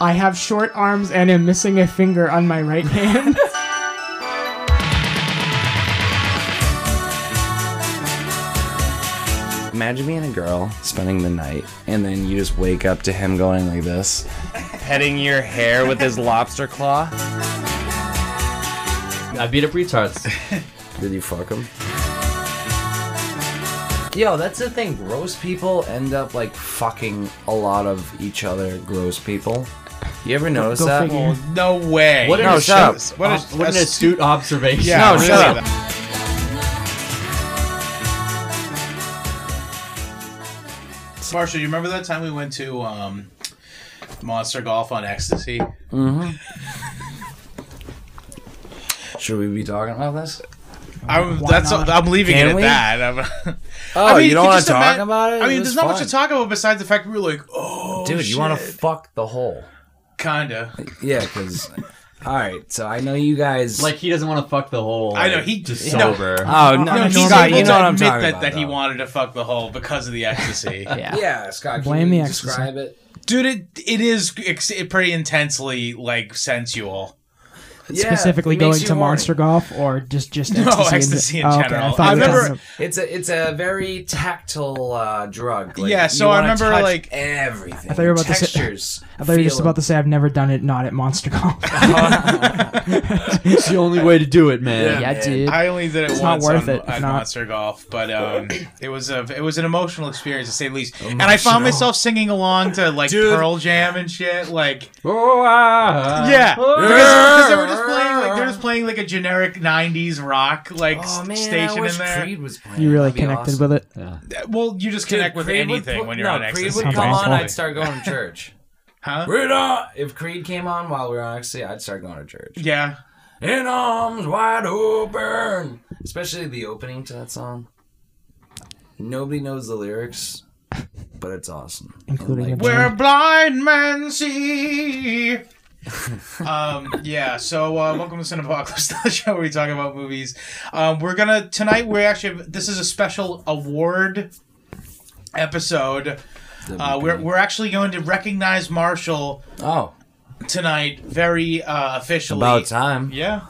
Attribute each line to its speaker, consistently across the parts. Speaker 1: I have short arms and am missing a finger on my right hand.
Speaker 2: Imagine being a girl, spending the night, and then you just wake up to him going like this, petting your hair with his lobster claw.
Speaker 3: I beat up retards.
Speaker 2: Did you fuck him? Yo, that's the thing. Gross people end up like fucking a lot of each other. Gross people. You ever notice
Speaker 1: Go
Speaker 2: that?
Speaker 1: figure.
Speaker 4: No way.
Speaker 3: What an,
Speaker 2: No,
Speaker 3: astute,
Speaker 2: shut
Speaker 4: up.
Speaker 3: What,
Speaker 4: What a-
Speaker 3: an
Speaker 4: a-
Speaker 3: astute observation.
Speaker 4: Yeah,
Speaker 2: No,
Speaker 4: really.
Speaker 2: shut up.
Speaker 4: Marshall, you remember that time we went to um, Monster Golf on Ecstasy?
Speaker 2: Should we be talking about this?
Speaker 4: I'm, that's
Speaker 1: not?
Speaker 4: I'm leaving
Speaker 2: Can
Speaker 4: it
Speaker 2: we?
Speaker 4: at that. I'm,
Speaker 2: Oh,
Speaker 4: I mean,
Speaker 2: you don't
Speaker 4: can
Speaker 2: want
Speaker 4: just
Speaker 2: to talk
Speaker 4: ima-
Speaker 2: about it?
Speaker 4: I mean,
Speaker 2: It was
Speaker 4: there's not much
Speaker 2: fun.
Speaker 4: to talk about besides the fact we were like, oh,
Speaker 2: Dude, you want to
Speaker 4: shit.
Speaker 2: fuck the hole?
Speaker 4: kinda.
Speaker 2: Yeah, because. all right, so I know you guys.
Speaker 3: Like he doesn't want to fuck the whole.
Speaker 4: I know,
Speaker 3: like,
Speaker 4: he-
Speaker 3: just
Speaker 4: no.
Speaker 3: sober.
Speaker 2: oh no,
Speaker 4: No, he's
Speaker 2: Scott,
Speaker 4: able
Speaker 2: you know
Speaker 4: to
Speaker 2: what I'm
Speaker 4: admit
Speaker 2: talking
Speaker 4: that,
Speaker 2: about.
Speaker 4: that he
Speaker 2: though.
Speaker 4: wanted to fuck the hole because of the ecstasy.
Speaker 1: yeah.
Speaker 2: Yeah, Scott.
Speaker 1: Blame
Speaker 2: can you
Speaker 1: the ecstasy.
Speaker 2: describe it?
Speaker 4: Dude, it, it is ex- pretty intensely like sensual.
Speaker 2: Yeah,
Speaker 1: Specifically
Speaker 2: it
Speaker 1: going
Speaker 2: makes you
Speaker 1: to
Speaker 2: horny.
Speaker 1: monster golf or just just
Speaker 4: No,
Speaker 1: ecstasy,
Speaker 4: ecstasy in
Speaker 1: oh, okay.
Speaker 4: general.
Speaker 1: I, thought
Speaker 4: I
Speaker 1: you were
Speaker 4: remember-
Speaker 1: talking
Speaker 2: It's a it's a very tactile uh, drug.
Speaker 4: Yeah, so
Speaker 2: you
Speaker 4: I
Speaker 2: wanna
Speaker 4: remember,
Speaker 2: touch
Speaker 4: like-
Speaker 2: everything.
Speaker 1: I thought you were about to say-
Speaker 2: textures.
Speaker 1: about- I thought you were just
Speaker 2: feel
Speaker 1: about to say I've never done it not at monster golf.
Speaker 3: It's the only way to do it, man.
Speaker 2: Yeah,
Speaker 5: Yeah, dude.
Speaker 4: I only did it
Speaker 1: It's not
Speaker 4: once
Speaker 1: worth
Speaker 4: on,
Speaker 1: it,
Speaker 4: on
Speaker 1: not-
Speaker 4: Monster Golf, but um, it was a it was an emotional experience to say the least. And I found myself singing along to like
Speaker 2: Dude.
Speaker 4: Pearl Jam and shit, like
Speaker 3: Oh,
Speaker 1: Uh,
Speaker 3: ah, ah.
Speaker 4: yeah,
Speaker 3: Oh,
Speaker 4: because 'cause they were just playing like they were just playing like a generic '90s rock like
Speaker 2: Oh
Speaker 4: s-
Speaker 2: man, I
Speaker 4: station
Speaker 2: wish
Speaker 4: in there.
Speaker 2: Creed was playing.
Speaker 1: you really
Speaker 2: That'd be
Speaker 1: connected
Speaker 2: awesome.
Speaker 1: with it.
Speaker 4: Well, you just
Speaker 2: Dude,
Speaker 4: connect with
Speaker 2: Creed would
Speaker 4: anything
Speaker 2: put-
Speaker 4: when you're
Speaker 2: no,
Speaker 4: on ecstasy.
Speaker 2: Creed would come
Speaker 1: Sounds
Speaker 2: on,
Speaker 1: awful.
Speaker 2: I'd start going to church.
Speaker 4: huh?
Speaker 2: Creed on. uh, If Creed came on while we were on ecstasy, I'd start going to church.
Speaker 4: Yeah,
Speaker 2: In arms wide open. Especially the opening to that song. Nobody knows the lyrics, but it's awesome.
Speaker 1: Including
Speaker 2: like,
Speaker 1: the
Speaker 4: where blind men see. um, yeah, so uh, welcome to Cinepocalypse, the show where we talk about movies. Um, we're gonna tonight. We're actually this is a special award episode. Uh, we're we're actually going to recognize Marshall
Speaker 2: Oh,
Speaker 4: tonight, very uh, officially.
Speaker 2: about time.
Speaker 4: Yeah. Um,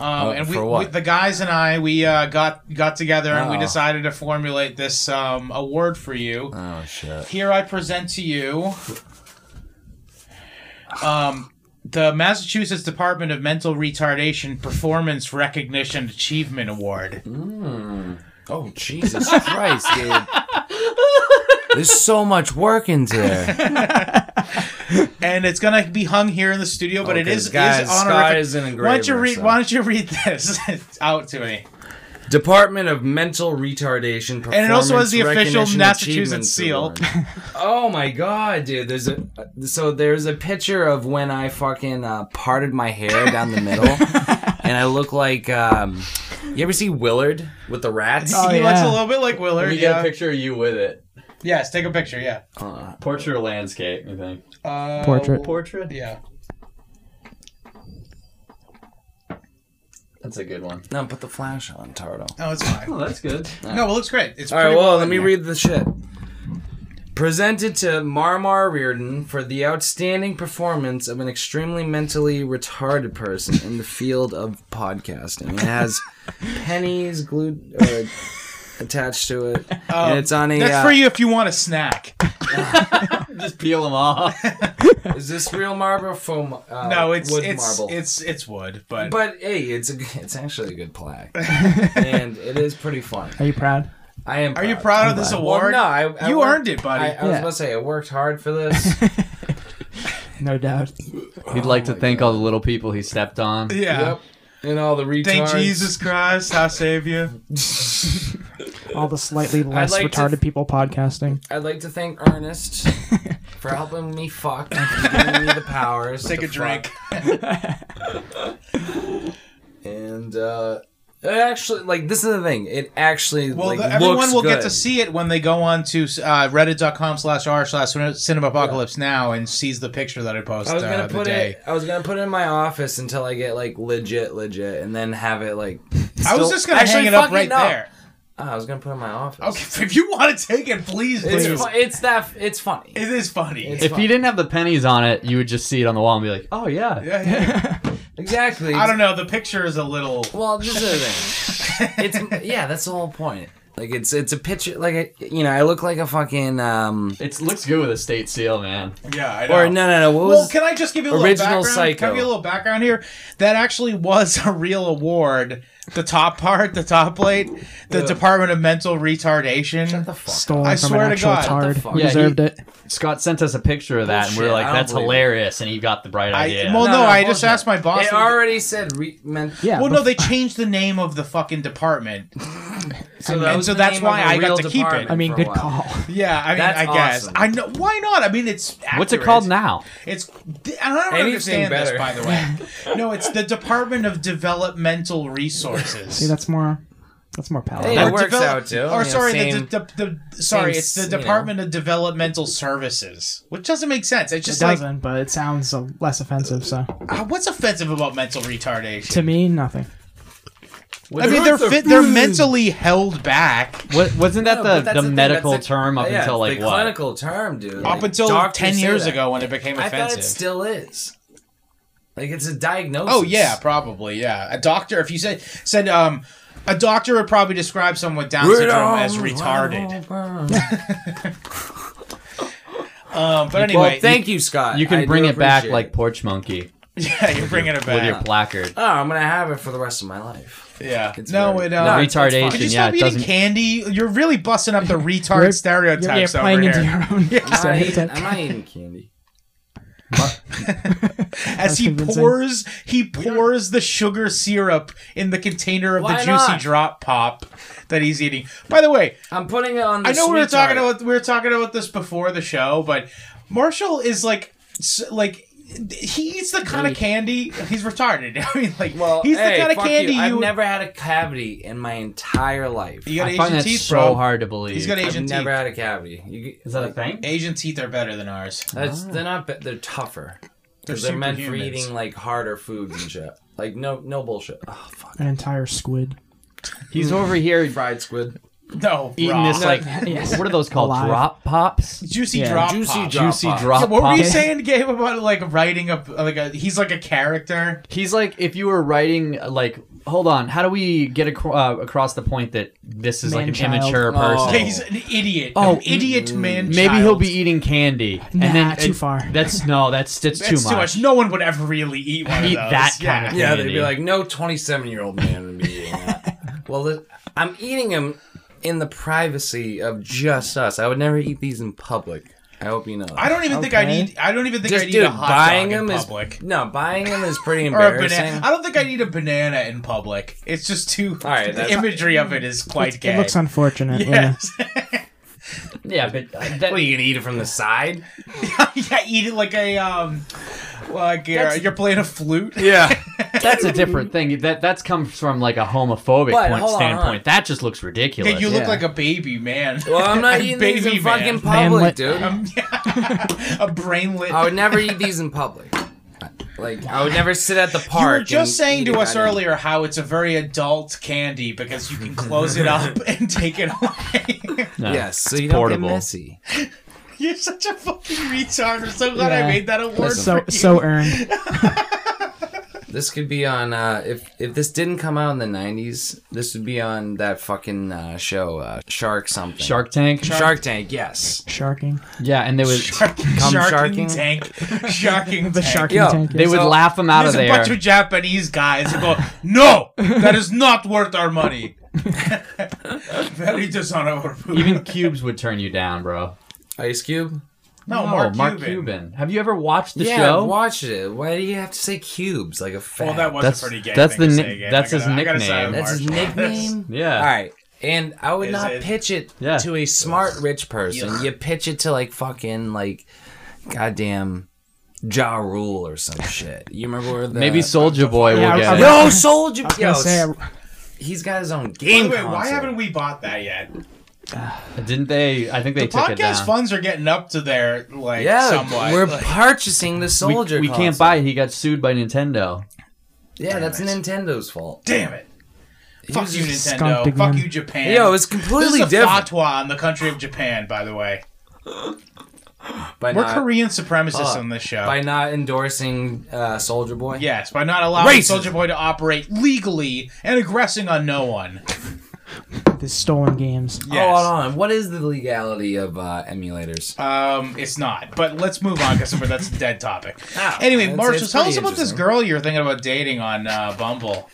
Speaker 2: Oh,
Speaker 4: and we,
Speaker 2: for what?
Speaker 4: we, the guys and I, we uh, got got together and we
Speaker 2: Oh.
Speaker 4: decided to formulate this um, award for you.
Speaker 2: Oh shit.
Speaker 4: Here I present to you um, the Massachusetts Department of Mental Retardation Performance Recognition Achievement Award.
Speaker 2: Oh Jesus Christ, dude. There's so much work into there.
Speaker 4: And it's going to be hung here in the studio, but it
Speaker 2: Okay,
Speaker 4: is,
Speaker 2: Oh, guys,
Speaker 4: is
Speaker 2: Scott
Speaker 4: honorific.
Speaker 2: is an
Speaker 4: why don't you
Speaker 2: engraver,
Speaker 4: read?
Speaker 2: so-
Speaker 4: Why don't you read this out to me?
Speaker 2: Department of Mental Retardation Performance
Speaker 4: And it also has the official
Speaker 2: Recognition
Speaker 4: Massachusetts
Speaker 2: Achievements
Speaker 4: seal.
Speaker 2: Award. oh my god, dude. There's a so there's a picture of when I fucking uh, parted my hair down the middle, and I look like um, you ever see Willard with the rats?
Speaker 1: Oh,
Speaker 4: he looks
Speaker 1: yeah.
Speaker 4: a little bit like Willard.
Speaker 3: Let me
Speaker 4: yeah.
Speaker 3: get a picture of you with it.
Speaker 4: Yes, take a picture. Yeah.
Speaker 2: Uh,
Speaker 3: Portrait or landscape, I think.
Speaker 4: Uh,
Speaker 1: Portrait.
Speaker 3: Portrait?
Speaker 4: Yeah.
Speaker 3: That's a good one.
Speaker 2: No, put the flash on, Tardo.
Speaker 4: Oh, it's fine.
Speaker 3: Oh, that's good.
Speaker 4: No, it looks great. It's
Speaker 2: All right,
Speaker 4: pretty
Speaker 2: well,
Speaker 4: well
Speaker 2: let
Speaker 4: in
Speaker 2: me
Speaker 4: there.
Speaker 2: read the shit. Presented to Marmar Reardon for the outstanding performance of an extremely mentally retarded person in the field of podcasting. It has pennies glued uh, attached to it, and it's on a.
Speaker 4: um, That's
Speaker 2: uh,
Speaker 4: for you if you want a snack.
Speaker 3: Just peel them off.
Speaker 2: Is this real marble or foam? Uh,
Speaker 4: No, it's
Speaker 2: wood
Speaker 4: it's
Speaker 2: marble.
Speaker 4: it's it's wood, but,
Speaker 2: but hey, it's a g- it's actually a good plaque, and it is pretty fun.
Speaker 1: Are you proud?
Speaker 2: I am.
Speaker 4: are you proud of this
Speaker 2: Well,
Speaker 4: award?
Speaker 2: no, I, I
Speaker 4: you
Speaker 2: worked-
Speaker 4: earned it, buddy.
Speaker 2: I, I was
Speaker 1: Yeah.
Speaker 2: about to say I worked hard for this.
Speaker 1: No doubt.
Speaker 3: He'd like
Speaker 2: Oh
Speaker 3: to thank all the little people he stepped on.
Speaker 4: yeah.
Speaker 2: Yep. And all the retards.
Speaker 4: Thank Jesus Christ, I save you.
Speaker 1: All the slightly less
Speaker 2: like to-
Speaker 1: retarded people podcasting.
Speaker 2: I'd like to thank Ernest for helping me fuck and giving me the powers.
Speaker 4: Take
Speaker 2: to
Speaker 4: a drink.
Speaker 2: fuck. And uh it actually like this is the thing. It actually
Speaker 4: Well,
Speaker 2: like
Speaker 4: the- everyone
Speaker 2: looks
Speaker 4: will get
Speaker 2: good.
Speaker 4: to see it when they go on to uh, reddit.com slash r slash cinemapocalypse now and sees the picture that I post
Speaker 2: I was gonna
Speaker 4: uh, the
Speaker 2: put
Speaker 4: day.
Speaker 2: it. I was gonna put it in my office until I get like legit, legit, and then have it like.
Speaker 4: I was
Speaker 2: still-
Speaker 4: just gonna
Speaker 2: Actually,
Speaker 4: hang it up
Speaker 2: fuck
Speaker 4: right
Speaker 2: no.
Speaker 4: there.
Speaker 2: Oh, I was gonna put it in my office.
Speaker 4: Okay, if you want to take it, please,
Speaker 2: It's,
Speaker 4: please.
Speaker 2: fu- it's that. It's funny.
Speaker 4: It is funny.
Speaker 2: It's-
Speaker 3: If you didn't have the pennies on it, you would just see it on the wall and be like, "Oh yeah."
Speaker 4: yeah, yeah.
Speaker 2: exactly.
Speaker 4: I don't know. The picture is a little.
Speaker 2: Well, this is the thing. It's yeah. That's the whole point. Like it's it's a picture. Like a, you know, I look like a fucking um.
Speaker 3: It looks good with a state seal, man.
Speaker 4: Yeah, I know.
Speaker 2: Or no, no, no. What
Speaker 4: Well,
Speaker 2: was?
Speaker 4: can I just give you a little
Speaker 2: Original
Speaker 4: background? Can I
Speaker 2: Psycho.
Speaker 4: give you a little background here? That actually was a real award. The top part, the top plate, the Department of Mental Retardation.
Speaker 2: Shut the fuck.
Speaker 1: Stolen
Speaker 4: I
Speaker 1: from
Speaker 4: swear
Speaker 1: an
Speaker 4: to
Speaker 1: actual
Speaker 4: God. What
Speaker 2: the
Speaker 1: tard
Speaker 2: fuck?
Speaker 1: who
Speaker 3: Yeah, he-
Speaker 1: deserved it.
Speaker 3: Scott sent us a picture of that, and we
Speaker 2: Bullshit,
Speaker 3: are like,
Speaker 2: I don't
Speaker 3: "That's
Speaker 2: believe it."
Speaker 3: hilarious!" And he got the bright
Speaker 4: I,
Speaker 3: idea.
Speaker 4: Well, no,
Speaker 2: No, no,
Speaker 4: I just
Speaker 2: bullshit.
Speaker 4: asked my boss.
Speaker 2: It already said re- meant.
Speaker 1: Yeah.
Speaker 4: well,
Speaker 1: but
Speaker 4: no, they changed the name of the fucking department.
Speaker 2: So,
Speaker 4: and
Speaker 2: was
Speaker 4: so
Speaker 2: the
Speaker 4: that's
Speaker 2: name
Speaker 4: why
Speaker 2: of a
Speaker 4: I got
Speaker 2: real
Speaker 4: to keep it.
Speaker 2: department
Speaker 1: I mean,
Speaker 2: for a
Speaker 1: good
Speaker 2: while.
Speaker 1: call.
Speaker 4: Yeah, I mean,
Speaker 2: That's
Speaker 4: I guess
Speaker 2: awesome.
Speaker 4: I know why not. I mean, it's accurate.
Speaker 3: What's it called now?
Speaker 4: It's I don't
Speaker 2: Anything
Speaker 4: understand
Speaker 2: better.
Speaker 4: this, by the way. no, it's the Department of Developmental Resources.
Speaker 1: See, that's more. That's more palatable.
Speaker 2: Hey, It
Speaker 4: Or
Speaker 2: works
Speaker 4: develop-
Speaker 2: out, too.
Speaker 4: Or
Speaker 2: You know,
Speaker 4: sorry,
Speaker 2: same-
Speaker 4: the, the, the, sorry,
Speaker 2: same
Speaker 4: it's the
Speaker 2: s- you know.
Speaker 4: Department of Developmental Services, which doesn't make sense. It's
Speaker 1: it
Speaker 4: just like,
Speaker 1: doesn't, but it sounds uh, less offensive. So
Speaker 4: uh, what's offensive about mental retardation?
Speaker 1: to me, nothing.
Speaker 4: I mean, they're fit, they're mentally held back
Speaker 3: What, wasn't that
Speaker 2: No, but
Speaker 3: the,
Speaker 2: that's
Speaker 3: the,
Speaker 2: thing,
Speaker 3: medical
Speaker 2: that's the-
Speaker 3: term up
Speaker 2: yeah,
Speaker 3: until
Speaker 2: it's
Speaker 3: like
Speaker 2: the
Speaker 3: what?
Speaker 2: clinical term, dude.
Speaker 4: up
Speaker 2: Like,
Speaker 4: until
Speaker 2: doctors
Speaker 4: ten
Speaker 2: say
Speaker 4: years
Speaker 2: that.
Speaker 4: ago when it became
Speaker 2: I thought
Speaker 4: offensive.
Speaker 2: it still is. Like it's a diagnosis.
Speaker 4: oh yeah, probably yeah. A doctor, if you said said um, a doctor would probably describe someone with Down syndrome as retarded. Um, but anyway,
Speaker 2: well, thank you, Scott.
Speaker 3: You can
Speaker 2: I
Speaker 3: bring
Speaker 2: do
Speaker 3: it back
Speaker 2: appreciate
Speaker 3: like
Speaker 2: it.
Speaker 3: Porch Monkey
Speaker 4: yeah, you're bringing it
Speaker 3: with your
Speaker 4: back.
Speaker 3: placard.
Speaker 2: Oh, I'm gonna have it for the rest of my life.
Speaker 4: Yeah,
Speaker 2: It's
Speaker 4: no,
Speaker 2: very-
Speaker 4: it
Speaker 2: No,
Speaker 4: um,
Speaker 3: The
Speaker 2: it's- it's fine.
Speaker 3: retardation,
Speaker 4: Could you
Speaker 3: yeah,
Speaker 4: stop
Speaker 3: it
Speaker 4: eating
Speaker 3: doesn't.
Speaker 4: candy? You're really busting up the retard
Speaker 1: You're- You're
Speaker 4: stereotypes over
Speaker 1: playing
Speaker 4: here.
Speaker 1: into your own
Speaker 2: I'm not, eating, I'm
Speaker 1: stereotype.
Speaker 2: not eating candy.
Speaker 4: As he
Speaker 1: convincing.
Speaker 4: pours, he pours the sugar syrup in the container of
Speaker 2: Why
Speaker 4: the juicy
Speaker 2: not?
Speaker 4: drop pop that he's eating. By the way,
Speaker 2: I'm putting it on. The
Speaker 4: I know we were
Speaker 2: sweet
Speaker 4: talking
Speaker 2: tart.
Speaker 4: about we were talking about this before the show, but Marshall is like s- like he eats the kind of candy he's retarded. I mean, like
Speaker 2: Well,
Speaker 4: he's
Speaker 2: hey,
Speaker 4: the kind of
Speaker 2: fuck
Speaker 4: candy you.
Speaker 2: I've never had a cavity in my entire life.
Speaker 4: You got
Speaker 3: I find
Speaker 4: Asian
Speaker 3: that
Speaker 4: teeth,
Speaker 3: so
Speaker 4: bro.
Speaker 3: hard to believe.
Speaker 4: He's got
Speaker 2: I've
Speaker 4: Asian teeth.
Speaker 2: never had a cavity. You,
Speaker 3: Is that a
Speaker 2: like,
Speaker 3: thing?
Speaker 4: Asian teeth are better than ours.
Speaker 2: That's, They're not. be- They're tougher.
Speaker 4: Ah. They're
Speaker 2: Because they're meant for
Speaker 4: superhumans.
Speaker 2: eating like harder foods and shit. Like no, no bullshit. Oh fuck.
Speaker 1: An entire squid.
Speaker 3: He's over
Speaker 4: Hmm.
Speaker 3: here
Speaker 2: Fried squid.
Speaker 4: No,
Speaker 3: eating
Speaker 4: raw.
Speaker 3: this like what are those called?
Speaker 1: Alive.
Speaker 3: Drop pops?
Speaker 4: juicy
Speaker 1: Yeah.
Speaker 4: drop.
Speaker 2: Juicy
Speaker 4: Pop.
Speaker 2: drop
Speaker 3: Juicy
Speaker 2: pops.
Speaker 3: drop
Speaker 4: Yeah, what were you
Speaker 3: pops.
Speaker 4: saying, Gabe, about like writing a like a he's like a character?
Speaker 3: He's like if you were writing like hold on, how do we get ac- uh, across the point that this is like an
Speaker 1: Man-child.
Speaker 3: immature
Speaker 2: Oh.
Speaker 3: person?
Speaker 4: Yeah, he's an idiot.
Speaker 3: Oh,
Speaker 4: an idiot man.
Speaker 3: Maybe
Speaker 4: child.
Speaker 3: he'll be eating candy. And
Speaker 1: Nah,
Speaker 3: then
Speaker 1: too
Speaker 3: it-
Speaker 1: far.
Speaker 3: That's no, that's that's,
Speaker 4: That's too much. No one would ever really eat one
Speaker 3: Eat
Speaker 4: of those.
Speaker 3: that
Speaker 4: yeah.
Speaker 3: kind of
Speaker 2: Yeah, they'd be
Speaker 3: Candy.
Speaker 2: like, no 27 year old man would be eating that. well, th- I'm eating them in the privacy of just us. I would never eat these in public. I hope you know. That.
Speaker 4: I don't even think I
Speaker 1: Okay.
Speaker 4: need. I don't even think I
Speaker 2: just
Speaker 4: need
Speaker 2: dude,
Speaker 4: a hot
Speaker 2: buying
Speaker 4: dog
Speaker 2: them
Speaker 4: in
Speaker 2: is
Speaker 4: public.
Speaker 2: no, buying them is pretty
Speaker 4: or a banana.
Speaker 2: embarrassing.
Speaker 4: I don't think I need a banana in public. It's just too.
Speaker 2: All right,
Speaker 4: the
Speaker 2: that's-
Speaker 4: imagery of it is quite gay.
Speaker 1: It looks unfortunate. Yeah.
Speaker 4: Yes.
Speaker 3: Yeah, but uh, that,
Speaker 2: What, are you gonna eat it from the side?
Speaker 4: yeah, eat it like a um, like uh,
Speaker 3: That's-
Speaker 4: you're playing a flute.
Speaker 2: Yeah.
Speaker 3: that's a different thing. That that's comes from like a homophobic
Speaker 2: But,
Speaker 3: point
Speaker 2: hold on,
Speaker 3: standpoint.
Speaker 2: hold on.
Speaker 3: That just looks ridiculous.
Speaker 4: Yeah, you look
Speaker 2: Yeah.
Speaker 4: like a baby man.
Speaker 2: Well, I'm not
Speaker 4: A
Speaker 2: eating these in fucking
Speaker 1: Man,
Speaker 2: public,
Speaker 1: what-
Speaker 2: dude.
Speaker 4: Um, a brainlet.
Speaker 2: I would never eat these in public. Like I would never sit at the
Speaker 4: you
Speaker 2: park.
Speaker 4: were
Speaker 2: and
Speaker 4: just saying
Speaker 2: eat
Speaker 4: to
Speaker 2: it
Speaker 4: us
Speaker 2: out of-
Speaker 4: earlier how it's a very adult candy because you can close it up and take it away.
Speaker 3: No.
Speaker 2: Yes, so you don't get
Speaker 3: portable.
Speaker 2: messy.
Speaker 4: You're such a fucking retard. I'm so glad I
Speaker 1: Yeah.
Speaker 4: made that award.
Speaker 1: So
Speaker 4: for you.
Speaker 1: so earned.
Speaker 2: This could be on uh, if if this didn't come out in the '90s, this would be on that fucking uh, show uh, Shark something.
Speaker 3: Shark Tank.
Speaker 2: Shark, Tank. Yes.
Speaker 1: Sharking.
Speaker 3: Yeah, and they would
Speaker 2: Cum
Speaker 4: sharking
Speaker 2: sharking?
Speaker 4: tank, sharking
Speaker 1: The
Speaker 4: tank.
Speaker 1: sharking
Speaker 2: Yo,
Speaker 1: tank.
Speaker 3: they
Speaker 1: is-
Speaker 3: would
Speaker 2: So,
Speaker 3: laugh them out
Speaker 4: There's
Speaker 3: of
Speaker 4: a
Speaker 3: there.
Speaker 4: bunch of Japanese guys who go, "No, that is not worth our money." Very dishonorable.
Speaker 3: Even cubes would turn you down, bro.
Speaker 2: Ice Cube.
Speaker 4: no, Oh, Mark, Cuban.
Speaker 3: Have you ever watched the
Speaker 2: yeah,
Speaker 3: show?
Speaker 2: I've watched it. Why do you have to say cubes like a fat?
Speaker 4: Well, that was
Speaker 3: That's-
Speaker 4: a pretty gay.
Speaker 3: that's
Speaker 4: thing
Speaker 3: the
Speaker 4: to
Speaker 3: nick-
Speaker 4: say, Gabe.
Speaker 3: that's
Speaker 4: I
Speaker 3: his
Speaker 4: gotta- I gotta say
Speaker 3: nickname.
Speaker 4: I'm
Speaker 2: That's his
Speaker 4: Marshall.
Speaker 2: nickname.
Speaker 3: Yeah.
Speaker 2: All right. And I would
Speaker 4: Is
Speaker 2: not
Speaker 4: it-
Speaker 2: pitch it
Speaker 3: Yeah.
Speaker 2: to a smart rich person.
Speaker 4: Yuck.
Speaker 2: You pitch it to like fucking like goddamn Ja Rule or some shit. You remember where the
Speaker 3: Maybe Soldier Boy
Speaker 1: Yeah,
Speaker 3: will
Speaker 1: I-
Speaker 3: get
Speaker 1: I-
Speaker 3: it.
Speaker 2: No, Soldier
Speaker 1: I was gonna say, uh,
Speaker 2: He's got his own
Speaker 4: By
Speaker 2: game.
Speaker 4: the way, why
Speaker 2: console.
Speaker 4: haven't we bought that yet?
Speaker 3: Didn't they? I think they took it
Speaker 4: Podcast
Speaker 3: down.
Speaker 4: funds are getting up to their like
Speaker 2: Yeah,
Speaker 4: somewhat.
Speaker 2: we're
Speaker 4: Like,
Speaker 2: purchasing the
Speaker 3: we,
Speaker 2: Soldier.
Speaker 3: we can't
Speaker 2: console.
Speaker 3: buy it. He got sued by Nintendo.
Speaker 2: Yeah, that's Nintendo's fault.
Speaker 4: damn it. Fuck
Speaker 2: was
Speaker 4: you,
Speaker 2: just
Speaker 4: Nintendo.
Speaker 1: skunking
Speaker 4: Fuck
Speaker 1: him.
Speaker 4: you, Japan.
Speaker 2: Yo, it's
Speaker 4: this
Speaker 2: completely
Speaker 4: is a
Speaker 2: different.
Speaker 4: fatwa in the country of Japan, by the way.
Speaker 2: By
Speaker 4: We're
Speaker 2: not,
Speaker 4: Korean supremacists
Speaker 2: Hold on.
Speaker 4: on this show.
Speaker 2: by not endorsing uh, Soldier Boy.
Speaker 4: yes, by not allowing
Speaker 2: Racist.
Speaker 4: Soldier Boy to operate legally and aggressing on no one.
Speaker 1: This stolen games.
Speaker 4: Yes.
Speaker 2: Oh, hold on. What is the legality of uh, emulators?
Speaker 4: Um, it's not. But let's move on because that's a dead topic.
Speaker 2: Ah,
Speaker 4: anyway,
Speaker 2: it's-
Speaker 4: Marshall,
Speaker 2: it's
Speaker 4: tell us
Speaker 2: pretty
Speaker 4: about this
Speaker 2: interesting.
Speaker 4: girl you were thinking about dating on uh, Bumble.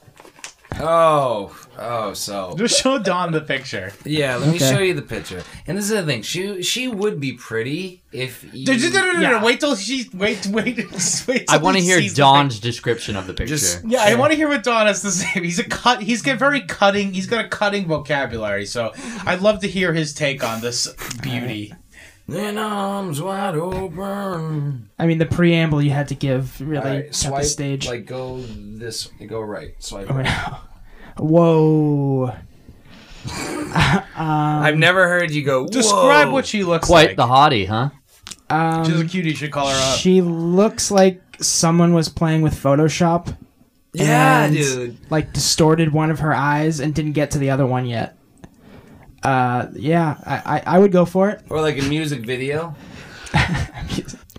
Speaker 2: Oh, oh, so
Speaker 4: Just show Don the picture.
Speaker 2: yeah. Let me
Speaker 1: Okay.
Speaker 2: show you the picture. And this is the thing. She she would be pretty if. You,
Speaker 4: No, no, no, no, no,
Speaker 1: Yeah.
Speaker 4: Wait till she. Wait, wait. wait
Speaker 3: I want to hear
Speaker 4: Don.
Speaker 3: Don's description of the picture.
Speaker 2: Just-
Speaker 4: Yeah, I want to hear what Don has to say. He's a cut. He's got very cutting. He's got a cutting vocabulary. So I'd love to hear his take on this beauty.
Speaker 2: Then arms wide open.
Speaker 1: I mean, the preamble you had to give really
Speaker 2: Alright,
Speaker 1: set the stage.
Speaker 2: Like go this. Go right. Swipe.
Speaker 1: Oh,
Speaker 2: Right.
Speaker 1: no. Whoa.
Speaker 2: I've never heard you go.
Speaker 4: Describe
Speaker 2: "Whoa."
Speaker 4: what she looks
Speaker 3: Quite
Speaker 4: like.
Speaker 3: the hottie, huh?
Speaker 1: Um,
Speaker 4: She's a cutie. You should call her up.
Speaker 1: She looks like someone was playing with Photoshop.
Speaker 2: Yeah,
Speaker 1: and,
Speaker 2: dude.
Speaker 1: Like distorted one of her eyes and didn't get to the other one yet. Uh, yeah, I, I, I would go for it.
Speaker 2: Or like a music video.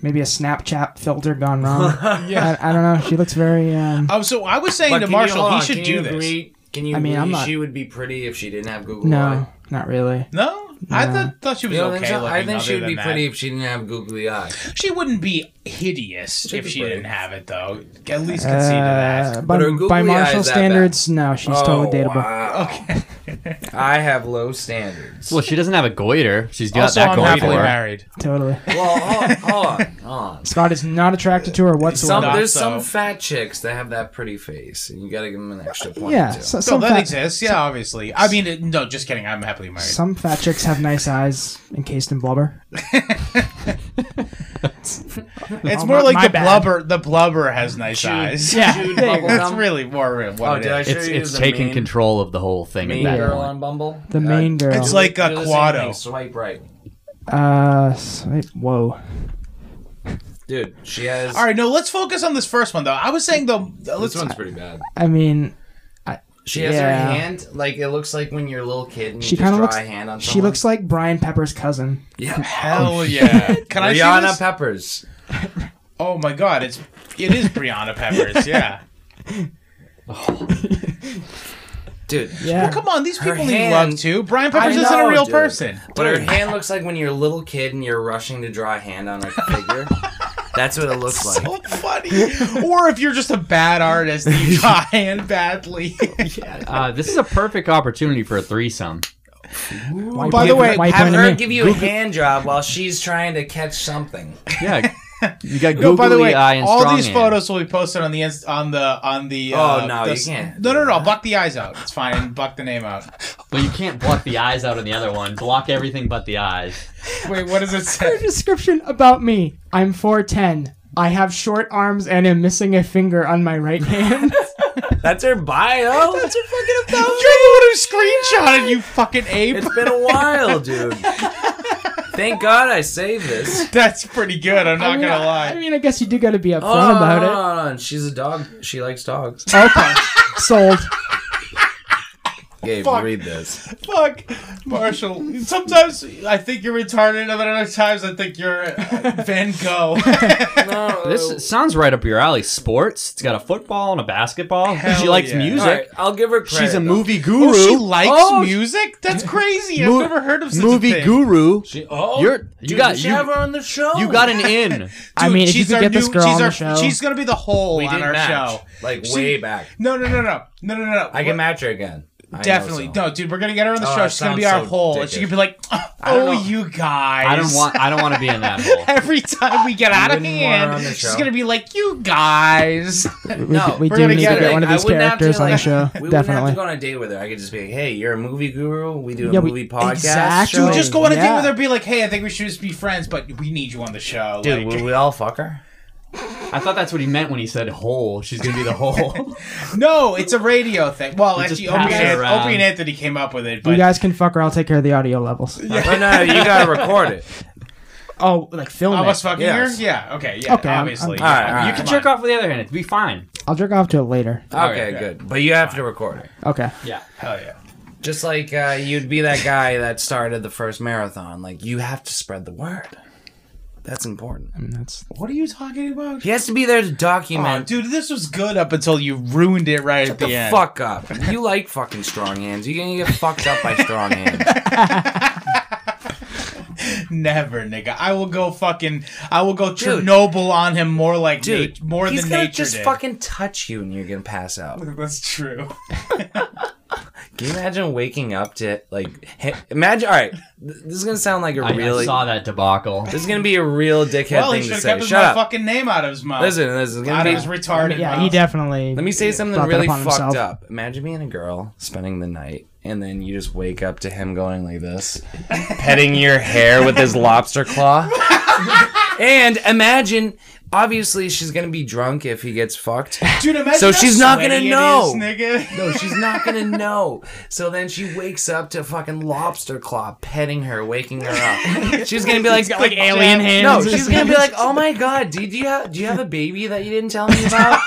Speaker 1: Maybe a Snapchat filter gone wrong. yeah, I, I don't know. She looks very. Um,
Speaker 4: Um, so I was saying
Speaker 2: But
Speaker 4: to
Speaker 2: can you-
Speaker 4: Marshall,
Speaker 2: hold
Speaker 4: he
Speaker 2: on,
Speaker 4: should
Speaker 2: can
Speaker 4: do
Speaker 2: you
Speaker 4: this.
Speaker 2: agree- Can you?
Speaker 1: I mean,
Speaker 2: agree
Speaker 1: I'm not-
Speaker 2: She would be pretty if she didn't have Google. Eye?
Speaker 1: no, not really.
Speaker 4: No, I
Speaker 1: No.
Speaker 4: thought, thought she was
Speaker 2: You don't
Speaker 4: okay
Speaker 2: think so?
Speaker 4: looking.
Speaker 2: I think she
Speaker 4: other
Speaker 2: would be
Speaker 4: than that.
Speaker 2: pretty if she didn't have googly eye.
Speaker 4: She wouldn't be hideous
Speaker 2: She'd
Speaker 4: if
Speaker 2: be
Speaker 4: she
Speaker 2: pretty.
Speaker 4: didn't have it, though. At least concede
Speaker 1: Uh,
Speaker 4: to
Speaker 1: by,
Speaker 2: But her
Speaker 1: by
Speaker 2: googly
Speaker 1: Marshall
Speaker 2: eyes that Oh,
Speaker 1: standards, no, she's totally dateable.
Speaker 2: Wow.
Speaker 4: that. Okay.
Speaker 2: I have low standards.
Speaker 3: Well, she doesn't have a goiter. She's got
Speaker 4: also,
Speaker 3: that
Speaker 4: I'm
Speaker 3: going
Speaker 4: happily
Speaker 3: for her.
Speaker 4: married.
Speaker 1: Totally.
Speaker 2: well, hold, hold on, hold on.
Speaker 1: Scott is not attracted to her
Speaker 2: Some,
Speaker 1: whatsoever.
Speaker 4: Not
Speaker 2: there's
Speaker 4: so.
Speaker 2: some fat chicks that have that pretty face, and you gotta give them an extra point.
Speaker 1: yeah,
Speaker 2: too.
Speaker 1: so,
Speaker 4: So
Speaker 1: some,
Speaker 4: that
Speaker 1: fat,
Speaker 4: exists. Yeah, obviously. I mean, it- no, just kidding. I'm happily married.
Speaker 1: some fat chicks have nice eyes encased in blubber.
Speaker 4: It's
Speaker 1: Oh,
Speaker 4: more
Speaker 1: my-
Speaker 4: like
Speaker 1: my
Speaker 4: the
Speaker 1: bad.
Speaker 4: blubber. The blubber has nice eyes.
Speaker 1: Yeah.
Speaker 2: Chewed
Speaker 1: there you
Speaker 2: bubble
Speaker 1: go.
Speaker 4: That's
Speaker 2: gum.
Speaker 4: really more of what
Speaker 2: Oh,
Speaker 4: it
Speaker 2: did I
Speaker 4: is.
Speaker 2: show
Speaker 3: It's
Speaker 2: you
Speaker 3: it's
Speaker 2: the
Speaker 3: taking
Speaker 2: main-
Speaker 3: control of the whole thing
Speaker 2: Main
Speaker 3: at that
Speaker 2: girl
Speaker 3: point.
Speaker 2: on Bumble.
Speaker 1: The main girl.
Speaker 4: It's like a
Speaker 2: do the same
Speaker 4: quado.
Speaker 2: thing, Swipe right,
Speaker 1: Uh, so- whoa.
Speaker 2: dude. She has.
Speaker 4: All right, no, let's focus on this first one though. I was saying though,
Speaker 2: this
Speaker 4: let's.
Speaker 2: one's pretty bad.
Speaker 1: I mean,
Speaker 2: She has
Speaker 1: Yeah.
Speaker 2: her hand like it looks like when you're a little kid and you
Speaker 1: She
Speaker 2: just
Speaker 1: kinda
Speaker 2: draw
Speaker 1: looks-
Speaker 2: a hand on.
Speaker 1: she
Speaker 2: someone.
Speaker 1: looks like Brian Pepper's cousin.
Speaker 2: Yeah.
Speaker 4: Hell yeah! Can I see
Speaker 2: Rihanna
Speaker 4: this?
Speaker 2: Peppers.
Speaker 4: oh my god, it's it is Brianna Peppers. Yeah.
Speaker 2: Dude,
Speaker 1: Yeah.
Speaker 4: Well, come on, these
Speaker 2: Her
Speaker 4: people need
Speaker 2: hand-
Speaker 4: love too. Brian Peppers
Speaker 2: I
Speaker 4: isn't
Speaker 2: know,
Speaker 4: a real
Speaker 2: dude.
Speaker 4: person.
Speaker 2: But her hand looks like when you're a little kid and you're rushing to draw a hand on a figure. That's what it looks like.
Speaker 4: So funny. or if you're just a bad artist, and you draw hand badly.
Speaker 3: Uh, this is a perfect opportunity for a threesome.
Speaker 1: Why
Speaker 4: by
Speaker 1: point-
Speaker 4: the way,
Speaker 1: why
Speaker 2: Have
Speaker 1: point at
Speaker 2: her
Speaker 1: me?
Speaker 2: give you a hand job while she's trying to catch something.
Speaker 3: Yeah, you got googly
Speaker 4: No, by the way,
Speaker 3: eye and
Speaker 4: all
Speaker 3: strong
Speaker 4: these
Speaker 3: hand.
Speaker 4: photos will be posted on the inst- on the on the.
Speaker 2: Oh,
Speaker 4: uh,
Speaker 2: no,
Speaker 4: the-
Speaker 2: you can't.
Speaker 4: No, no, no. Buck the eyes out. It's fine. and Buck the name out.
Speaker 3: But you can't block the eyes out on the other one. Block everything but the eyes.
Speaker 4: Wait, what does it
Speaker 1: Her
Speaker 4: say?
Speaker 1: description about me. I'm 4'10. I have short arms and am missing a finger on my right hand.
Speaker 2: That's her bio.
Speaker 4: That's a fucking about. You're the one who screenshotted. You fucking ape.
Speaker 2: it's been a while, dude. Thank God I saved this.
Speaker 4: That's pretty good. I'm not
Speaker 1: I mean,
Speaker 4: gonna
Speaker 1: I,
Speaker 4: lie.
Speaker 1: I mean, I guess you do got to be upfront
Speaker 2: Oh, no, no,
Speaker 1: about
Speaker 2: no, no. She's a dog. She likes dogs.
Speaker 1: it. Okay. Sold.
Speaker 2: Gabe,
Speaker 4: Fuck.
Speaker 2: read this.
Speaker 4: Fuck, Marshall. Sometimes I think you're retarded, and then other times I think you're uh, Van Gogh.
Speaker 2: No,
Speaker 3: This sounds right up your alley. Sports. It's got a football and a basketball.
Speaker 4: Hell
Speaker 3: she likes
Speaker 4: yeah.
Speaker 3: music.
Speaker 2: All right, I'll give her credit.
Speaker 3: She's a
Speaker 2: though.
Speaker 3: movie
Speaker 4: Oh,
Speaker 3: guru.
Speaker 4: she likes
Speaker 3: Oh,
Speaker 4: music. That's crazy. I've
Speaker 3: Mo-
Speaker 4: never heard of such a
Speaker 3: Movie
Speaker 4: thing.
Speaker 3: guru.
Speaker 2: She, oh,
Speaker 3: You're- you
Speaker 2: dude,
Speaker 3: got-
Speaker 2: we should
Speaker 3: you-
Speaker 2: have her on the show.
Speaker 3: You got an in.
Speaker 1: I
Speaker 4: Dude,
Speaker 1: mean, if you
Speaker 4: she's
Speaker 1: could
Speaker 4: our
Speaker 1: get
Speaker 4: new,
Speaker 1: this girl
Speaker 4: she's
Speaker 1: on the
Speaker 4: our,
Speaker 1: show-
Speaker 4: She's gonna be the whole
Speaker 2: We
Speaker 4: on
Speaker 2: did
Speaker 4: our
Speaker 2: match,
Speaker 4: show.
Speaker 2: like
Speaker 4: She-
Speaker 2: way back.
Speaker 4: No, no, no, no, no, no, no, no.
Speaker 2: I
Speaker 4: We're-
Speaker 2: can match her again. I know
Speaker 4: Definitely.
Speaker 2: so.
Speaker 4: No, dude, we're gonna get her on the
Speaker 2: Oh,
Speaker 4: show.
Speaker 2: that
Speaker 4: She's gonna be
Speaker 2: sounds
Speaker 4: our
Speaker 2: so
Speaker 4: whole. And she
Speaker 2: dickish.
Speaker 4: could be like,
Speaker 2: don't
Speaker 4: oh,
Speaker 2: know.
Speaker 4: you guys.
Speaker 3: I don't want. I don't want to be in that hole.
Speaker 4: Every time we get out of
Speaker 2: wouldn't want her on
Speaker 4: hand,
Speaker 2: the
Speaker 4: she's
Speaker 2: show.
Speaker 4: gonna be like, you guys.
Speaker 1: We,
Speaker 2: No,
Speaker 1: we
Speaker 4: we're
Speaker 1: do
Speaker 4: gonna
Speaker 1: need
Speaker 4: get
Speaker 1: to get
Speaker 4: it.
Speaker 1: one of
Speaker 2: I
Speaker 1: these
Speaker 2: wouldn't have to,
Speaker 1: characters on the
Speaker 2: like-
Speaker 1: show.
Speaker 2: We wouldn't have
Speaker 1: Definitely.
Speaker 2: to go on a date with her. I could just be, hey, you're a movie guru. We do a
Speaker 1: Yeah, we-
Speaker 2: movie podcast.
Speaker 1: exactly.
Speaker 2: show."
Speaker 4: Dude, just go on a date
Speaker 1: Yeah.
Speaker 4: with her. Be like, hey, I think we should just be friends, but we need you on the show.
Speaker 2: Dude,
Speaker 4: like,
Speaker 2: will we all fuck her?
Speaker 3: I thought that's what he meant when he said hole. She's gonna be the hole.
Speaker 4: no, it's a radio thing. Well, actually,
Speaker 3: just
Speaker 4: Opie and,
Speaker 3: pass it
Speaker 4: Anth-
Speaker 3: around.
Speaker 4: Opie and Anthony came up with it, but
Speaker 1: You guys can fuck her. I'll take care of the audio levels.
Speaker 2: No, no, you gotta record it.
Speaker 1: Oh, like film
Speaker 4: Of
Speaker 1: it.
Speaker 4: us fucking
Speaker 2: Yes.
Speaker 4: here? Yeah. Okay. Yeah.
Speaker 1: Okay, I'm- I'm-
Speaker 4: obviously. yeah,
Speaker 2: Alright,
Speaker 4: I mean,
Speaker 2: alright.
Speaker 3: You can jerk off with the other hand. It'd be fine.
Speaker 1: I'll jerk off to it later.
Speaker 2: Okay,
Speaker 4: yeah.
Speaker 2: good. But you have to record it.
Speaker 1: Okay.
Speaker 3: Yeah.
Speaker 4: Hell yeah.
Speaker 2: Just like uh, you'd be that guy that started the first marathon. Like you have to spread the word. That's important.
Speaker 1: And Mm, that's
Speaker 4: What are you talking about?
Speaker 2: He has to be there to
Speaker 4: Aw,
Speaker 2: document.
Speaker 4: dude, this was good up until you ruined it right at
Speaker 2: the
Speaker 4: the, end.
Speaker 2: fuck up. You like fucking strong hands. You're gonna get fucked up by strong hands.
Speaker 4: Never, nigga. I will go fucking. I will go Chernobyl on him more like
Speaker 2: Dude,
Speaker 4: nat- more
Speaker 2: he's
Speaker 4: than
Speaker 2: gonna
Speaker 4: nature
Speaker 2: just
Speaker 4: did.
Speaker 2: fucking touch you and you're gonna pass out.
Speaker 4: That's true.
Speaker 2: Can you imagine waking up to like? Hey, imagine. All right, th- this is gonna sound like a
Speaker 3: I, I
Speaker 2: really.
Speaker 3: saw that debacle.
Speaker 2: This is gonna be a real dickhead
Speaker 4: well, he
Speaker 2: thing
Speaker 4: should
Speaker 2: to
Speaker 4: have
Speaker 2: say.
Speaker 4: kept his
Speaker 2: Shut up.
Speaker 4: fucking name out of his mouth.
Speaker 2: Listen, this is gonna
Speaker 4: out
Speaker 2: be.
Speaker 4: of his retarded
Speaker 1: yeah,
Speaker 4: mouth.
Speaker 1: he definitely.
Speaker 2: Let me say something
Speaker 1: brought that
Speaker 2: really
Speaker 1: upon
Speaker 2: fucked
Speaker 1: himself.
Speaker 2: up. Imagine being a girl, spending the night, and then you just wake up to him going like this, petting your hair with his lobster claw. and imagine, obviously, she's gonna be drunk if he gets fucked.
Speaker 4: Dude, imagine
Speaker 2: So
Speaker 4: how
Speaker 2: she's not gonna
Speaker 4: sweaty it
Speaker 2: know.
Speaker 4: is, nigga.
Speaker 2: No, she's not gonna know. So then she wakes up to fucking lobster claw petting her, waking her up. She's gonna be like,
Speaker 1: like alien hands.
Speaker 2: no, she's gonna be like, oh my god, do, do you have do you have a baby that you didn't tell me about?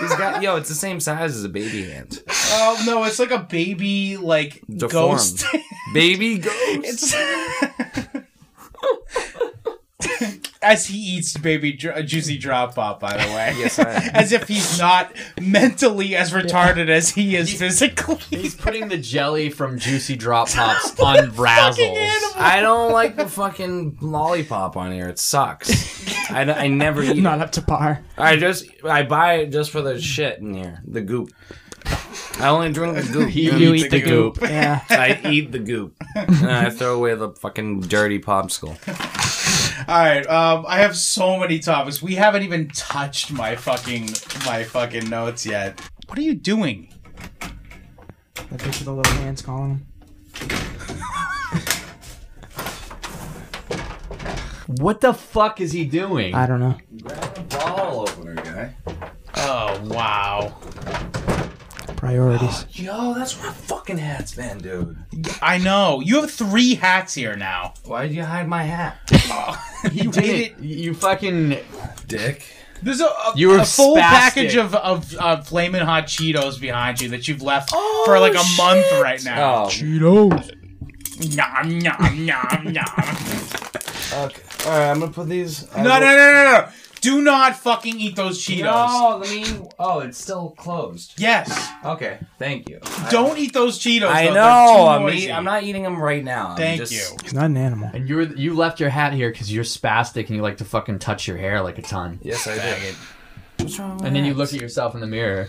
Speaker 2: He's got yo, it's the same size as a baby hand.
Speaker 4: Oh no, it's like a baby like
Speaker 2: Deformed.
Speaker 4: ghost.
Speaker 2: Baby ghost.
Speaker 4: It's- As he eats baby dr- juicy drop pop, by the way.
Speaker 2: Yes, I am.
Speaker 4: As if he's not mentally as retarded as he is physically.
Speaker 3: He's putting the jelly from Juicy Drop Pops on Razzles.
Speaker 4: animal.
Speaker 2: I don't like the fucking lollipop on here. It sucks. I, I never eat. it.
Speaker 1: Not up to par.
Speaker 2: I just I buy it just for the shit in here, the goop. I only drink the goop.
Speaker 3: He
Speaker 2: and
Speaker 1: You
Speaker 3: eats
Speaker 1: eat the
Speaker 3: the goop.
Speaker 1: goop. Yeah.
Speaker 2: I eat the goop, and I throw away the fucking dirty popsicle.
Speaker 4: All right, um, I have so many topics. We haven't even touched my fucking my fucking notes yet. What are you doing?
Speaker 1: The bitch with the little hands calling him.
Speaker 3: What the fuck is he doing?
Speaker 1: I don't know.
Speaker 2: Bottle opener guy.
Speaker 4: Oh wow!
Speaker 1: Priorities.
Speaker 2: Yo, that's where my fucking hat's been, dude.
Speaker 4: I know you have three hats here now.
Speaker 2: Why did you hide my hat,
Speaker 3: he
Speaker 4: you
Speaker 3: did
Speaker 4: hate
Speaker 3: it. You fucking.
Speaker 2: Dick?
Speaker 4: There's a, a,
Speaker 3: You were
Speaker 4: a full
Speaker 3: spastic.
Speaker 4: package of of uh, flaming hot Cheetos behind you that you've left for like a month right now.
Speaker 2: Oh,
Speaker 1: Cheetos.
Speaker 4: Nom nom nom nom.
Speaker 2: okay. All right, I'm gonna put these. I
Speaker 4: No, no,
Speaker 2: will-
Speaker 4: no, no, no. Do not fucking eat those Cheetos.
Speaker 2: No, let me. Oh, it's still closed.
Speaker 4: Yes.
Speaker 2: Okay, thank you.
Speaker 4: Don't eat those Cheetos.
Speaker 2: I
Speaker 4: though.
Speaker 2: know.
Speaker 4: They're too
Speaker 2: I'm,
Speaker 4: noisy.
Speaker 2: eat, I'm not eating them right now. I'm
Speaker 4: Thank
Speaker 2: just-
Speaker 4: you.
Speaker 1: He's not an animal.
Speaker 3: And you were you left your hat here because you're spastic and you like to fucking touch your hair like a ton.
Speaker 2: Yes, I did. What's wrong with
Speaker 3: And then you
Speaker 2: that?
Speaker 3: look at yourself in the mirror.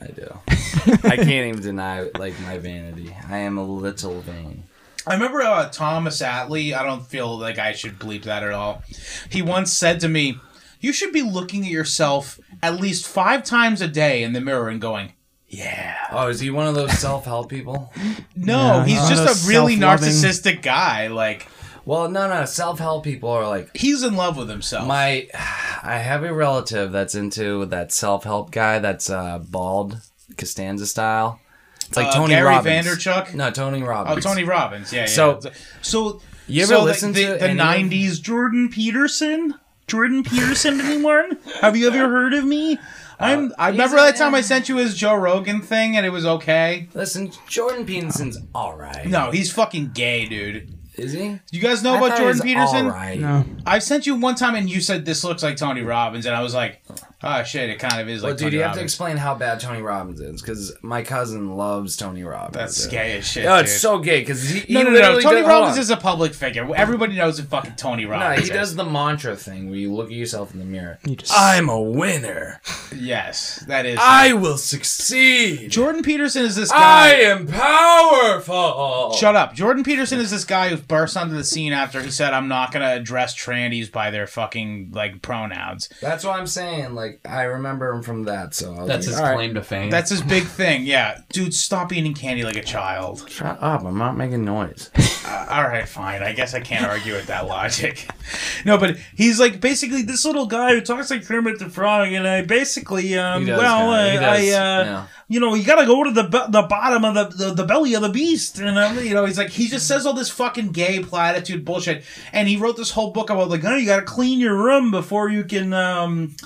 Speaker 2: I do. I can't even deny like my vanity. I am a little vain.
Speaker 4: I remember uh, Thomas Atlee. I don't feel like I should bleep that at all. He once said to me, "You should be looking at yourself at least five times a day in the mirror and going." Yeah.
Speaker 2: Oh, is he one of those self-help people?
Speaker 4: No,
Speaker 1: Yeah,
Speaker 4: he's
Speaker 1: he's one of
Speaker 4: just a
Speaker 1: those
Speaker 4: really
Speaker 1: self-loving-
Speaker 4: narcissistic guy. Like
Speaker 2: Well, no, no. Self-help people are like
Speaker 4: he's in love with himself.
Speaker 2: my. I have a relative that's into that self-help guy that's uh, bald, Costanza style. It's like
Speaker 4: Uh,
Speaker 2: Tony
Speaker 4: Gary
Speaker 2: Robbins.
Speaker 4: Vanderchuk?
Speaker 2: No, Tony
Speaker 4: oh,
Speaker 2: Robbins.
Speaker 4: Tony Robbins. Yeah. yeah.
Speaker 2: So-
Speaker 4: so
Speaker 2: You ever
Speaker 4: so
Speaker 2: listen
Speaker 4: the,
Speaker 2: to
Speaker 4: the
Speaker 2: any of-
Speaker 4: '90s Jordan Peterson? Jordan Peterson, anyone? Have you ever heard of me? I'm. I remember
Speaker 2: Uh, he's a-
Speaker 4: that time I sent you his Joe Rogan thing, and it was okay.
Speaker 2: Listen, Jordan Peterson's all right.
Speaker 4: No, he's fucking gay, dude.
Speaker 2: is he?
Speaker 4: You guys know
Speaker 2: I
Speaker 4: about
Speaker 2: thought he was
Speaker 4: Jordan Peterson?
Speaker 2: All right.
Speaker 1: No.
Speaker 4: I sent you one time and you said this looks like Tony Robbins, and I was like, oh shit, it kind of is
Speaker 2: Well,
Speaker 4: like
Speaker 2: dude,
Speaker 4: Tony
Speaker 2: you have to
Speaker 4: Robbins.
Speaker 2: explain how bad Tony Robbins is, because my cousin loves Tony Robbins.
Speaker 4: That's
Speaker 2: dude.
Speaker 4: gay as shit.
Speaker 2: Oh,
Speaker 4: dude.
Speaker 2: it's so gay because he, he
Speaker 4: no, no, no, no.
Speaker 2: literally
Speaker 4: Tony
Speaker 2: does- hold
Speaker 4: Robbins
Speaker 2: on.
Speaker 4: is a public figure. Everybody knows who fucking Tony
Speaker 2: No,
Speaker 4: Robbins.
Speaker 2: he
Speaker 4: is.
Speaker 2: does the mantra thing where you look at yourself in the mirror.
Speaker 1: You just-
Speaker 2: I'm a winner.
Speaker 4: Yes, that is.
Speaker 2: I will succeed.
Speaker 4: Jordan Peterson is this
Speaker 2: I
Speaker 4: guy.
Speaker 2: am powerful.
Speaker 4: Shut up. Jordan Peterson is this guy who burst onto the scene after he said, "I'm not gonna address trannies by their fucking like pronouns."
Speaker 2: That's what I'm saying. Like like I remember him from that. So I was
Speaker 3: That's
Speaker 2: like,
Speaker 3: his
Speaker 2: "All right,
Speaker 3: claim to fame.
Speaker 4: That's his big thing. Yeah, dude, stop eating candy like a child.
Speaker 2: Shut up! I'm not making noise.
Speaker 4: all right, fine. I guess I can't argue with that logic. No, but he's like basically this little guy who talks like Kermit the Frog, and I basically, um,
Speaker 2: He does
Speaker 4: well,
Speaker 2: kinda. He
Speaker 4: I, I, uh,
Speaker 2: does, yeah.
Speaker 4: you know, you gotta go to the be- the bottom of the, the the belly of the beast, and um, you know, he's like he just says all this fucking gay platitude bullshit, and he wrote this whole book about like, no, you gotta clean your room before you can, um,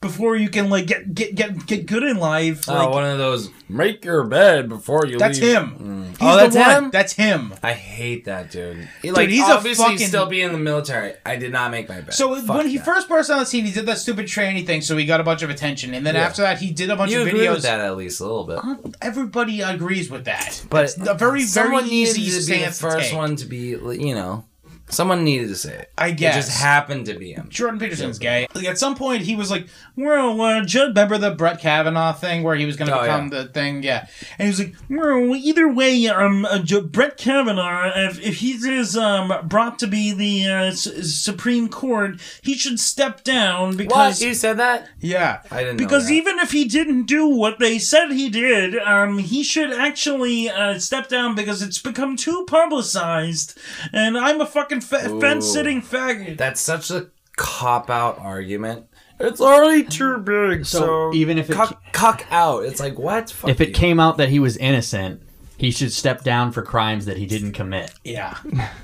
Speaker 4: before you can like get get get get good in life.
Speaker 2: Oh,
Speaker 4: Like,
Speaker 2: one of those make your bed before you
Speaker 4: that's
Speaker 2: leave.
Speaker 4: him. He's
Speaker 2: Oh, that's
Speaker 4: the one.
Speaker 2: him?
Speaker 4: That's him.
Speaker 2: I hate that dude. He, like
Speaker 4: he's a
Speaker 2: obviously
Speaker 4: fucking-
Speaker 2: still being in the military. I did not make my bed.
Speaker 4: So
Speaker 2: Fuck
Speaker 4: when he
Speaker 2: that.
Speaker 4: first burst on the scene, he did that stupid tranny thing, so he got a bunch of attention, and then
Speaker 2: Yeah.
Speaker 4: after that, he did a bunch
Speaker 2: you
Speaker 4: of
Speaker 2: agree
Speaker 4: videos.
Speaker 2: with that at least a little bit.
Speaker 4: Everybody agrees with that.
Speaker 2: But
Speaker 4: It's a very, very
Speaker 2: someone needed to
Speaker 4: easy
Speaker 2: be the
Speaker 4: stance to
Speaker 2: first
Speaker 4: take.
Speaker 2: one to be, you know, someone needed to say it.
Speaker 4: I guess.
Speaker 2: it just happened to be him.
Speaker 4: Jordan Peterson's gay. Like at some point, he was like, "Well, uh, Judd, remember the Brett Kavanaugh thing where he was going to
Speaker 2: Oh,
Speaker 4: become the thing?" Yeah, and he was like, "Well, either way, um, uh, J- Brett Kavanaugh, if, if he is um brought to be the uh, S- Supreme Court, he should step down because
Speaker 2: What you said that?
Speaker 4: Yeah,
Speaker 2: I didn't know
Speaker 4: because
Speaker 2: that.
Speaker 4: even if he didn't do what they said he did, um, he should actually uh, step down because it's become too publicized, and I'm a fucking fa- fence sitting faggot.
Speaker 2: That's such a cop out argument. It's already too big. So,
Speaker 3: So, even if it
Speaker 2: cuck, cuck out, it's like what? Fuck
Speaker 3: if it
Speaker 2: you.
Speaker 3: came out that he was innocent, he should step down for crimes that he didn't commit.
Speaker 4: yeah.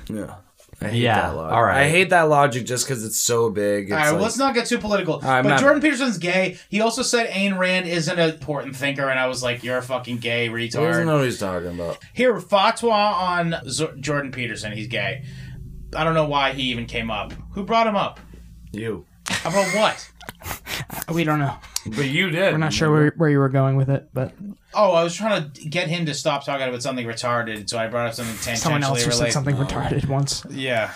Speaker 2: yeah. I hate
Speaker 3: Yeah,
Speaker 2: that logic.
Speaker 3: all right.
Speaker 2: I hate that logic just because it's so big. It's
Speaker 4: All right,
Speaker 2: like-
Speaker 4: well, let's not get too political.
Speaker 2: right,
Speaker 4: but
Speaker 2: not-
Speaker 4: Jordan Peterson's gay. He also said Ayn Rand isn't an important thinker, and I was like, "You're a fucking gay
Speaker 2: he doesn't
Speaker 4: retard."
Speaker 2: know what he's talking about.
Speaker 4: Here, fatwa on Z- Jordan Peterson. He's gay. I don't know why he even came up. Who brought him up?
Speaker 2: You,
Speaker 4: About what?
Speaker 1: We don't know.
Speaker 2: but you did.
Speaker 1: We're not sure where, where you were going with it, but
Speaker 4: Oh, I was trying to get him to stop talking about something retarded, so I brought up something tangentially
Speaker 1: someone else who said
Speaker 4: related.
Speaker 1: something retarded once.
Speaker 4: Yeah.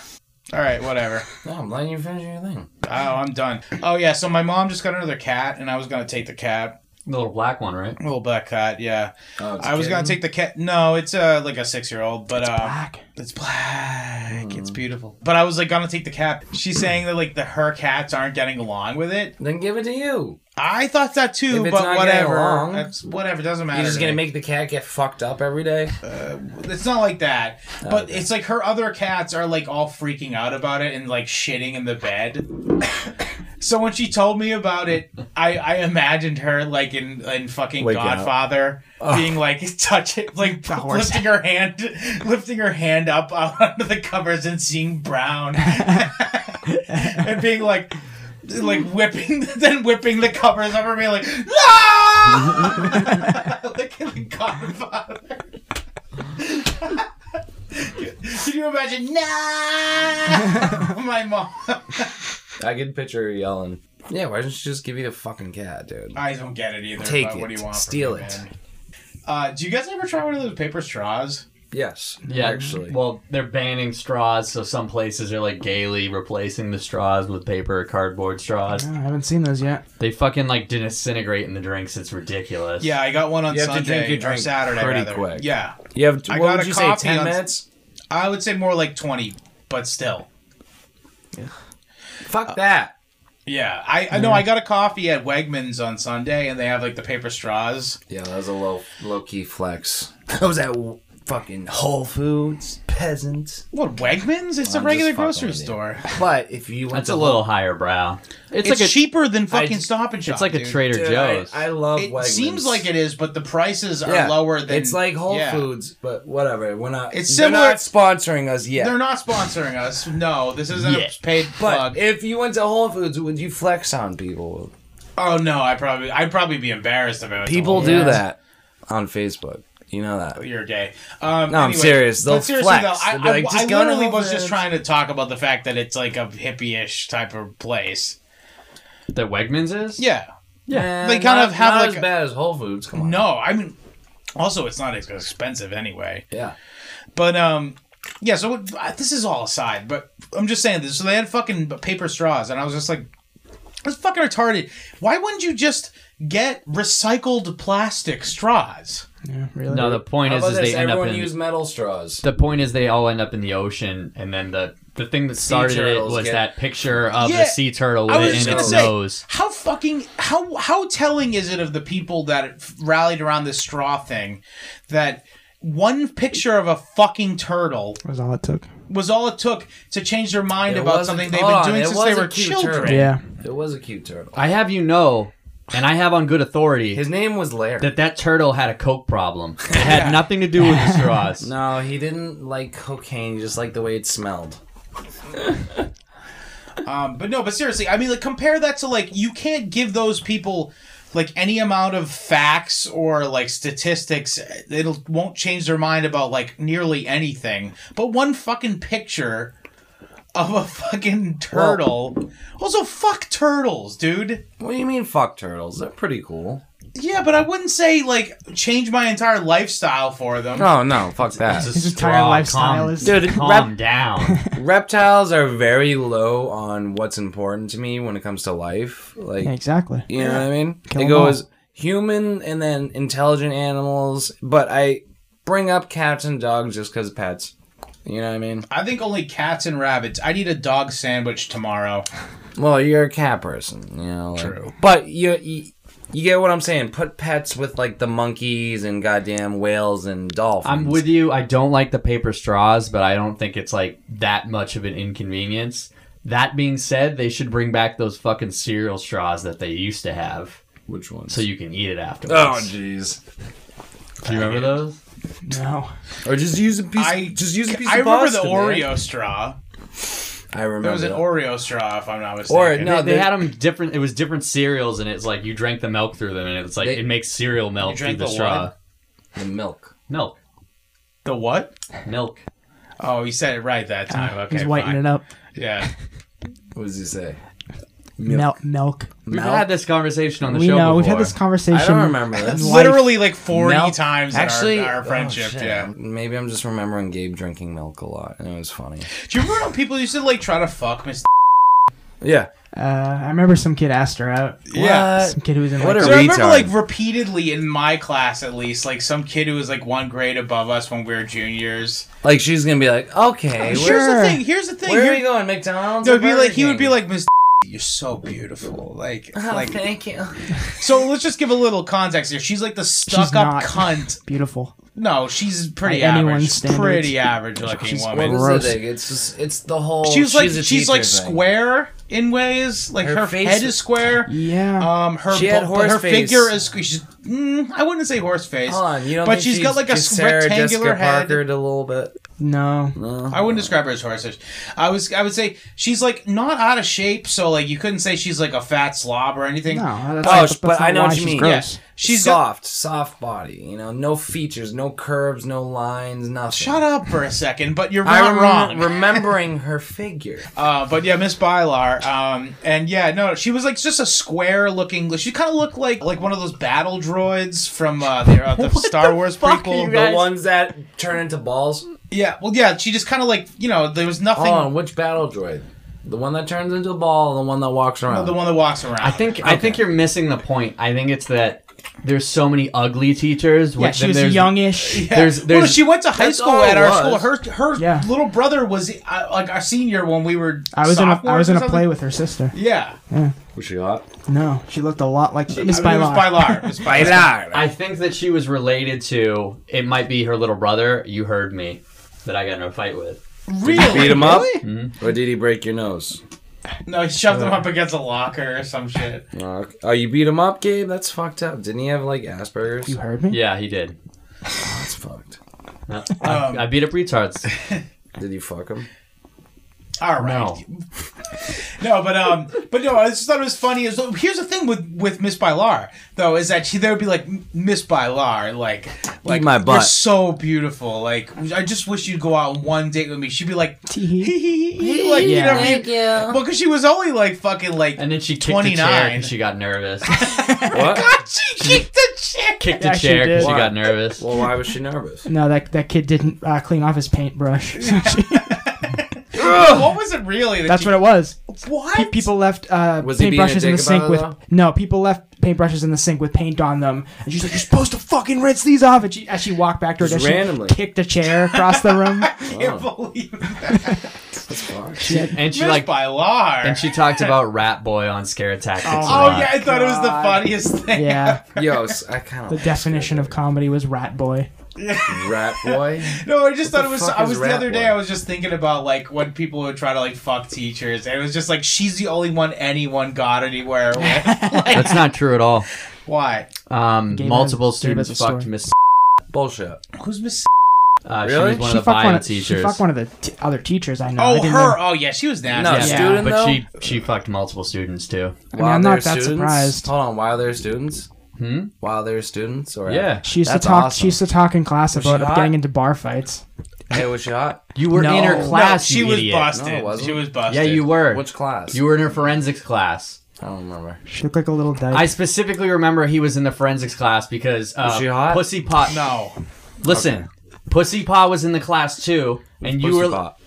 Speaker 4: All right, whatever.
Speaker 2: No, I'm letting you finish your thing.
Speaker 4: Oh, I'm done. Oh yeah, so my mom just got another cat, and I was gonna take the cat,
Speaker 3: The little black one, right?
Speaker 4: little black cat. Yeah,
Speaker 2: Oh, it's
Speaker 4: I was gonna
Speaker 2: kidding.
Speaker 4: take the cat. No, it's uh like a six year old, but uh,
Speaker 1: Black.
Speaker 4: It's black.
Speaker 2: Hmm.
Speaker 4: It's beautiful. But I was like gonna take the cat. She's saying that like the her cats aren't getting along with it.
Speaker 2: Then give it to you.
Speaker 4: I thought that too,
Speaker 2: If it's
Speaker 4: but
Speaker 2: not getting
Speaker 4: whatever.
Speaker 2: along,
Speaker 4: That's whatever. Doesn't matter.
Speaker 2: You're just
Speaker 4: to
Speaker 2: gonna
Speaker 4: me.
Speaker 2: make the cat get fucked up every day.
Speaker 4: It's not like that. But
Speaker 2: okay.
Speaker 4: it's like her other cats are like all freaking out about it and like shitting in the bed. so when she told me about it, I, I imagined her like in, in fucking
Speaker 2: Waking up.
Speaker 4: Godfather being like touch it like
Speaker 1: horse.
Speaker 4: lifting her hand lifting her hand up out under the covers and seeing brown and being like like whipping then whipping the covers over me like no like the Godfather. Can you imagine? No, my mom.
Speaker 2: I can picture her yelling. Yeah, why didn't she just give you the fucking cat, dude?
Speaker 4: I don't get it either.
Speaker 2: Take
Speaker 4: but What
Speaker 2: it.
Speaker 4: do you want? from
Speaker 2: Steal
Speaker 4: me,
Speaker 2: it.
Speaker 4: man? Uh, do you guys ever try one of those paper straws?
Speaker 2: Yes.
Speaker 3: Yeah,
Speaker 2: Actually.
Speaker 3: Well, they're banning straws, so some places are like gaily replacing the straws with paper or cardboard straws.
Speaker 1: I haven't seen those yet.
Speaker 3: They fucking like disintegrate in the drinks. It's ridiculous.
Speaker 4: Yeah, I got one on
Speaker 2: You have to
Speaker 4: Sunday
Speaker 2: drink your
Speaker 4: or
Speaker 2: drink
Speaker 4: Saturday.
Speaker 2: pretty
Speaker 4: rather.
Speaker 2: quick.
Speaker 4: Yeah,
Speaker 2: you have.
Speaker 4: I
Speaker 2: what
Speaker 4: got
Speaker 2: would
Speaker 4: a
Speaker 2: you say?
Speaker 4: copy
Speaker 2: Ten
Speaker 4: on-
Speaker 2: minutes.
Speaker 4: I would say more like twenty, but still. Uh,
Speaker 2: Fuck that.
Speaker 4: Yeah, I I
Speaker 2: Mm-hmm.
Speaker 4: know I got a coffee at Wegmans on Sunday, and they have like the paper straws.
Speaker 2: Yeah, that was a low low key flex. I was at fucking Whole Foods, peasant.
Speaker 4: What Wegmans? It's
Speaker 2: I'm
Speaker 4: a regular
Speaker 2: just fucking
Speaker 4: grocery
Speaker 2: with you.
Speaker 4: store.
Speaker 2: But if you went
Speaker 3: that's
Speaker 2: to
Speaker 3: a little higher brow.
Speaker 4: It's,
Speaker 3: It's, like a
Speaker 4: cheaper than fucking
Speaker 2: I-
Speaker 4: Stop and Shop.
Speaker 3: it's like a
Speaker 4: dude.
Speaker 3: Trader
Speaker 2: Dude, I,
Speaker 3: Joe's.
Speaker 2: I love.
Speaker 4: It
Speaker 2: Wegmans.
Speaker 4: seems like it is, but the prices are
Speaker 2: Yeah.
Speaker 4: lower than
Speaker 2: It's like Whole
Speaker 4: Yeah.
Speaker 2: Foods, but whatever. We're not.
Speaker 4: It's
Speaker 2: they're
Speaker 4: similar-
Speaker 2: not sponsoring us yet.
Speaker 4: They're not sponsoring us. No, this isn't
Speaker 3: Yeah.
Speaker 4: a paid
Speaker 2: But
Speaker 4: plug.
Speaker 2: if you went to Whole Foods, would you flex on people?
Speaker 4: oh no, I probably I'd probably be embarrassed about it.
Speaker 2: People
Speaker 4: Oh,
Speaker 2: do
Speaker 4: yeah.
Speaker 2: that on Facebook. You know that.
Speaker 4: You're gay. Um,
Speaker 2: No, I'm
Speaker 4: anyway,
Speaker 2: serious. They'll
Speaker 4: but seriously
Speaker 2: flex.
Speaker 4: though, I,
Speaker 2: They'll be
Speaker 4: I-
Speaker 2: like,
Speaker 4: I
Speaker 2: "Just go to
Speaker 4: literally
Speaker 2: Whole
Speaker 4: was just
Speaker 2: Foods."
Speaker 4: trying to talk about the fact that it's like a hippie-ish type of place.
Speaker 3: that Wegmans is.
Speaker 4: Yeah.
Speaker 2: Yeah,
Speaker 4: They kind
Speaker 2: not-
Speaker 4: of have
Speaker 2: not
Speaker 4: like
Speaker 2: as
Speaker 4: a-
Speaker 2: bad as Whole Foods. Come on.
Speaker 4: No, I mean, also it's not as expensive anyway.
Speaker 2: Yeah.
Speaker 4: But um, yeah. So what- I- this is all aside, but I'm just saying this. So they had fucking paper straws, and I was just like, "That's fucking retarded. Why wouldn't you just get recycled plastic straws?"
Speaker 1: Yeah, really.
Speaker 3: No, the point
Speaker 2: How
Speaker 3: is,
Speaker 2: about
Speaker 3: is
Speaker 2: this?
Speaker 3: they end up
Speaker 2: Everyone
Speaker 3: in
Speaker 2: use metal straws.
Speaker 3: the point is they all end up in the ocean, and then the the thing that started it
Speaker 2: turtles
Speaker 3: was
Speaker 2: get-
Speaker 3: that picture of
Speaker 4: Yeah,
Speaker 3: the sea turtle with
Speaker 4: I was
Speaker 3: it
Speaker 4: just
Speaker 3: in
Speaker 4: gonna
Speaker 3: its
Speaker 4: say,
Speaker 3: nose.
Speaker 4: how fucking how how telling is it of the people that f- rallied around this straw thing that one picture of a fucking turtle
Speaker 1: That was all it took.
Speaker 4: was all it took to change their mind
Speaker 2: It
Speaker 4: about
Speaker 2: wasn't-
Speaker 4: something they've
Speaker 2: hold
Speaker 4: been
Speaker 2: on,
Speaker 4: doing
Speaker 2: it
Speaker 4: since
Speaker 2: was
Speaker 4: they
Speaker 2: a
Speaker 4: were
Speaker 2: cute
Speaker 4: children.
Speaker 2: turtle.
Speaker 1: Yeah.
Speaker 2: It was a cute turtle.
Speaker 3: I have you know, and I have on good authority
Speaker 2: His name was Lair.
Speaker 3: that that turtle had a coke problem. It had nothing to do with the straws.
Speaker 2: No, he didn't like cocaine. He just liked the way it smelled.
Speaker 4: Um, but no, but seriously, I mean, like compare that to like you can't give those people like any amount of facts or like statistics. It'll won't change their mind about like nearly anything. But one fucking picture of a fucking turtle. also, fuck turtles, dude.
Speaker 2: What do you mean, fuck turtles? They're pretty cool.
Speaker 4: Yeah, but I wouldn't say like change my entire lifestyle for them.
Speaker 2: Oh no, fuck that.
Speaker 3: It's a
Speaker 1: His entire
Speaker 3: straw.
Speaker 1: lifestyle
Speaker 3: calm,
Speaker 1: is-
Speaker 2: Dude,
Speaker 3: calm down.
Speaker 2: reptiles are very low on what's important to me when it comes to life. Like,
Speaker 1: Yeah, exactly.
Speaker 2: you know what I mean?
Speaker 1: Kill
Speaker 2: it
Speaker 1: 'em all.
Speaker 2: goes human and then intelligent animals. But I bring up cats and dogs just because pets. You know what I mean?
Speaker 4: I think only cats and rabbits. I need a dog sandwich tomorrow.
Speaker 2: Well, you're a cat person, you know. like- But you, you you get what I'm saying. Put pets with like the monkeys and goddamn whales and dolphins.
Speaker 3: I'm with you. I don't like the paper straws, but I don't think it's like that much of an inconvenience. That being said, they should bring back those fucking cereal straws that they used to have,
Speaker 2: which one?
Speaker 3: so you can eat it afterwards.
Speaker 2: Oh jeez.
Speaker 3: Do you remember those?
Speaker 1: No.
Speaker 2: Or just use a piece.
Speaker 4: I
Speaker 2: just use a piece
Speaker 4: I
Speaker 2: of
Speaker 4: remember the
Speaker 2: Boston,
Speaker 4: Oreo
Speaker 2: man.
Speaker 4: straw.
Speaker 2: I remember.
Speaker 4: There was an
Speaker 2: that.
Speaker 4: Oreo straw, if I'm not mistaken.
Speaker 2: Or, no,
Speaker 3: They
Speaker 2: They-
Speaker 3: had them different. It was different cereals, and it's like you drank the milk through them, and it's like
Speaker 2: They-
Speaker 3: it makes cereal melt through
Speaker 4: drank
Speaker 3: the,
Speaker 4: the
Speaker 3: straw.
Speaker 4: what?
Speaker 2: the milk.
Speaker 3: Milk,
Speaker 4: the what?
Speaker 3: milk.
Speaker 4: Oh, you said it right that time. Okay,
Speaker 1: Uh, He's whitening it
Speaker 4: fine.
Speaker 1: up.
Speaker 4: Yeah.
Speaker 2: What does he say?
Speaker 1: Milk. Milk.
Speaker 3: We've
Speaker 2: Milk?
Speaker 3: had this conversation on the
Speaker 1: we
Speaker 3: show.
Speaker 1: know. We've had
Speaker 3: before.
Speaker 1: this conversation.
Speaker 2: I don't remember this.
Speaker 1: Life.
Speaker 4: Literally like 40
Speaker 2: Milk-
Speaker 4: times Actually, in our, our friendship.
Speaker 2: oh, shit.
Speaker 4: yeah.
Speaker 2: Maybe I'm just remembering Gabe drinking milk a lot, and it was funny.
Speaker 4: Do you remember when people used to like try to fuck Miss?
Speaker 2: Yeah.
Speaker 1: Uh, I remember some kid asked her out.
Speaker 2: Yeah.
Speaker 1: Some kid who was in
Speaker 2: What
Speaker 1: like,
Speaker 2: a
Speaker 4: So I remember
Speaker 2: retard.
Speaker 4: like repeatedly in my class at least, like some kid who was like one grade above us when we were juniors.
Speaker 2: Like she's gonna be like, okay,
Speaker 1: Sure.
Speaker 2: where,
Speaker 4: Here's the thing, here's the thing.
Speaker 2: where are
Speaker 4: here-
Speaker 2: you going, McDonald's?
Speaker 4: It
Speaker 2: or
Speaker 4: would be like
Speaker 2: Burger
Speaker 4: he would be
Speaker 2: King?"
Speaker 4: like Miss. You're so beautiful. Like, like.
Speaker 2: Oh, thank you.
Speaker 4: So let's just give a little context here. She's like the stuck-up
Speaker 1: not.
Speaker 4: cunt.
Speaker 1: beautiful.
Speaker 4: No, she's pretty
Speaker 1: By anyone's
Speaker 4: average.
Speaker 1: standards.
Speaker 4: Pretty average-looking
Speaker 1: She's
Speaker 4: woman.
Speaker 2: What is
Speaker 1: Gross.
Speaker 2: the thing? It's just it's the whole.
Speaker 4: she's like
Speaker 2: Oh, a
Speaker 4: she's, like
Speaker 2: teacher thing.
Speaker 4: square in ways. Like
Speaker 2: Her
Speaker 4: her,
Speaker 2: face-
Speaker 4: head is square.
Speaker 1: Yeah.
Speaker 4: Um, her
Speaker 2: She had
Speaker 4: bu-
Speaker 2: horse
Speaker 4: her
Speaker 2: face.
Speaker 4: figure is. She's, mm, I wouldn't say horse face.
Speaker 2: Hold on, you don't
Speaker 4: but
Speaker 2: think
Speaker 4: she's got like a
Speaker 2: she's
Speaker 4: s-
Speaker 2: Sarah
Speaker 4: rectangular
Speaker 2: Jessica
Speaker 4: head.
Speaker 2: Parker a little bit.
Speaker 1: no.
Speaker 2: No.
Speaker 4: I wouldn't describe her as horse face. I was. I would say she's like not out of shape. So like you couldn't say she's like a fat slob or anything.
Speaker 1: No. That's
Speaker 2: Oh,
Speaker 1: not,
Speaker 2: sh-
Speaker 1: that's
Speaker 2: but
Speaker 1: not
Speaker 2: I know
Speaker 1: why
Speaker 2: what you
Speaker 1: she's
Speaker 2: mean.
Speaker 1: Gross.
Speaker 4: She's
Speaker 2: soft,
Speaker 4: got-
Speaker 2: soft body. You know, no features, no curves, no lines, nothing.
Speaker 4: Shut up for a second, but you're
Speaker 2: I
Speaker 4: not
Speaker 2: remember
Speaker 4: wrong.
Speaker 2: remembering her figure.
Speaker 4: Uh, but yeah, Miss Bylar. Um, and yeah, no, she was like just a square looking. She kind of looked like like one of those battle droids from uh, the, uh, the Star Wars
Speaker 3: fuck
Speaker 4: prequel.
Speaker 3: you guys-
Speaker 2: The ones that turn into balls.
Speaker 4: Yeah, well, yeah, she just kind of like you know there was nothing.
Speaker 2: Hold on, which battle droid? The one that turns into a ball, or the one that walks around.
Speaker 4: the one that walks around.
Speaker 3: I think I think you're missing the point. I think it's that there's so many ugly teachers.
Speaker 1: Yeah,
Speaker 3: which
Speaker 1: she
Speaker 3: then
Speaker 1: was
Speaker 3: there's-
Speaker 1: youngish.
Speaker 4: Yeah.
Speaker 3: there's-
Speaker 4: Well,
Speaker 3: there's-
Speaker 4: she went to high
Speaker 2: That's
Speaker 4: school
Speaker 2: all
Speaker 4: at
Speaker 2: it
Speaker 4: our
Speaker 2: was.
Speaker 4: school. Her her
Speaker 1: Yeah.
Speaker 4: little brother was uh, like our senior when we were.
Speaker 1: I was in a I
Speaker 4: sophomores
Speaker 1: was in
Speaker 4: or
Speaker 1: a play
Speaker 4: something.
Speaker 1: with her sister.
Speaker 4: Yeah,
Speaker 2: Was she hot?
Speaker 1: No, she looked a lot like Miss
Speaker 4: I mean, it was
Speaker 1: Bylar.
Speaker 4: Bylar. It was Bylar.
Speaker 3: I think that she was related to. It might be her little brother. You heard me. That I got in a fight with.
Speaker 4: Really?
Speaker 2: Beat him up, Mm-hmm.
Speaker 4: Really?
Speaker 2: or did he break your nose?
Speaker 4: No, he shoved him up against a locker or some shit.
Speaker 2: Uh, oh, you beat him up, Gabe. That's fucked up. Didn't he have like Asperger's?
Speaker 1: You heard me?
Speaker 3: Yeah, he did.
Speaker 2: That's fucked.
Speaker 3: No, I,
Speaker 4: Um,
Speaker 3: I beat up retards.
Speaker 2: Did you fuck him?
Speaker 4: All right.
Speaker 3: No,
Speaker 4: No, but um, but no, I just thought it was funny. Is here's the thing with with Miss Bylar though is that she there would be like Miss Bylar, like like
Speaker 2: my
Speaker 4: you're
Speaker 2: butt."
Speaker 4: so beautiful. Like I just wish you'd go out on one date with me. She'd be like,
Speaker 1: Tee hee.
Speaker 4: "Hee-hee-hee," like you know, what I mean?
Speaker 2: you.
Speaker 4: well, because she was only like fucking like.
Speaker 3: and then she kicked a
Speaker 4: 29.
Speaker 3: chair and she got nervous.
Speaker 2: What?
Speaker 4: God, Ah, she kicked the shit.
Speaker 3: kicked
Speaker 1: Yeah,
Speaker 3: a
Speaker 1: she
Speaker 3: chair because she,
Speaker 1: did.
Speaker 3: got nervous.
Speaker 2: well, why was she nervous?
Speaker 1: No, that that kid didn't uh, clean off his paintbrush.
Speaker 4: What was it really? That
Speaker 1: That's
Speaker 4: she,
Speaker 1: what it was.
Speaker 4: What?
Speaker 1: Pe- people left uh,
Speaker 2: Was he being a
Speaker 1: paintbrushes in
Speaker 2: dick
Speaker 1: the sink
Speaker 2: about it,
Speaker 1: with
Speaker 2: though?
Speaker 1: no. People left paintbrushes in the sink with paint on them, and she's like, "You're supposed to fucking rinse these off." And she, as she walked back to her,
Speaker 2: Just
Speaker 1: desk, she
Speaker 2: randomly.
Speaker 1: kicked a chair across the room.
Speaker 4: I can't believe that.
Speaker 3: and she
Speaker 4: Missed
Speaker 3: like
Speaker 4: by Lar.
Speaker 3: and she talked about Rat Boy on Scare Tactics. a
Speaker 4: oh
Speaker 3: lot.
Speaker 4: yeah, I thought it was the
Speaker 1: God.
Speaker 4: funniest thing.
Speaker 1: yeah,
Speaker 2: Yo, s- I kind of
Speaker 1: the definition of comedy was rat boy.
Speaker 2: rat boy.
Speaker 4: No, I just
Speaker 2: What
Speaker 4: thought
Speaker 2: the
Speaker 4: it was.
Speaker 2: fuck
Speaker 4: I
Speaker 2: is
Speaker 4: was the
Speaker 2: Rat
Speaker 4: other
Speaker 2: Boy?
Speaker 4: day. I was just thinking about like when people would try to like fuck teachers, and it was just like she's the only one anyone got anywhere with. like,
Speaker 3: That's not true at all.
Speaker 4: why?
Speaker 3: Um,
Speaker 1: Gave
Speaker 3: multiple
Speaker 1: us- gave us
Speaker 3: students
Speaker 1: a
Speaker 3: fucked
Speaker 1: story.
Speaker 3: Miss.
Speaker 2: Bullshit.
Speaker 4: Who's Miss?
Speaker 3: Uh, She
Speaker 2: Really?
Speaker 3: was one
Speaker 1: she
Speaker 3: of the
Speaker 1: fucked one
Speaker 3: bio
Speaker 1: of, she
Speaker 3: teachers.
Speaker 1: fucked one of the t- other teachers I know. I
Speaker 4: Oh,
Speaker 1: didn't
Speaker 4: her.
Speaker 1: know.
Speaker 4: Oh yeah, she was down.
Speaker 2: No,
Speaker 3: Yeah.
Speaker 2: student
Speaker 3: But
Speaker 2: though.
Speaker 3: she she fucked multiple students too.
Speaker 1: mean, I'm
Speaker 2: they're
Speaker 1: not that surprised.
Speaker 2: Hold on, while they're students.
Speaker 3: Hmm?
Speaker 2: While they're students, or
Speaker 3: Yeah,
Speaker 1: She used
Speaker 2: That's
Speaker 1: to talk.
Speaker 2: awesome.
Speaker 1: She used to talk in class
Speaker 2: she
Speaker 1: about
Speaker 2: hot?
Speaker 1: getting into bar fights.
Speaker 2: Hey, was she hot?
Speaker 3: you were in her
Speaker 1: No.
Speaker 3: class.
Speaker 4: No, she
Speaker 3: you
Speaker 4: was
Speaker 3: idiot.
Speaker 2: No, it
Speaker 4: busted.
Speaker 2: wasn't.
Speaker 4: she was busted.
Speaker 3: Yeah, you were.
Speaker 2: Which class?
Speaker 3: You were in her forensics class.
Speaker 2: I don't remember.
Speaker 1: She looked like a little dyke.
Speaker 3: I specifically remember he was in the forensics class because uh,
Speaker 2: Was she hot?
Speaker 3: Pussy Pot.
Speaker 4: No.
Speaker 3: Listen, Pussy Pot was in the class too, and you
Speaker 2: Pussy
Speaker 3: were
Speaker 2: pop.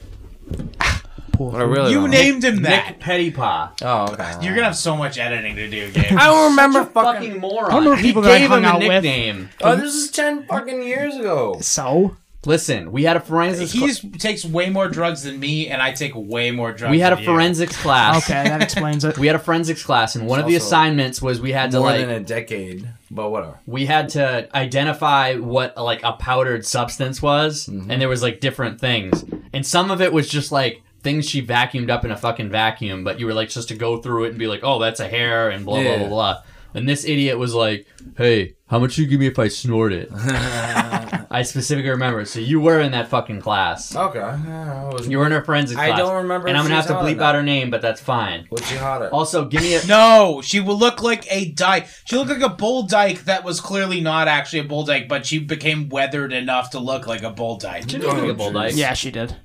Speaker 1: Ah, Poor
Speaker 2: I really
Speaker 4: You
Speaker 2: don't know.
Speaker 4: named him that.
Speaker 3: Nick Pettypaw.
Speaker 2: Oh, okay.
Speaker 4: You're gonna have so much editing to do, Gabe.
Speaker 2: I don't remember fucking.
Speaker 3: Fucking moron.
Speaker 1: I remember
Speaker 3: He
Speaker 1: people that I
Speaker 3: gave
Speaker 1: hung
Speaker 3: him a
Speaker 1: out with.
Speaker 3: nickname.
Speaker 2: Oh, this is ten fucking years ago.
Speaker 1: so
Speaker 3: Listen, we had a forensics. cla-
Speaker 4: He takes way more drugs than me, and I take way more drugs.
Speaker 3: we had a
Speaker 4: than you.
Speaker 3: forensics class.
Speaker 1: okay, that explains it.
Speaker 3: We had a forensics class, and one of the
Speaker 2: Also,
Speaker 3: assignments was we had to
Speaker 2: More
Speaker 3: like
Speaker 2: than a decade, but whatever.
Speaker 3: we had to identify what like a powdered substance was
Speaker 2: Mm-hmm.
Speaker 3: and there was like different things and some of it was just like things she vacuumed up in a fucking vacuum but you were like just to go through it and be like oh that's a hair and blah blah
Speaker 2: Yeah.
Speaker 3: blah blah and this idiot was like hey how much you give me if i snort it i specifically remember so you were in that fucking class
Speaker 2: Okay. Yeah, I was-
Speaker 3: you were in her forensics
Speaker 2: Oh. I
Speaker 3: class
Speaker 2: don't remember
Speaker 3: and
Speaker 2: if
Speaker 3: i'm gonna
Speaker 2: she
Speaker 3: have to
Speaker 2: was on
Speaker 3: bleep
Speaker 2: that.
Speaker 3: out her name but that's fine
Speaker 2: Was she hot? at?
Speaker 3: also give me a
Speaker 4: No, she will look like a dyke. She looked like a bull dyke that was clearly not actually a bull dyke, but she became weathered enough to look like a bull dyke.
Speaker 3: she didn't, look like a bull dyke.
Speaker 1: Yeah, she did.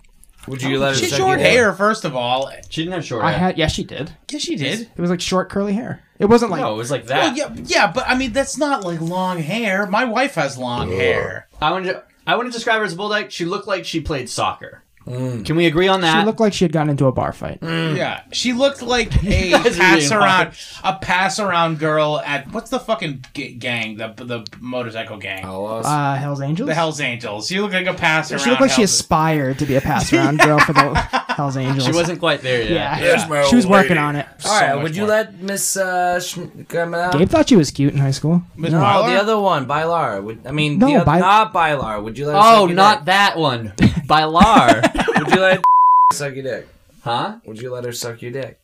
Speaker 2: Would you let her?
Speaker 4: She had
Speaker 2: suck
Speaker 4: short
Speaker 2: your dick?
Speaker 4: hair, first of all.
Speaker 3: she didn't have short
Speaker 1: I
Speaker 3: hair
Speaker 1: had. Yeah, she did.
Speaker 4: Yeah, she did.
Speaker 1: It was like short curly hair. It wasn't like
Speaker 3: no it was like
Speaker 4: Well,
Speaker 3: that
Speaker 4: yeah, yeah, but I mean that's not like long hair. My wife has long hair.
Speaker 3: I want to. I want to describe her as a bull dyke. She looked like she played soccer.
Speaker 2: Mm.
Speaker 3: Can we agree on that?
Speaker 1: she looked like she had gotten into a bar fight.
Speaker 4: Yeah, she looked like a
Speaker 3: guys are
Speaker 4: pass
Speaker 3: being
Speaker 4: around, a pass around girl at what's the fucking g- gang? The the motorcycle gang,
Speaker 2: Hello?
Speaker 1: Uh, Hell's Angels.
Speaker 4: the Hell's Angels. She looked like a pass around.
Speaker 1: she looked like she
Speaker 4: Hell's-
Speaker 1: aspired to be a pass round girl for the Hell's Angels.
Speaker 3: she wasn't quite there yet.
Speaker 1: Yeah,
Speaker 2: Here's my
Speaker 1: she was
Speaker 2: old lady.
Speaker 1: working on it.
Speaker 2: All right.
Speaker 4: much
Speaker 2: would you
Speaker 4: more.
Speaker 2: let Miss uh, Schm- come out?
Speaker 1: Gabe thought she was cute in high school.
Speaker 4: Miss
Speaker 2: No,
Speaker 4: Myler?
Speaker 2: the other one, Bylar. Would, I mean,
Speaker 1: No,
Speaker 2: the oth-
Speaker 1: By-
Speaker 2: not Bylar. Would you let? her
Speaker 3: Oh,
Speaker 2: suck your
Speaker 3: not that one. By Lar.
Speaker 2: dick? Would you let her suck your dick?
Speaker 3: huh?
Speaker 2: Would you let her suck your dick?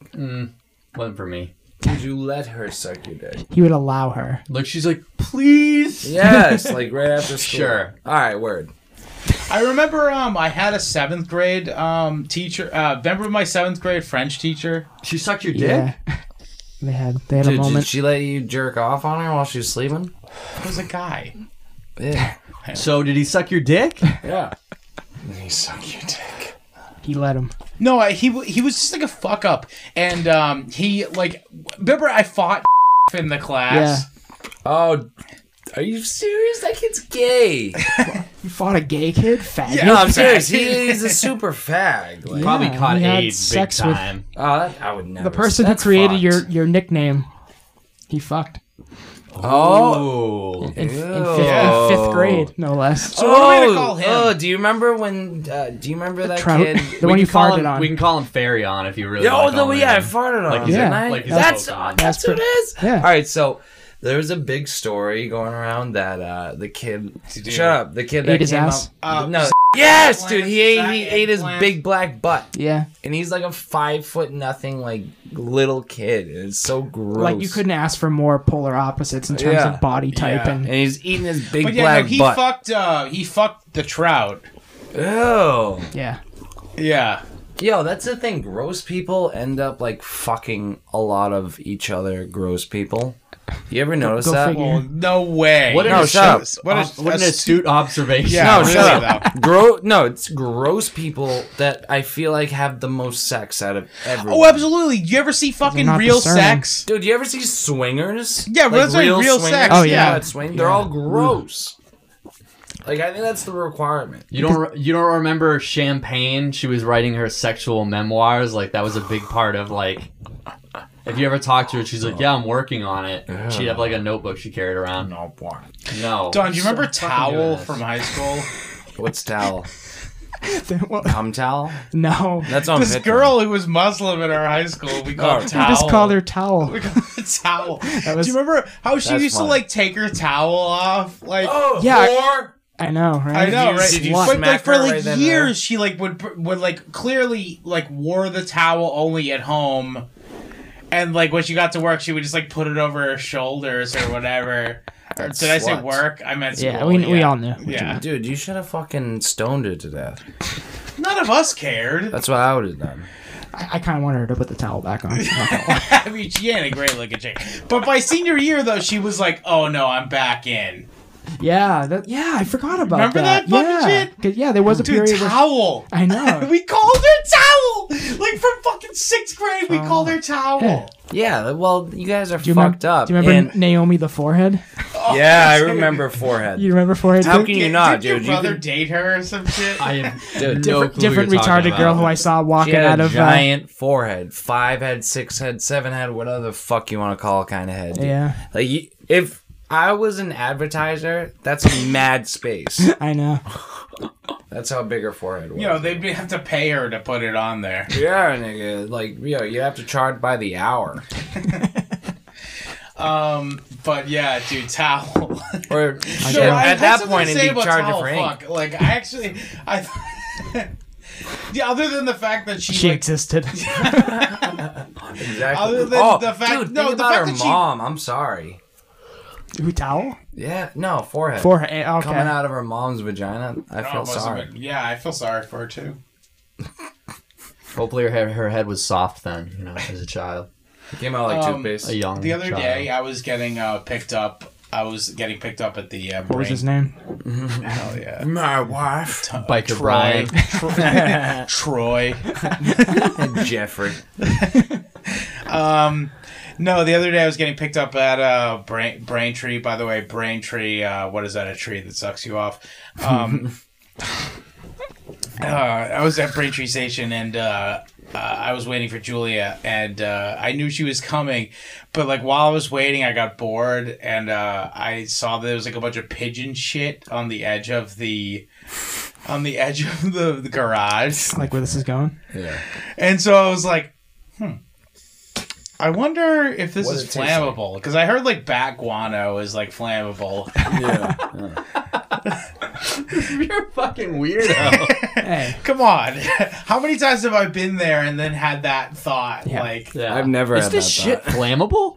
Speaker 3: Wasn't for me.
Speaker 2: Would you let her suck your dick?
Speaker 1: He would allow her.
Speaker 3: Look, she's like, please.
Speaker 2: Yes, like right after school.
Speaker 3: Sure.
Speaker 2: All right. Word.
Speaker 4: I remember um I had a seventh grade um teacher uh remember my seventh grade French teacher?
Speaker 3: She sucked your dick.
Speaker 1: Yeah. They had they had
Speaker 2: Dude,
Speaker 1: a
Speaker 2: did
Speaker 1: moment.
Speaker 2: she let you jerk off on her while she was sleeping?
Speaker 4: It was a guy.
Speaker 2: Yeah.
Speaker 3: So did he suck your dick?
Speaker 2: Yeah. You suck your dick.
Speaker 1: He let him.
Speaker 4: No, I, he w- he was just like a fuck up, and um he like remember I fought in the class.
Speaker 2: Oh, are you serious? That kid's gay.
Speaker 1: You fought a gay kid, faggot.
Speaker 2: No, I'm serious. He, he's a super fag. Like,
Speaker 3: Probably
Speaker 1: Yeah,
Speaker 3: caught
Speaker 1: he had
Speaker 3: AIDS big
Speaker 1: sex with-
Speaker 3: time.
Speaker 2: oh, that, I would never.
Speaker 1: The person who
Speaker 2: that's
Speaker 1: created
Speaker 2: fucked.
Speaker 1: your your nickname, he fucked
Speaker 2: Oh.
Speaker 3: Oh.
Speaker 1: in, in, fifth,
Speaker 2: Ew.
Speaker 1: in fifth grade, no less.
Speaker 4: So what am I to call him?
Speaker 2: oh, do you remember when? Uh, do you remember that
Speaker 1: Trout,
Speaker 2: kid?
Speaker 1: the one
Speaker 3: We
Speaker 1: you
Speaker 3: can call
Speaker 1: farted
Speaker 3: him-
Speaker 1: on.
Speaker 3: We can call him Farion if you really.
Speaker 2: Yeah,
Speaker 3: want
Speaker 2: oh,
Speaker 3: to
Speaker 2: no,
Speaker 3: call him
Speaker 2: yeah, I
Speaker 3: that.
Speaker 2: farted on
Speaker 3: Like
Speaker 2: him.
Speaker 3: he's
Speaker 1: a-
Speaker 2: didn't I?
Speaker 3: like he's a
Speaker 2: that's
Speaker 3: Pokemon.
Speaker 2: uh, that's,
Speaker 1: That's
Speaker 2: what it
Speaker 1: pretty-
Speaker 2: is.
Speaker 1: yeah.
Speaker 2: All right, so there was a big story going around that uh, the kid. Shut up, the kid that
Speaker 1: Ate his
Speaker 2: came
Speaker 1: ass?
Speaker 2: up.
Speaker 4: Uh,
Speaker 2: no, yes, dude, he ate
Speaker 4: eggplant,
Speaker 2: he ate his
Speaker 4: eggplant.
Speaker 2: big black butt,
Speaker 1: yeah,
Speaker 2: and he's like a five foot nothing like little kid. and It's so gross.
Speaker 1: like you couldn't ask for more polar opposites in terms
Speaker 2: Yeah.
Speaker 1: of body type
Speaker 4: Yeah.
Speaker 1: and
Speaker 2: And he's eating his big
Speaker 4: But yeah,
Speaker 2: black
Speaker 4: no, he
Speaker 2: butt.
Speaker 4: fucked uh he fucked the trout.
Speaker 2: Ew.
Speaker 1: yeah.
Speaker 4: Yeah.
Speaker 2: Yo, that's the thing. Gross people end up like fucking a lot of each other. Gross people. You ever notice
Speaker 1: go
Speaker 2: that?
Speaker 1: figure.
Speaker 4: Well, Oh, no way.
Speaker 3: What an
Speaker 2: No, shut Uh,
Speaker 3: astute-
Speaker 4: up. What
Speaker 3: ob-
Speaker 4: a-
Speaker 3: what an
Speaker 4: astute-
Speaker 3: astute observation.
Speaker 4: Yeah,
Speaker 2: No,
Speaker 4: really,
Speaker 2: shut
Speaker 4: though.
Speaker 2: up. Gro- no, it's gross people that I feel like have the most sex out of everyone.
Speaker 4: Oh, absolutely. You ever see fucking
Speaker 1: not
Speaker 4: real
Speaker 1: discerning.
Speaker 4: sex?
Speaker 2: Dude, you ever see swingers?
Speaker 4: Yeah, but that's like real sex,
Speaker 1: Oh, yeah.
Speaker 2: Swing. They're all gross. Like I think that's the requirement.
Speaker 3: You don't re- you don't remember Champagne? She was writing her sexual memoirs. Like that was a big part of like. If you ever talk to her, she's like, "Yeah, I'm working on it." She'd have like a notebook she carried around.
Speaker 2: No porn.
Speaker 3: No,
Speaker 4: Don, do you remember Towel
Speaker 3: ass.
Speaker 4: from high school?
Speaker 2: What's towel?
Speaker 1: Well,
Speaker 2: Cum towel?
Speaker 1: no.
Speaker 2: That's on
Speaker 4: this
Speaker 2: Pitman.
Speaker 4: girl who was Muslim in our high school, we called
Speaker 2: Oh,
Speaker 4: her
Speaker 1: I
Speaker 4: Towel.
Speaker 1: just called her towel.
Speaker 4: We called her Towel.
Speaker 1: was-
Speaker 4: do you remember how she
Speaker 2: That's
Speaker 4: used
Speaker 2: funny.
Speaker 4: to like take her towel off? Like,
Speaker 2: Oh,
Speaker 1: Yeah.
Speaker 2: whore!
Speaker 1: I know, right?
Speaker 4: I know,
Speaker 2: you-
Speaker 4: right?
Speaker 2: did you
Speaker 4: but
Speaker 2: smack
Speaker 4: like for
Speaker 2: her
Speaker 4: like
Speaker 2: right then and
Speaker 4: years,
Speaker 2: there?
Speaker 4: she like would pr- would like clearly like wore the towel only at home, and like when she got to work, she would just like put it over her shoulders or whatever. Or
Speaker 2: That
Speaker 4: did I say
Speaker 2: slut.
Speaker 4: work? I meant
Speaker 1: Yeah,
Speaker 4: school,
Speaker 1: we- we all knew what you
Speaker 4: Yeah,
Speaker 2: Dude, you should have fucking stoned her to death.
Speaker 4: none of us cared.
Speaker 2: That's what I would have done.
Speaker 1: I, I kind of wanted her to put the towel back on.
Speaker 4: I mean, she ain't a great looking chick. But by senior year, though, she was like, "Oh no, I'm back in."
Speaker 1: yeah, that, yeah, I forgot about
Speaker 4: Remember that fucking
Speaker 1: yeah.
Speaker 4: shit?
Speaker 1: 'Cause, yeah, there was a
Speaker 4: Dude,
Speaker 1: period. where-
Speaker 4: towel.
Speaker 1: I know.
Speaker 4: we called her towel. Like from fucking sixth grade, we
Speaker 1: Oh.
Speaker 4: called her towel.
Speaker 1: yeah.
Speaker 2: Yeah, well, you guys are
Speaker 1: Do you
Speaker 2: fucked
Speaker 1: remember,
Speaker 2: up.
Speaker 1: Do you remember
Speaker 2: and-
Speaker 1: Naomi the forehead?
Speaker 2: yeah, I remember forehead.
Speaker 1: You remember forehead?
Speaker 2: How
Speaker 1: too?
Speaker 2: can you not,
Speaker 4: Did your
Speaker 2: dude? You
Speaker 4: brother
Speaker 2: could-
Speaker 4: date her or some shit?
Speaker 3: I have
Speaker 2: Dude,
Speaker 3: no
Speaker 1: different,
Speaker 3: clue what
Speaker 1: different
Speaker 3: you're talking
Speaker 1: retarded girl
Speaker 3: about.
Speaker 1: who I saw
Speaker 2: She
Speaker 1: walking
Speaker 2: had
Speaker 1: out
Speaker 2: a
Speaker 1: of uh,
Speaker 2: giant forehead, five head, six head, seven head, whatever the fuck you want to call it kind of head. dude.
Speaker 1: yeah,
Speaker 2: Like you- if I was an advertiser, that's mad space.
Speaker 1: I know.
Speaker 2: That's how big her forehead was.
Speaker 4: you know, they'd be- have to pay her to put it on there.
Speaker 2: yeah, nigga. Like, yo, you have to charge by the hour.
Speaker 4: Um, but yeah, dude, towel.
Speaker 2: Or
Speaker 4: So
Speaker 2: at,
Speaker 4: I
Speaker 2: at
Speaker 4: had
Speaker 2: that
Speaker 4: something
Speaker 2: point,
Speaker 4: to
Speaker 2: it'd
Speaker 4: say
Speaker 2: be
Speaker 4: about
Speaker 2: charging
Speaker 4: towel
Speaker 2: for ink.
Speaker 4: fuck. Like, I actually, I. th- yeah, other than the fact that she,
Speaker 1: She
Speaker 4: like,
Speaker 1: existed.
Speaker 2: Exactly.
Speaker 4: Other than
Speaker 2: oh,
Speaker 4: the fact-
Speaker 2: dude,
Speaker 4: no,
Speaker 2: think
Speaker 4: the
Speaker 2: about
Speaker 4: fact
Speaker 2: her
Speaker 4: that she-
Speaker 2: mom. I'm sorry.
Speaker 1: Who towel?
Speaker 2: Yeah, no forehead.
Speaker 1: Forehead. Okay.
Speaker 2: Coming out of her mom's vagina. I
Speaker 4: Oh, it
Speaker 2: feel
Speaker 4: must have
Speaker 2: sorry.
Speaker 4: been- yeah, I feel sorry for her too.
Speaker 3: Hopefully, her head, her head was soft then, you know, as a child,
Speaker 2: It came out like
Speaker 4: Um,
Speaker 2: toothpaste.
Speaker 3: a young.
Speaker 4: The other
Speaker 3: child.
Speaker 4: day, I was getting uh, picked up. I was getting picked up at the. Uh,
Speaker 1: What was his name?
Speaker 4: Hell yeah.
Speaker 2: My wife,
Speaker 3: biker Brian.
Speaker 4: Troy. Troy.
Speaker 2: Jeffrey.
Speaker 4: Um, no, the other day I was getting picked up at uh, Brain Braintree. By the way, Braintree. Uh, what is that? A tree that sucks you off. Um, uh, I was at Braintree Station and. Uh, uh, I was waiting for Julia, and uh, I knew she was coming, but like while I was waiting, I got bored, and uh, I saw there was like a bunch of pigeon shit on the edge of the, on the edge of the, the garage.
Speaker 1: Like where this is going?
Speaker 2: Yeah.
Speaker 4: And so I was like, hmm. I wonder if this
Speaker 2: What
Speaker 4: is
Speaker 2: it tastes like.
Speaker 4: flammable because I heard like bat guano is like flammable.
Speaker 2: Yeah.
Speaker 3: You're a fucking weirdo.
Speaker 1: Hey.
Speaker 4: Come on, how many times have I been there and then had that thought?
Speaker 1: Yeah.
Speaker 4: Like,
Speaker 3: Yeah.
Speaker 2: I've never
Speaker 3: Is
Speaker 2: had
Speaker 3: this
Speaker 2: that
Speaker 3: shit flammable?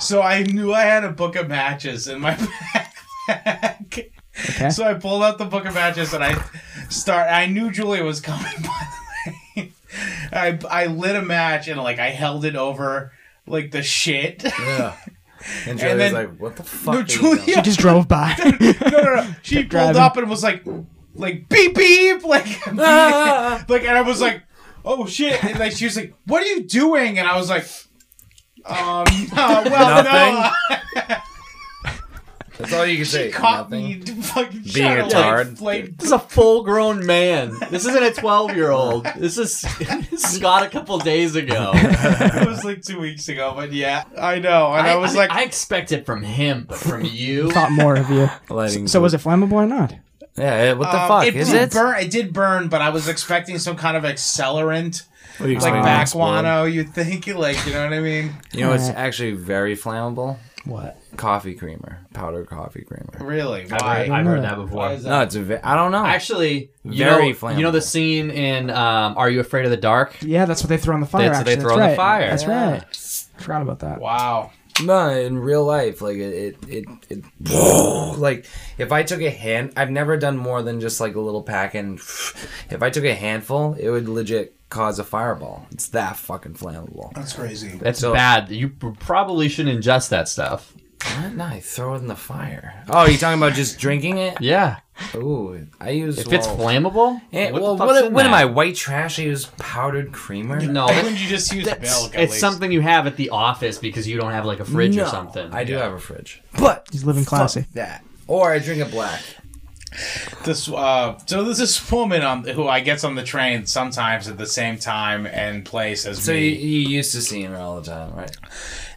Speaker 4: so I knew I had a book of matches in my backpack.
Speaker 1: Okay.
Speaker 4: So I pulled out the book of matches and I start. I knew Julia was coming. By the way, I I lit a match and like I held it over like the shit.
Speaker 2: Yeah. And Julia's
Speaker 4: then-
Speaker 2: like, what the fuck? are
Speaker 4: No,
Speaker 2: you doing?
Speaker 4: Julia
Speaker 1: She just drove by.
Speaker 4: no, no, no. She pulled
Speaker 1: driving.
Speaker 4: up and was like, like beep beep, like,
Speaker 2: Ah.
Speaker 4: like, and I was like, oh shit, and like she was like, what are you doing? And I was like, um, uh, well, no,
Speaker 2: Nothing. That's all you can say.
Speaker 4: she caught
Speaker 2: Nothing.
Speaker 4: me fucking
Speaker 2: Being a tard.
Speaker 4: Like,
Speaker 3: This is a full grown man. This isn't a 12 year old. This is Scott a couple days ago. And
Speaker 4: it was like two weeks ago, but yeah, I know, and I, was like,
Speaker 3: I expect it from him, but from you.
Speaker 1: Thought more of you.
Speaker 2: Letting
Speaker 1: So was it flammable or not?
Speaker 2: Yeah. it- What the
Speaker 4: um,
Speaker 2: fuck
Speaker 4: it
Speaker 2: is
Speaker 4: did
Speaker 2: it?
Speaker 4: burn. It did burn, but I was expecting some kind of accelerant, like
Speaker 1: Oh.
Speaker 4: back guano. You'd think, like, you know what I mean?
Speaker 2: You know, it's
Speaker 1: Alright.
Speaker 2: actually very flammable.
Speaker 1: What?
Speaker 2: Coffee creamer, powdered coffee creamer.
Speaker 4: Really? Why?
Speaker 3: I've heard, I've heard that before.
Speaker 4: Why is that?
Speaker 2: No, it's a. ve- I don't know.
Speaker 3: Actually, you
Speaker 2: Very
Speaker 3: know, you know the
Speaker 2: flammable.
Speaker 3: scene in um, Are You Afraid of the Dark?
Speaker 1: Yeah, that's what they throw on the fire.
Speaker 3: That's what they
Speaker 1: actually.
Speaker 3: throw on the
Speaker 1: right.
Speaker 3: fire.
Speaker 1: That's
Speaker 2: Yeah.
Speaker 1: right. Forgot about that.
Speaker 4: Wow.
Speaker 2: No, in real life, like it, it, it, it like if I took a hand, I've never done more than just like a little pack, and if I took a handful, it would legit cause a fireball. It's that fucking flammable.
Speaker 4: That's crazy.
Speaker 3: That's
Speaker 2: So-
Speaker 3: bad. You p- probably shouldn't ingest that stuff.
Speaker 2: What? No, I throw it in the fire. Oh, you talking about just drinking it?
Speaker 3: Yeah.
Speaker 2: Ooh, I use.
Speaker 3: If it's
Speaker 2: well,
Speaker 3: flammable,
Speaker 2: eh,
Speaker 3: what,
Speaker 2: well,
Speaker 3: the fuck's
Speaker 2: what,
Speaker 3: in
Speaker 2: what am I
Speaker 3: that?
Speaker 2: white trash? I use powdered creamer.
Speaker 3: No,
Speaker 4: Why
Speaker 3: that-
Speaker 4: wouldn't you just use milk? At
Speaker 3: it's
Speaker 4: least?
Speaker 3: something you have at the office because you don't have like a fridge
Speaker 2: No,
Speaker 3: or something.
Speaker 2: I do have a fridge, but
Speaker 1: He's living classy.
Speaker 2: Fuck that. Or I drink it black.
Speaker 4: this uh, so there's this woman on who I gets on the train sometimes at the same time and place as
Speaker 2: So you,
Speaker 4: me.
Speaker 2: you used to seeing her all the time, right?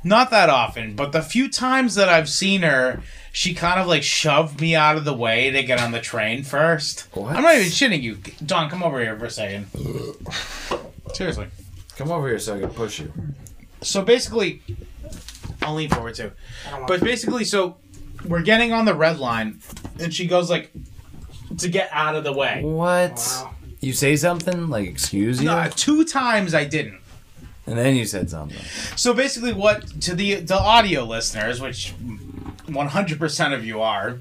Speaker 4: Not that often, but the few times that I've seen her, she kind of like shoved me out of the way to get on the train first.
Speaker 2: What?
Speaker 4: I'm not even shitting you, Don. Come over here for a second. Seriously.
Speaker 2: Come over here so I can push you.
Speaker 4: So basically, I'll lean forward too. But basically, so we're getting on the red line, and she goes like to get out of the way.
Speaker 2: What?
Speaker 1: Wow.
Speaker 2: You say something like "excuse you,"
Speaker 4: Uh, two times I didn't.
Speaker 2: and then you said something.
Speaker 4: So basically, what to the the audio listeners, which one hundred percent of you are.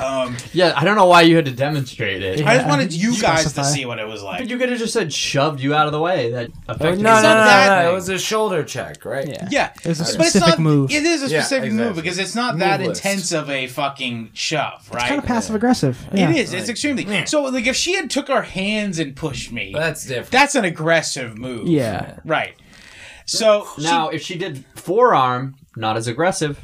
Speaker 4: Um,
Speaker 3: Yeah, I don't know why you had to demonstrate it.
Speaker 1: Yeah.
Speaker 4: I just wanted you guys to
Speaker 1: Specify.
Speaker 4: see what it was like.
Speaker 3: But you could have just said shoved you out of the way. That
Speaker 2: No,
Speaker 3: affected
Speaker 2: Oh, no, no, no,
Speaker 3: his-
Speaker 4: that
Speaker 2: no. It
Speaker 4: thing.
Speaker 2: was a shoulder check, right?
Speaker 1: Yeah.
Speaker 4: Yeah,
Speaker 1: It's a
Speaker 4: but
Speaker 1: specific
Speaker 4: not,
Speaker 1: move.
Speaker 4: It is a
Speaker 2: Yeah,
Speaker 4: specific move
Speaker 2: exactly.
Speaker 4: because it's not
Speaker 2: Move
Speaker 4: that
Speaker 2: list.
Speaker 4: intense of a fucking shove, right?
Speaker 1: Kind of passive aggressive. Yeah.
Speaker 4: It is. It's extremely. So like, if she had took our hands and pushed me,
Speaker 2: That's different.
Speaker 4: that's an aggressive move.
Speaker 1: Yeah.
Speaker 4: Right. So
Speaker 3: Now, if she did forearm, not as aggressive.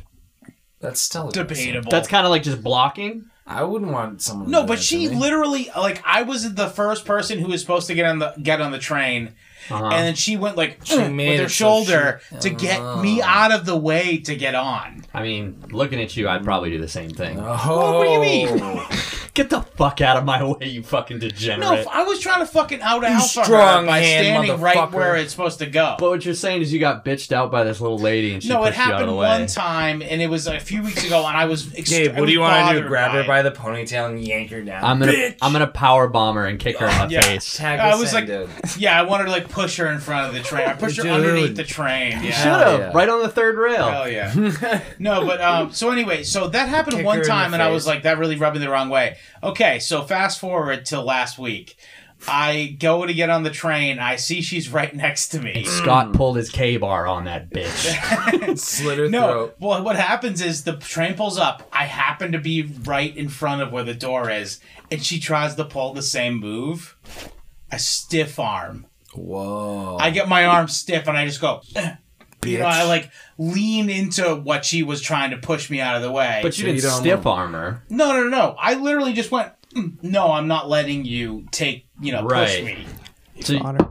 Speaker 2: That's still
Speaker 4: she, debatable.
Speaker 3: That's kind of like just blocking.
Speaker 2: I wouldn't want someone.
Speaker 4: No,
Speaker 2: doing
Speaker 4: but
Speaker 2: that
Speaker 4: she
Speaker 2: to me.
Speaker 4: literally like I was the first person who was supposed to get on the get on the train,
Speaker 3: Uh-huh.
Speaker 4: and then she went like
Speaker 2: She made
Speaker 4: with her
Speaker 2: it so
Speaker 4: shoulder
Speaker 2: she-
Speaker 4: to get
Speaker 2: Oh.
Speaker 4: me out of the way to get on.
Speaker 3: I mean, looking at you, I'd probably do the same thing.
Speaker 2: Oh.
Speaker 4: What do you mean?
Speaker 3: Get the fuck out of my way, you fucking degenerate.
Speaker 4: No, if I was trying to fucking out alpha her
Speaker 2: strong
Speaker 4: by
Speaker 2: hand,
Speaker 4: standing right
Speaker 2: motherfucker.
Speaker 4: where it's supposed to go.
Speaker 3: but what you're saying is you got bitched out by this little lady and she
Speaker 4: no, it
Speaker 3: pushed you out of
Speaker 4: happened
Speaker 3: the
Speaker 4: one
Speaker 3: way.
Speaker 4: time, and it was a few weeks ago, and I was. Ext-
Speaker 2: Gabe,
Speaker 4: I
Speaker 2: what
Speaker 4: was
Speaker 2: do you want to do?
Speaker 4: bothered
Speaker 2: Grab her
Speaker 4: it.
Speaker 2: by the ponytail and yank her down.
Speaker 3: I'm gonna
Speaker 2: Bitch!
Speaker 3: I'm gonna power bomb her and kick her in the
Speaker 4: Yeah.
Speaker 3: face.
Speaker 2: Tag
Speaker 4: I
Speaker 2: us
Speaker 4: was
Speaker 2: in,
Speaker 4: like-
Speaker 2: dude.
Speaker 4: Yeah, I wanted to like push her in front of the train. I pushed her
Speaker 2: Dude.
Speaker 4: underneath the train. Yeah.
Speaker 2: Hell
Speaker 3: Should've,
Speaker 2: yeah.
Speaker 3: right on the third rail.
Speaker 2: Oh.
Speaker 4: Hell yeah. no, but um, so anyway, so that happened
Speaker 2: Kick her
Speaker 4: one
Speaker 2: in the
Speaker 4: time, and I was
Speaker 2: face.
Speaker 4: like, that really rubbed me the wrong way. Okay, so fast forward to last week. I go to get on the train. I see she's right next to me.
Speaker 3: Scott pulled his K bar on that bitch.
Speaker 2: Slit her
Speaker 4: No,
Speaker 2: throat.
Speaker 4: well, what happens is the train pulls up. I happen to be right in front of where the door is, and she tries to pull the same move. A stiff arm.
Speaker 2: Whoa.
Speaker 4: I get my arm stiff, and I just go. You know,
Speaker 2: Bitch.
Speaker 4: I like lean into what she was trying to push me out of the way.
Speaker 3: but you
Speaker 2: So you
Speaker 3: didn't
Speaker 2: don't-
Speaker 3: stiff arm her.
Speaker 4: No, no, no, no. I literally just went, "Mm, no, I'm not letting you take, you know,
Speaker 3: Right.
Speaker 4: push me.
Speaker 3: So-
Speaker 1: Honor.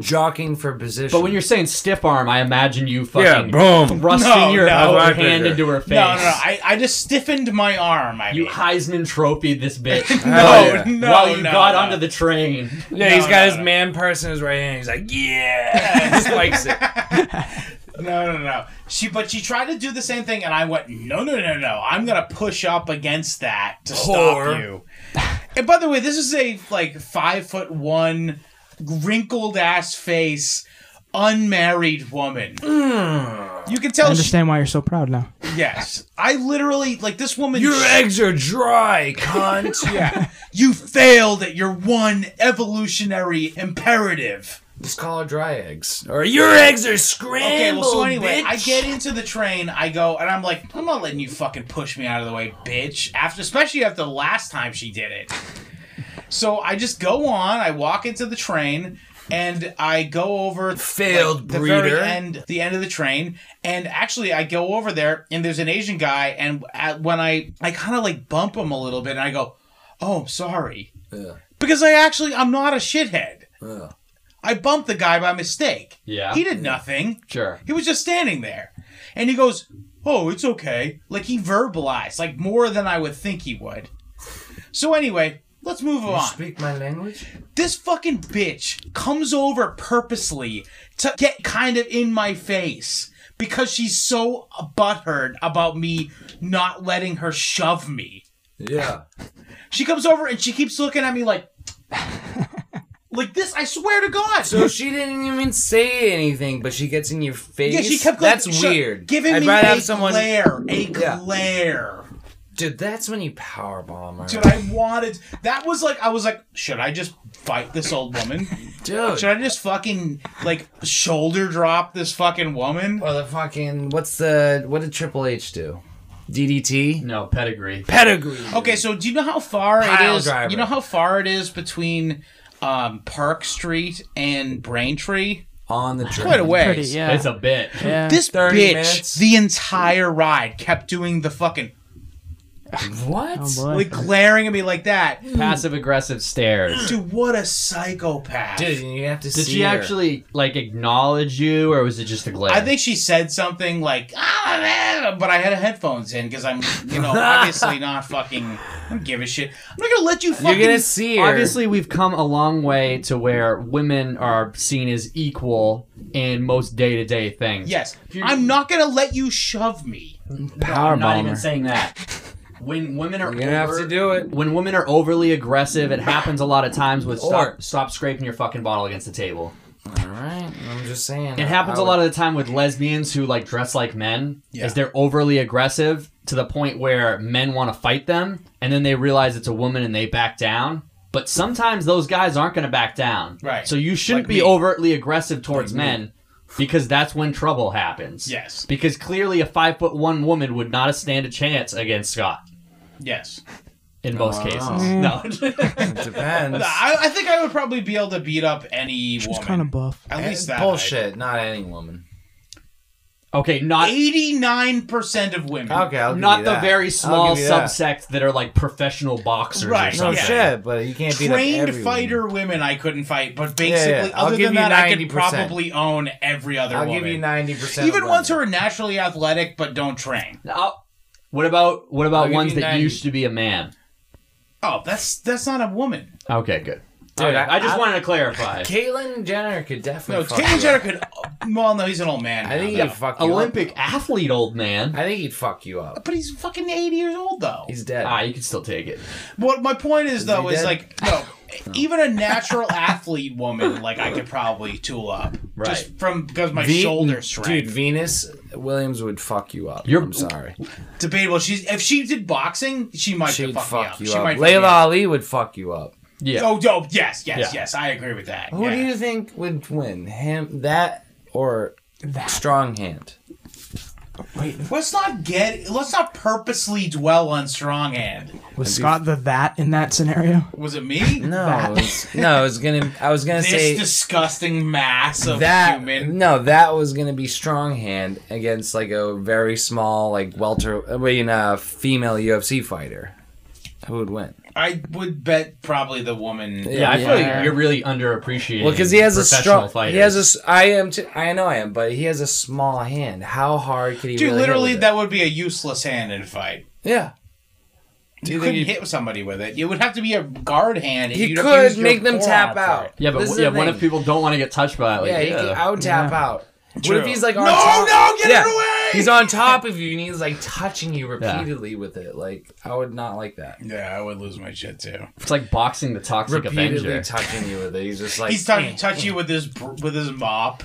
Speaker 2: Jockeying for position.
Speaker 3: but when you're saying stiff arm, I imagine you fucking
Speaker 2: boom.
Speaker 3: thrusting
Speaker 4: No,
Speaker 3: your
Speaker 4: no.
Speaker 3: other
Speaker 2: Right
Speaker 3: hand
Speaker 2: there.
Speaker 3: into her face.
Speaker 4: No, no, no. I, I just stiffened my arm. I
Speaker 3: you
Speaker 4: mean.
Speaker 3: Heisman Trophy this bitch.
Speaker 4: no,
Speaker 2: yeah.
Speaker 4: no,
Speaker 3: while you
Speaker 4: no,
Speaker 3: got
Speaker 4: no.
Speaker 3: onto the train.
Speaker 2: Yeah,
Speaker 4: No,
Speaker 2: he's
Speaker 4: no,
Speaker 2: got his
Speaker 4: no.
Speaker 2: man purse in his right hand. He's like, yeah, and spikes it.
Speaker 4: No, no, no. She, but she tried to do the same thing, and I went, no, no, no, no. I'm gonna push up against that to stop
Speaker 2: Whore.
Speaker 4: you. and by the way, this is a like five foot one, wrinkled ass face, unmarried woman.
Speaker 3: Hmm.
Speaker 4: You can
Speaker 1: I
Speaker 4: tell. She,
Speaker 1: understand why you're so proud now.
Speaker 4: yes, I literally like this woman.
Speaker 2: Your eggs are dry, cunt.
Speaker 4: Yeah. you failed at your one evolutionary imperative.
Speaker 2: Just call her dry eggs, or your eggs are scrambled.
Speaker 4: Okay, well, so anyway,
Speaker 2: bitch.
Speaker 4: I get into the train, I go, and I'm like, I'm not letting you fucking push me out of the way, bitch. After, especially after the last time she did it. So I just go on, I walk into the train, and I go over
Speaker 2: Failed
Speaker 4: the
Speaker 2: breeder.
Speaker 4: very end, the end of the train, and actually I go over there, and there's an Asian guy, and at, when I, I kind of like bump him a little bit, and I go, oh, I'm sorry.
Speaker 2: Yeah.
Speaker 4: Because I actually, I'm not a shithead.
Speaker 2: Ugh.
Speaker 4: I bumped the guy by mistake.
Speaker 3: Yeah.
Speaker 4: He did nothing.
Speaker 3: Sure.
Speaker 4: He was just standing there. And he goes, Oh, it's okay. Like he verbalized, like more than I would think he would. So, anyway, let's move
Speaker 2: You
Speaker 4: on.
Speaker 2: speak my language.
Speaker 4: This fucking bitch comes over purposely to get kind of in my face because she's so butthurt about me not letting her shove me.
Speaker 2: Yeah.
Speaker 4: She comes over and she keeps looking at me like, like this. I swear to God.
Speaker 2: So she didn't even say anything, but she gets in your face.
Speaker 4: Yeah, she kept going.
Speaker 2: That's
Speaker 4: "Shut-
Speaker 2: weird.
Speaker 4: Giving
Speaker 2: I'd
Speaker 4: me
Speaker 2: rather
Speaker 4: a
Speaker 2: have someone.
Speaker 4: glare, a
Speaker 2: Yeah.
Speaker 4: glare.
Speaker 2: Dude, that's when you power bomb her.
Speaker 4: Dude, I wanted. That was like I was like, should I just fight this old woman?
Speaker 2: Dude.
Speaker 4: Should I just fucking like shoulder drop this fucking woman?
Speaker 2: Or the fucking what's the what did Triple H do? DDT.
Speaker 3: No, pedigree.
Speaker 2: Pedigree.
Speaker 4: Okay, so do you know how far
Speaker 2: Pile
Speaker 4: it is?
Speaker 2: driver.
Speaker 4: You know how far it is between um, Park Street and Braintree?
Speaker 2: On the train.
Speaker 4: Quite a ways.
Speaker 1: Pretty, yeah.
Speaker 3: It's a bit.
Speaker 1: yeah.
Speaker 4: This bitch,
Speaker 2: minutes.
Speaker 4: the entire ride, kept doing the fucking.
Speaker 2: What?
Speaker 1: Oh boy.
Speaker 4: like glaring at me like that.
Speaker 3: Passive aggressive stares.
Speaker 4: Dude, what a psychopath.
Speaker 2: Dude, you have to
Speaker 3: Did
Speaker 2: see
Speaker 3: she
Speaker 2: her.
Speaker 3: actually like acknowledge you, or was it just a glare?
Speaker 4: I think she said something like, ah, man," but I had headphones in because I'm, you know, obviously not fucking. I don't give a shit. I'm not gonna let you
Speaker 2: You're
Speaker 4: fucking.
Speaker 2: gonna see her.
Speaker 3: Obviously, we've come a long way to where women are seen as equal in most day to day things.
Speaker 4: Yes,
Speaker 3: You're-
Speaker 4: I'm not gonna let you shove me.
Speaker 1: Power
Speaker 3: I'm not
Speaker 1: bomber.
Speaker 3: even saying that. When women are
Speaker 2: You're gonna have
Speaker 3: over-
Speaker 2: to do it.
Speaker 3: when women are overly aggressive, it happens a lot of times with
Speaker 2: Or-
Speaker 3: stop, stop scraping your fucking bottle against the table.
Speaker 2: All right. I'm just saying.
Speaker 3: It happens
Speaker 2: a
Speaker 3: a lot of the time with lesbians who like dress like men,
Speaker 4: Yeah.
Speaker 3: is they're overly aggressive to the point where men want to fight them, and then they realize it's a woman and they back down. But sometimes those guys aren't going to back down.
Speaker 4: Right.
Speaker 3: So you shouldn't
Speaker 4: Like
Speaker 3: be
Speaker 4: me.
Speaker 3: overtly aggressive towards men, because that's when trouble happens.
Speaker 4: Yes.
Speaker 3: Because clearly a five foot one woman would not stand a chance against Scott
Speaker 4: Yes,
Speaker 3: in most
Speaker 2: Wow. Mm.
Speaker 3: cases. No.
Speaker 2: It depends.
Speaker 4: I, I think I would probably be able to beat up any
Speaker 1: She's
Speaker 4: woman.
Speaker 1: kind of buff.
Speaker 4: At least that
Speaker 2: bullshit. Not any woman.
Speaker 3: okay, not
Speaker 4: Eighty-nine percent of women.
Speaker 2: Okay, I'll give
Speaker 3: not
Speaker 2: you
Speaker 3: the
Speaker 2: that.
Speaker 3: very
Speaker 2: I'll
Speaker 3: small
Speaker 2: give you that.
Speaker 3: subsect that are like professional boxers
Speaker 4: Right,
Speaker 3: or
Speaker 4: no
Speaker 2: No
Speaker 3: something.
Speaker 4: Yeah.
Speaker 2: shit, but you can't beat up
Speaker 4: Trained
Speaker 2: every
Speaker 4: fighter women I couldn't fight, but
Speaker 2: yeah.
Speaker 4: basically,
Speaker 2: I'll
Speaker 4: other
Speaker 2: give
Speaker 4: than
Speaker 2: you
Speaker 4: that, I could
Speaker 2: 90%.
Speaker 4: probably own every other
Speaker 2: Woman. I'll
Speaker 4: woman.
Speaker 2: give you ninety percent.
Speaker 4: Even ones who are naturally athletic but don't train.
Speaker 3: Uh, what about what
Speaker 2: I'll
Speaker 3: about
Speaker 2: give
Speaker 3: ones
Speaker 2: you
Speaker 3: that
Speaker 2: 90.
Speaker 3: used to be a man?
Speaker 4: Oh, that's that's not a woman.
Speaker 3: Okay, good.
Speaker 2: Dude,
Speaker 3: Okay,
Speaker 2: I-
Speaker 3: I, just
Speaker 2: I-
Speaker 3: wanted to clarify.
Speaker 2: Caitlyn Jenner could definitely.
Speaker 4: No,
Speaker 2: fuck
Speaker 4: Caitlyn
Speaker 2: you
Speaker 4: Jenner
Speaker 2: up.
Speaker 4: could. Well, no, he's an old man.
Speaker 2: I think
Speaker 4: now,
Speaker 2: he'd
Speaker 4: though.
Speaker 2: fuck you
Speaker 3: Olympic
Speaker 2: Up.
Speaker 3: athlete, old man.
Speaker 2: I think he'd fuck you up.
Speaker 4: But he's fucking eighty years old though.
Speaker 2: He's dead.
Speaker 3: Ah, you can still take it.
Speaker 4: What my point is though
Speaker 2: he
Speaker 4: is
Speaker 2: dead?
Speaker 4: like no, even a natural athlete woman like I could probably tool up just from because my
Speaker 2: Ve-
Speaker 4: shoulder strength.
Speaker 2: Dude, Venus Williams would fuck you up.
Speaker 3: You're-
Speaker 2: I'm sorry.
Speaker 4: Debatable. She's if she did boxing, she might
Speaker 2: She'd
Speaker 4: fuck, me
Speaker 2: fuck
Speaker 4: up.
Speaker 2: you
Speaker 4: she
Speaker 2: up.
Speaker 4: might. fuck me
Speaker 2: Layla
Speaker 4: up.
Speaker 2: Ali would fuck you up.
Speaker 3: Yeah.
Speaker 4: Oh, no, yes, yes,
Speaker 3: Yeah.
Speaker 4: yes. I agree with that.
Speaker 2: Who
Speaker 4: yeah.
Speaker 2: do you think would win? Him, that, or Strong Hand?
Speaker 1: Wait,
Speaker 4: Let's not get. Let's not purposely dwell on strong hand.
Speaker 1: was Scott the that in that scenario?
Speaker 4: Was it me?
Speaker 2: No, it was- no, I was gonna, I was gonna
Speaker 4: This
Speaker 2: say
Speaker 4: disgusting mass of
Speaker 2: that.
Speaker 4: human.
Speaker 2: No, that was gonna be Strong Hand against like a very small, like welter, I mean, uh, female UFC fighter. Who would win?
Speaker 4: I would bet probably the woman.
Speaker 3: yeah, I feel
Speaker 2: Yeah.
Speaker 3: like you're really underappreciating.
Speaker 2: Well, because he has a
Speaker 3: professional
Speaker 2: strong.
Speaker 3: Fighters.
Speaker 2: He has a. s- I am. Too, I know I am, but he has a small hand. How hard could he?
Speaker 4: Dude,
Speaker 2: really hit
Speaker 4: literally,
Speaker 2: with it?
Speaker 4: that would be a useless hand in a fight.
Speaker 2: Yeah.
Speaker 4: You,
Speaker 2: you think
Speaker 4: couldn't
Speaker 2: he-
Speaker 4: hit somebody with it. It would have to be a guard hand. and
Speaker 2: He
Speaker 4: you'd have to use
Speaker 2: could
Speaker 4: your
Speaker 2: make them
Speaker 4: forearm
Speaker 2: tap
Speaker 4: for
Speaker 2: out.
Speaker 4: it.
Speaker 3: yeah, but
Speaker 2: This
Speaker 3: w-
Speaker 2: is the
Speaker 3: yeah, what
Speaker 2: thing.
Speaker 3: if people don't want to get touched by it? Like,
Speaker 2: Yeah, he
Speaker 3: yeah.
Speaker 2: could, I would tap
Speaker 1: Yeah.
Speaker 2: out.
Speaker 4: True.
Speaker 2: What if he's like on
Speaker 4: No,
Speaker 2: top?
Speaker 4: no, get it
Speaker 2: Yeah.
Speaker 4: away!
Speaker 2: He's on top of you and he's like touching you repeatedly with it. Like I would not like that.
Speaker 4: Yeah, I would lose my shit too.
Speaker 3: it's like boxing the Toxic
Speaker 2: repeatedly
Speaker 3: Avenger.
Speaker 2: touching you with it. He's just like
Speaker 4: He's trying to touch you with his br- with his mop.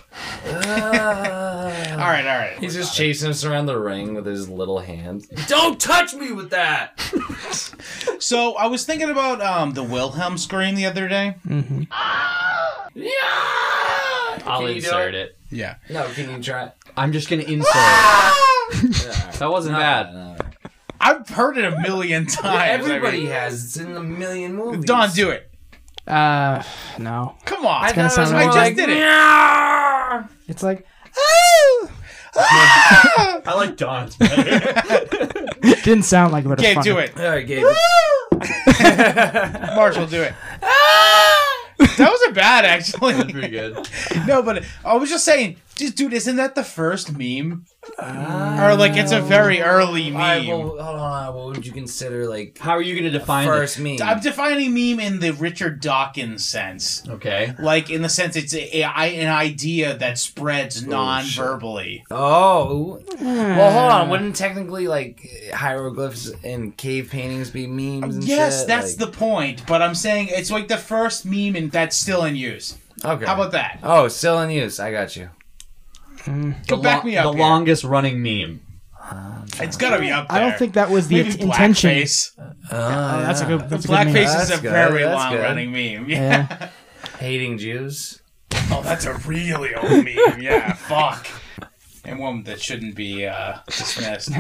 Speaker 2: "Ah."
Speaker 4: All right, all right.
Speaker 2: He's just chasing us around the ring with his little hand. Don't touch me with that.
Speaker 4: So I was thinking about um, the Wilhelm scream the other day.
Speaker 2: Yeah.
Speaker 3: I'll insert it?
Speaker 4: Yeah.
Speaker 2: No, can you try?
Speaker 3: I'm just gonna insert. it. That wasn't bad.
Speaker 2: No.
Speaker 4: I've heard it a million times. I
Speaker 2: Everybody
Speaker 4: mean-
Speaker 2: has. It's in a million movies.
Speaker 4: Don, do it.
Speaker 1: Uh, no.
Speaker 4: Come on.
Speaker 1: gonna
Speaker 2: thought it was
Speaker 1: sound
Speaker 2: more
Speaker 4: I just
Speaker 2: like,
Speaker 4: did it.
Speaker 2: "Meow."
Speaker 1: It's like, oh!
Speaker 3: I like Don's better.
Speaker 1: Didn't sound like it, but it's
Speaker 4: Gabe,
Speaker 1: funny.
Speaker 4: do it.
Speaker 2: All right, Gabe.
Speaker 4: Marshall, do it. that wasn't bad, actually.
Speaker 3: Pretty good.
Speaker 4: No, but I was just saying, just, dude, isn't that the first meme? or like, it's a very early meme.
Speaker 2: All right, well, hold on. What would you consider like
Speaker 3: How are you gonna define
Speaker 2: first meme?
Speaker 4: I'm defining meme in the Richard Dawkins sense.
Speaker 3: This? Okay.
Speaker 4: Like, in the sense it's a, a, an idea that spreads non verbally.
Speaker 2: Oh, well, hold
Speaker 4: Hmm.
Speaker 2: on. Wouldn't technically like hieroglyphs and cave paintings be memes? And
Speaker 4: Yes, that's the point, but I'm saying it's like the first meme and that's still in use.
Speaker 2: the. Okay.
Speaker 4: How about that?
Speaker 2: Oh, still in use. I got you.
Speaker 4: Go
Speaker 3: The
Speaker 4: back
Speaker 3: lo-
Speaker 4: me up.
Speaker 3: The
Speaker 4: here.
Speaker 3: longest running meme.
Speaker 4: It's gotta be up there.
Speaker 1: I don't think that was the
Speaker 4: Maybe
Speaker 1: intention.
Speaker 4: blackface.
Speaker 1: Oh, that's a good. That's a good name.
Speaker 4: Blackface is
Speaker 2: That's
Speaker 4: a
Speaker 2: good,
Speaker 4: very
Speaker 2: that's
Speaker 4: long
Speaker 2: good.
Speaker 4: running meme. Yeah.
Speaker 1: Yeah.
Speaker 2: Hating Jews.
Speaker 4: Oh, that's a really old meme. Yeah, fuck. And one that shouldn't be uh, dismissed.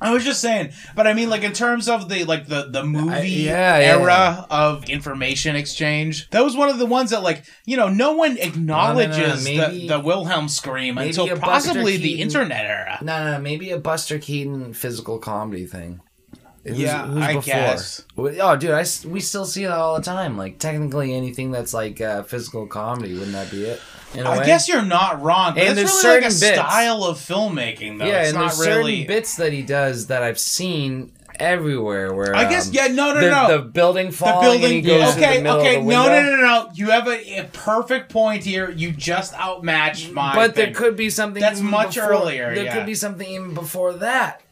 Speaker 4: I was just saying, but I mean, like in terms of the like the the movie
Speaker 2: yeah, yeah.
Speaker 4: era of information exchange, that was one of the ones that like you know no one acknowledges
Speaker 2: maybe-
Speaker 4: the, the Wilhelm scream
Speaker 2: maybe
Speaker 4: until
Speaker 2: a Buster
Speaker 4: possibly the
Speaker 2: Keaton-
Speaker 4: internet era.
Speaker 2: No, no, maybe a Buster Keaton physical comedy thing. It was-
Speaker 4: Yeah,
Speaker 2: it was
Speaker 4: I guess.
Speaker 2: Well, Oh, dude, I s we still see that all the time. Like, technically, anything that's like uh, physical comedy, wouldn't that be it? In a
Speaker 4: I
Speaker 2: way?
Speaker 4: guess you're not wrong, but
Speaker 2: And
Speaker 4: it's
Speaker 2: there's
Speaker 4: really like a
Speaker 2: certain bits.
Speaker 4: style of filmmaking, though.
Speaker 2: yeah,
Speaker 4: it's
Speaker 2: and
Speaker 4: not
Speaker 2: there's
Speaker 4: really.
Speaker 2: certain bits that he does that I've seen everywhere. Where
Speaker 4: I guess
Speaker 2: um,
Speaker 4: yeah, no, no,
Speaker 2: the,
Speaker 4: no.
Speaker 2: the building
Speaker 4: the
Speaker 2: falling and he
Speaker 4: building.
Speaker 2: goes to the
Speaker 4: okay,
Speaker 2: middle
Speaker 4: okay.
Speaker 2: of the
Speaker 4: no,
Speaker 2: window.
Speaker 4: no, no, no. You have a, a perfect point here. You just outmatched my.
Speaker 2: But there
Speaker 4: thing.
Speaker 2: could be something
Speaker 4: That's
Speaker 2: even
Speaker 4: much
Speaker 2: before-
Speaker 4: earlier,
Speaker 2: There
Speaker 4: yeah.
Speaker 2: could be something even before that.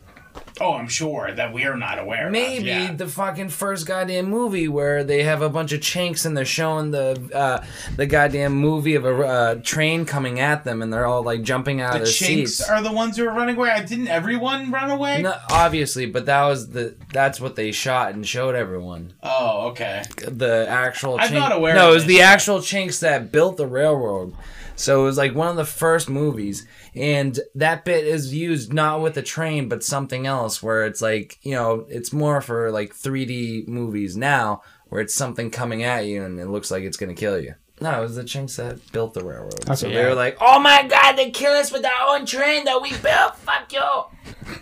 Speaker 4: Oh, I'm sure that we are not aware. of,
Speaker 2: Maybe
Speaker 4: yeah.
Speaker 2: the fucking first goddamn movie where they have a bunch of chinks and they're showing the uh, the goddamn movie of a uh, train coming at them and they're all like jumping out
Speaker 4: the
Speaker 2: of their
Speaker 4: chinks
Speaker 2: seats.
Speaker 4: are the ones who are running away. I didn't everyone run away?
Speaker 2: No, obviously, but that was the that's what they shot and showed everyone.
Speaker 4: Oh, okay.
Speaker 2: The actual.
Speaker 4: I'm not aware
Speaker 2: No,
Speaker 4: of
Speaker 2: it was
Speaker 4: this.
Speaker 2: the actual chinks that built the railroad. So it was like one of the first movies, and that bit is used not with a train but something else, where it's like you know it's more for like 3D movies now, where it's something coming at you and it looks like it's gonna kill you. No, it was the chinks that built the railroad. so
Speaker 1: Okay,
Speaker 2: they
Speaker 1: yeah.
Speaker 2: were like, "Oh my god, they kill us with our own train that we built! Fuck you!"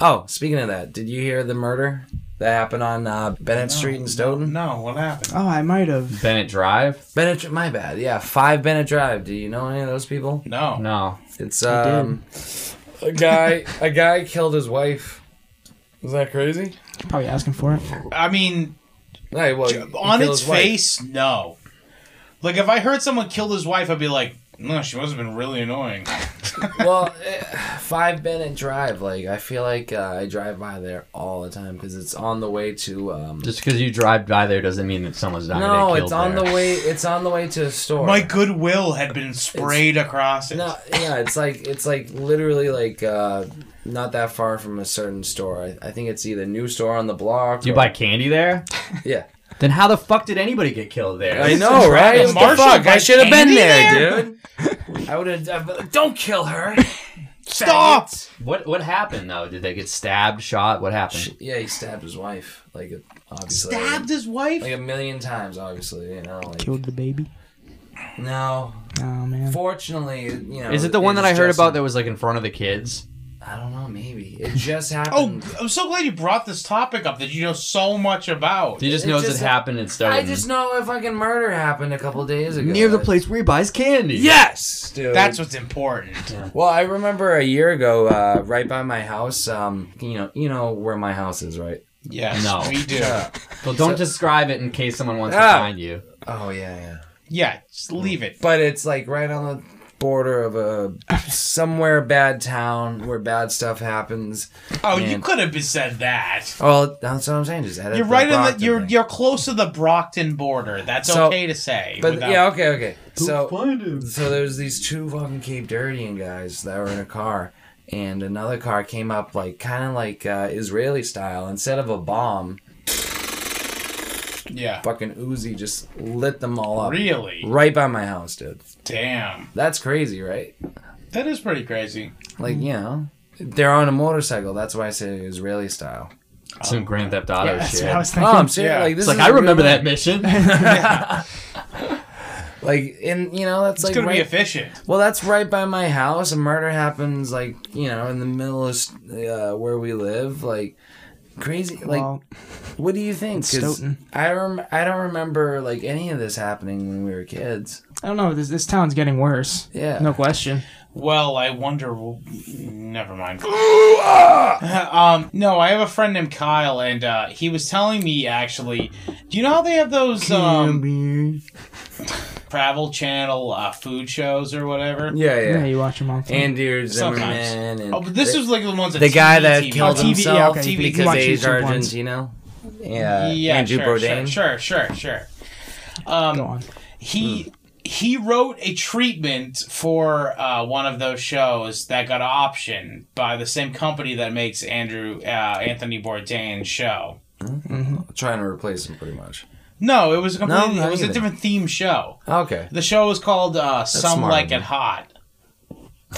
Speaker 2: Oh, speaking of that, did you hear the murder that happened on uh, Bennett Street in Stoughton?
Speaker 4: No, what happened?
Speaker 1: Oh, I might have.
Speaker 3: Bennett Drive?
Speaker 2: Bennett, my bad. Yeah, five Bennett Drive. Do you know any of those people?
Speaker 4: No.
Speaker 3: No.
Speaker 2: It's um, a guy. A guy killed his wife. Is that crazy?
Speaker 1: Probably asking for it.
Speaker 4: I mean,
Speaker 2: Hey, well,
Speaker 4: j-
Speaker 2: he
Speaker 4: on
Speaker 2: killed
Speaker 4: its
Speaker 2: his wife.
Speaker 4: face, no. Like if I heard someone killed his wife, I'd be like, no, she must have been really annoying.
Speaker 2: Well, eh, five Bennett Drive. Like I feel like uh, I drive by there all the time because it's on the way to. Um,
Speaker 3: Just because you drive by there doesn't mean that someone's not
Speaker 2: no,
Speaker 3: gonna get
Speaker 2: it's
Speaker 3: killed
Speaker 2: on
Speaker 3: there.
Speaker 2: the way. It's on the way to a store.
Speaker 4: My goodwill had been sprayed across it.
Speaker 2: No, yeah, it's like it's like literally like uh, not that far from a certain store. I, I think it's either new store on the block.
Speaker 3: Do you
Speaker 2: or-
Speaker 3: buy candy there?
Speaker 2: Yeah,
Speaker 3: Then how the fuck did anybody get killed there?
Speaker 2: I know, right?
Speaker 4: Travis
Speaker 2: What the
Speaker 4: Marshall
Speaker 2: fuck? I
Speaker 4: buys
Speaker 2: should have been
Speaker 4: candy
Speaker 2: there,
Speaker 4: there?
Speaker 2: dude. I would have. Don't kill her.
Speaker 4: Stop!
Speaker 3: What what happened though? Did they get stabbed, shot? What happened?
Speaker 2: Yeah, he stabbed his wife. Like obviously.
Speaker 4: Stabbed his wife?
Speaker 2: Like a million times, obviously. You know. Like
Speaker 1: Killed the baby.
Speaker 2: no.
Speaker 1: Oh man.
Speaker 2: Fortunately, you know.
Speaker 3: Is it the one that I
Speaker 2: it's
Speaker 3: heard
Speaker 2: just-
Speaker 3: about that was like in front of the kids?
Speaker 2: I don't know. Maybe it just
Speaker 4: Oh,
Speaker 2: happened.
Speaker 4: I'm so glad you brought this topic up that you know so much about.
Speaker 3: He just
Speaker 2: It
Speaker 3: knows
Speaker 2: just-
Speaker 3: it happened in Stoughton.
Speaker 2: I just know a fucking murder happened a couple days ago.
Speaker 3: place where he buys candy.
Speaker 2: Yes, dude.
Speaker 4: That's what's important.
Speaker 2: Well, I remember a year ago, uh, right by my house. Um, you know, you know where my house is, right?
Speaker 4: Yes,
Speaker 3: No.
Speaker 4: we do.
Speaker 3: Well, don't describe it in case someone wants
Speaker 2: Ah.
Speaker 3: to find you.
Speaker 2: Oh yeah, yeah.
Speaker 4: Yeah, just leave it.
Speaker 2: But it's like right on the border of a somewhere bad town where bad stuff happens.
Speaker 4: Oh, you
Speaker 2: Man.
Speaker 4: could have said that.
Speaker 2: Well, that's what I'm saying. Just edit
Speaker 4: You're
Speaker 2: the
Speaker 4: right in the
Speaker 2: Brockton
Speaker 4: you're
Speaker 2: thing.
Speaker 4: you're close to the Brockton border. That's
Speaker 2: So-
Speaker 4: okay to say.
Speaker 2: But
Speaker 4: without-
Speaker 2: yeah, okay, okay. So
Speaker 3: find him.
Speaker 2: So there's these two fucking Cape Dirtian guys that were in a car, and another car came up like kind of like uh, Israeli style. Instead of a bomb,
Speaker 4: yeah.
Speaker 2: fucking Uzi just lit them all up
Speaker 4: Really?
Speaker 2: right by my house, dude.
Speaker 4: Damn.
Speaker 2: That's crazy, right?
Speaker 4: That is pretty crazy.
Speaker 2: Like you know, they're on a motorcycle. That's why I say Israeli style.
Speaker 3: Some Grand Theft Auto shit.
Speaker 1: was
Speaker 2: Oh, I'm serious.
Speaker 4: Yeah.
Speaker 2: Like this
Speaker 3: it's like
Speaker 2: is
Speaker 3: I
Speaker 2: a real
Speaker 3: remember
Speaker 2: life-
Speaker 3: that mission.
Speaker 2: Like in you know that's
Speaker 4: It's
Speaker 2: like
Speaker 4: gonna be
Speaker 2: right,
Speaker 4: efficient.
Speaker 2: well that's right by my house. A murder happens like you know in the middle of uh, where we live. Like crazy. Like
Speaker 1: Well,
Speaker 2: what do you think?
Speaker 1: it's
Speaker 2: 'Cause
Speaker 1: Stoughton.
Speaker 2: I rem- I don't remember like any of this happening when we were kids.
Speaker 1: I don't know. This this town's getting worse.
Speaker 2: Yeah.
Speaker 1: No question.
Speaker 4: Well, I wonder. w- Never mind.
Speaker 2: ah!
Speaker 4: um, no, I have a friend named Kyle, and uh, he was telling me actually. Do you know how they have those um, travel channel uh, food shows or whatever?
Speaker 2: Yeah,
Speaker 1: Yeah,
Speaker 2: yeah.
Speaker 1: you watch them all. the time.
Speaker 2: And Dear
Speaker 4: Sometimes.
Speaker 2: Zimmerman. And
Speaker 4: Oh, but this is like the ones that
Speaker 2: the guy that
Speaker 4: TV.
Speaker 2: killed
Speaker 1: Oh, TV, yeah,
Speaker 2: himself
Speaker 1: okay, you
Speaker 2: because
Speaker 1: watch
Speaker 2: he's
Speaker 1: YouTube ones.
Speaker 2: Argentino. Yeah,
Speaker 4: yeah,
Speaker 2: Andrew
Speaker 4: sure,
Speaker 2: Bourdain.
Speaker 4: Sure, sure, sure. sure.
Speaker 1: Go
Speaker 4: Um,
Speaker 1: on.
Speaker 4: he he wrote a treatment for uh, one of those shows that got optioned by the same company that makes Andrew uh, Anthony Bourdain's show.
Speaker 2: Trying to replace him, pretty much.
Speaker 4: No, it was a completely
Speaker 2: not
Speaker 4: it was a
Speaker 2: either.
Speaker 4: different theme show.
Speaker 2: Okay.
Speaker 4: The show was called uh, "Some
Speaker 2: smart of
Speaker 4: Like
Speaker 2: him.
Speaker 4: It Hot."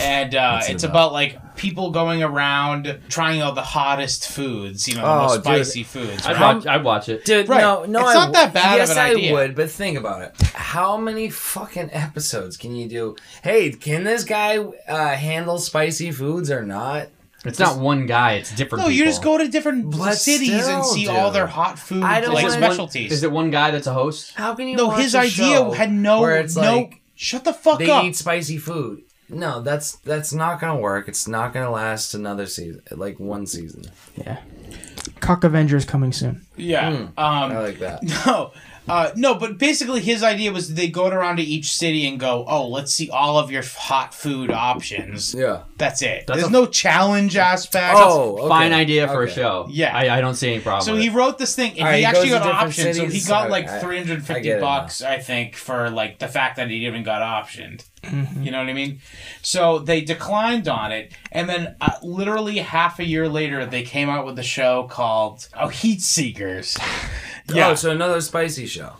Speaker 4: and uh,
Speaker 2: it
Speaker 4: it's
Speaker 2: about?
Speaker 4: about like people going around trying all the hottest foods, you know, the
Speaker 2: Oh,
Speaker 4: most
Speaker 2: dude.
Speaker 4: spicy foods.
Speaker 3: I'd
Speaker 4: right?
Speaker 3: watch, I'd watch it.
Speaker 2: Dude,
Speaker 4: Right.
Speaker 2: no, no,
Speaker 4: It's
Speaker 2: I
Speaker 4: not
Speaker 2: w-
Speaker 4: that bad of
Speaker 2: Yes,
Speaker 4: an
Speaker 2: I
Speaker 4: idea.
Speaker 2: would, but think about it. How many fucking episodes can you do? Hey, can this guy uh, handle spicy foods or not?
Speaker 3: It's not one guy. It's different.
Speaker 4: No, you
Speaker 3: people.
Speaker 4: just go to different
Speaker 2: But
Speaker 4: cities
Speaker 2: still,
Speaker 4: and see all
Speaker 2: dude.
Speaker 4: their hot food
Speaker 2: I don't
Speaker 4: like
Speaker 2: wanna-
Speaker 4: specialties.
Speaker 3: Is it one guy that's a host?
Speaker 2: How can you?
Speaker 4: no,
Speaker 2: watch
Speaker 4: his
Speaker 2: a
Speaker 4: idea
Speaker 2: show
Speaker 4: had no
Speaker 2: Where it's
Speaker 4: no.
Speaker 2: like
Speaker 4: shut the fuck
Speaker 2: they
Speaker 4: up.
Speaker 2: eat spicy food. No, that's that's not gonna work. It's not gonna last another season, like one season.
Speaker 1: Yeah. Cock Avengers coming soon.
Speaker 4: yeah.
Speaker 2: I
Speaker 4: Um,
Speaker 2: like that.
Speaker 4: no. Uh, no, but basically his idea was they go around to each city and go, oh, let's see all of your hot food options.
Speaker 2: Yeah.
Speaker 4: That's it.
Speaker 3: That's
Speaker 4: There's
Speaker 3: a-
Speaker 4: no challenge aspect.
Speaker 2: Oh, okay.
Speaker 3: Fine idea for
Speaker 2: Okay.
Speaker 3: a show.
Speaker 4: Yeah.
Speaker 3: I, I don't see any problem.
Speaker 4: So
Speaker 3: with
Speaker 4: he
Speaker 3: it.
Speaker 4: wrote this thing, and
Speaker 2: Alright,
Speaker 4: he
Speaker 2: he
Speaker 4: actually
Speaker 2: goes to
Speaker 4: got
Speaker 2: different
Speaker 4: options. So he
Speaker 2: cities.
Speaker 4: got
Speaker 2: Alright,
Speaker 4: like
Speaker 2: I-
Speaker 4: three hundred and
Speaker 2: I
Speaker 4: fifty
Speaker 2: get it
Speaker 4: bucks, I think, for like the fact that he even got optioned.
Speaker 2: Mm-hmm.
Speaker 4: You know what I mean? So they declined on it, and then uh, literally half a year later, they came out with a show called "Oh Heat Seekers."
Speaker 2: Oh, so another spicy show.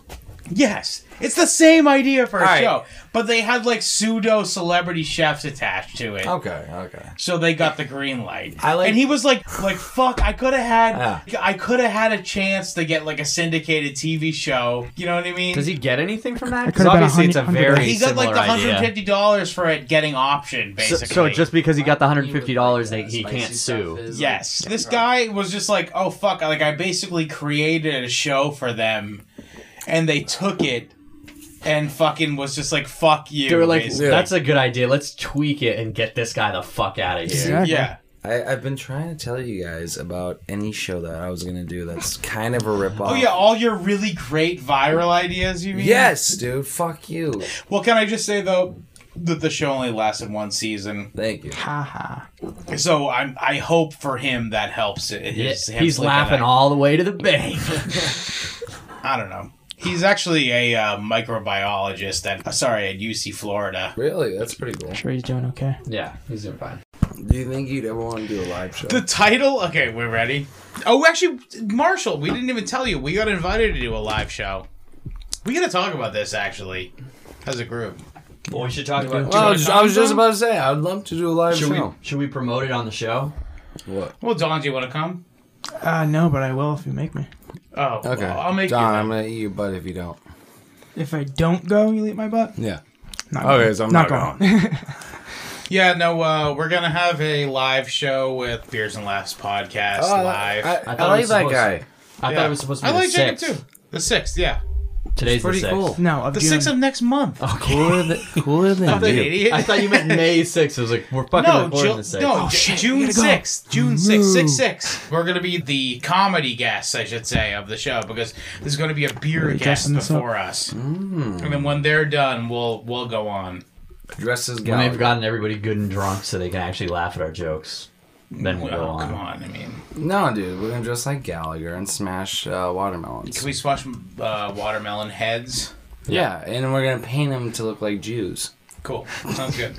Speaker 4: Yes, it's the same idea for a
Speaker 2: Alright.
Speaker 4: show, but they had like pseudo celebrity chefs attached to it.
Speaker 2: Okay. Okay.
Speaker 4: So they got the green light.
Speaker 2: I like-
Speaker 4: and he was like, like fuck, I could have had,
Speaker 2: Yeah.
Speaker 4: I could have had a chance to get like a syndicated TV show. You know what I mean?
Speaker 3: Does he get anything from that? Because
Speaker 1: could've been a
Speaker 3: obviously it's a
Speaker 1: hundred-
Speaker 3: very
Speaker 1: hundred-
Speaker 4: He got like
Speaker 3: similar
Speaker 4: the hundred
Speaker 3: idea.
Speaker 4: fifty dollars for it getting option,
Speaker 3: So,
Speaker 4: basically.
Speaker 3: so just because he got the hundred fifty dollars,
Speaker 2: Like,
Speaker 3: they
Speaker 2: uh,
Speaker 3: he
Speaker 2: spicy
Speaker 3: can't
Speaker 2: stuff
Speaker 3: sue.
Speaker 2: is, like-
Speaker 4: yes, this guy was just like, oh fuck, like I basically created a show for them, and they took it, and fucking was just like, fuck you.
Speaker 3: They were like,
Speaker 4: basically.
Speaker 3: "That's a good idea. Let's tweak it and get this guy the fuck out of here."
Speaker 1: Yeah.
Speaker 4: yeah.
Speaker 2: I, I've been trying to tell you guys about any show that I was gonna do that's kind of a ripoff.
Speaker 4: Oh yeah, all your really great viral ideas. You mean?
Speaker 2: Yes, dude. Fuck you.
Speaker 4: Well, can I just say though that the show only lasted one season,
Speaker 2: Thank you.
Speaker 1: Haha.
Speaker 4: so I'm I hope for him that helps. It,
Speaker 3: Yeah,
Speaker 4: his- him
Speaker 3: He's
Speaker 4: looking
Speaker 3: laughing
Speaker 4: at-
Speaker 3: all the way to the bank.
Speaker 4: I don't know. He's actually a uh, microbiologist at uh, sorry at UC Florida.
Speaker 2: Really, that's pretty cool.
Speaker 1: Sure, he's doing okay.
Speaker 3: yeah, he's doing fine.
Speaker 2: Do you think you'd ever want to do a live show?
Speaker 4: The title? Okay, we're ready. Oh, actually, Marshall, we didn't even tell you we got invited to do a live show. We gotta talk about this actually, as a group.
Speaker 3: Well, we should talk about.
Speaker 2: well, I was, I was just about to say, I'd love to do a live
Speaker 3: should we
Speaker 2: show.
Speaker 3: should we promote it on the show?
Speaker 2: What?
Speaker 4: Well, Don, do you want to come?
Speaker 1: Uh, no, but I will if you make me.
Speaker 4: Oh,
Speaker 2: Okay.
Speaker 4: well, I'll make
Speaker 2: Don,
Speaker 4: you.
Speaker 2: I'm gonna eat your butt if you don't.
Speaker 1: If I don't go, you'll eat my butt.
Speaker 2: Yeah.
Speaker 1: Not
Speaker 2: Okay,
Speaker 1: going.
Speaker 2: so I'm not
Speaker 1: going.
Speaker 4: Yeah, no, uh, we're gonna have a live show with Beers and Laughs podcast live.
Speaker 2: Uh, Oh, I,
Speaker 3: I
Speaker 2: I,
Speaker 3: thought it
Speaker 2: like
Speaker 3: was
Speaker 2: that
Speaker 3: supposed-
Speaker 2: guy.
Speaker 3: I
Speaker 4: Yeah.
Speaker 3: thought it was supposed to
Speaker 4: I
Speaker 3: be
Speaker 4: like
Speaker 3: the sixth.
Speaker 4: Jacob too. The sixth, yeah.
Speaker 3: Today's
Speaker 2: Pretty
Speaker 3: the sixth.
Speaker 2: cool.
Speaker 1: no, of
Speaker 4: The
Speaker 1: June.
Speaker 4: sixth of next month.
Speaker 2: Cooler than cooler than
Speaker 4: Fucking
Speaker 2: you.
Speaker 4: idiot.
Speaker 3: Oh, I thought you meant May sixth. I was like, we're fucking
Speaker 4: no,
Speaker 3: recording
Speaker 4: Ju-
Speaker 3: the sixth.
Speaker 4: no,
Speaker 1: Oh,
Speaker 4: Ju-
Speaker 1: shit, we
Speaker 4: June
Speaker 1: gotta go.
Speaker 4: sixth, June sixth,
Speaker 1: No.
Speaker 4: six six. We're gonna be the comedy guests, I should say, of the show because there's gonna be a beer guest
Speaker 1: dressing this up?
Speaker 4: before us,
Speaker 3: Mm.
Speaker 4: and then when they're done, we'll we'll go on.
Speaker 2: Dressed as
Speaker 3: When they've
Speaker 2: Gallagher.
Speaker 3: gotten everybody good and drunk, so they can actually laugh at our jokes. Then we'll go
Speaker 4: Oh, come
Speaker 3: on.
Speaker 4: on, I mean,
Speaker 2: No, dude, we're gonna dress like Gallagher and smash uh, watermelons.
Speaker 4: can we smash uh, watermelon heads?
Speaker 2: yeah. and we're gonna paint them to look like Jews.
Speaker 4: Cool, sounds good.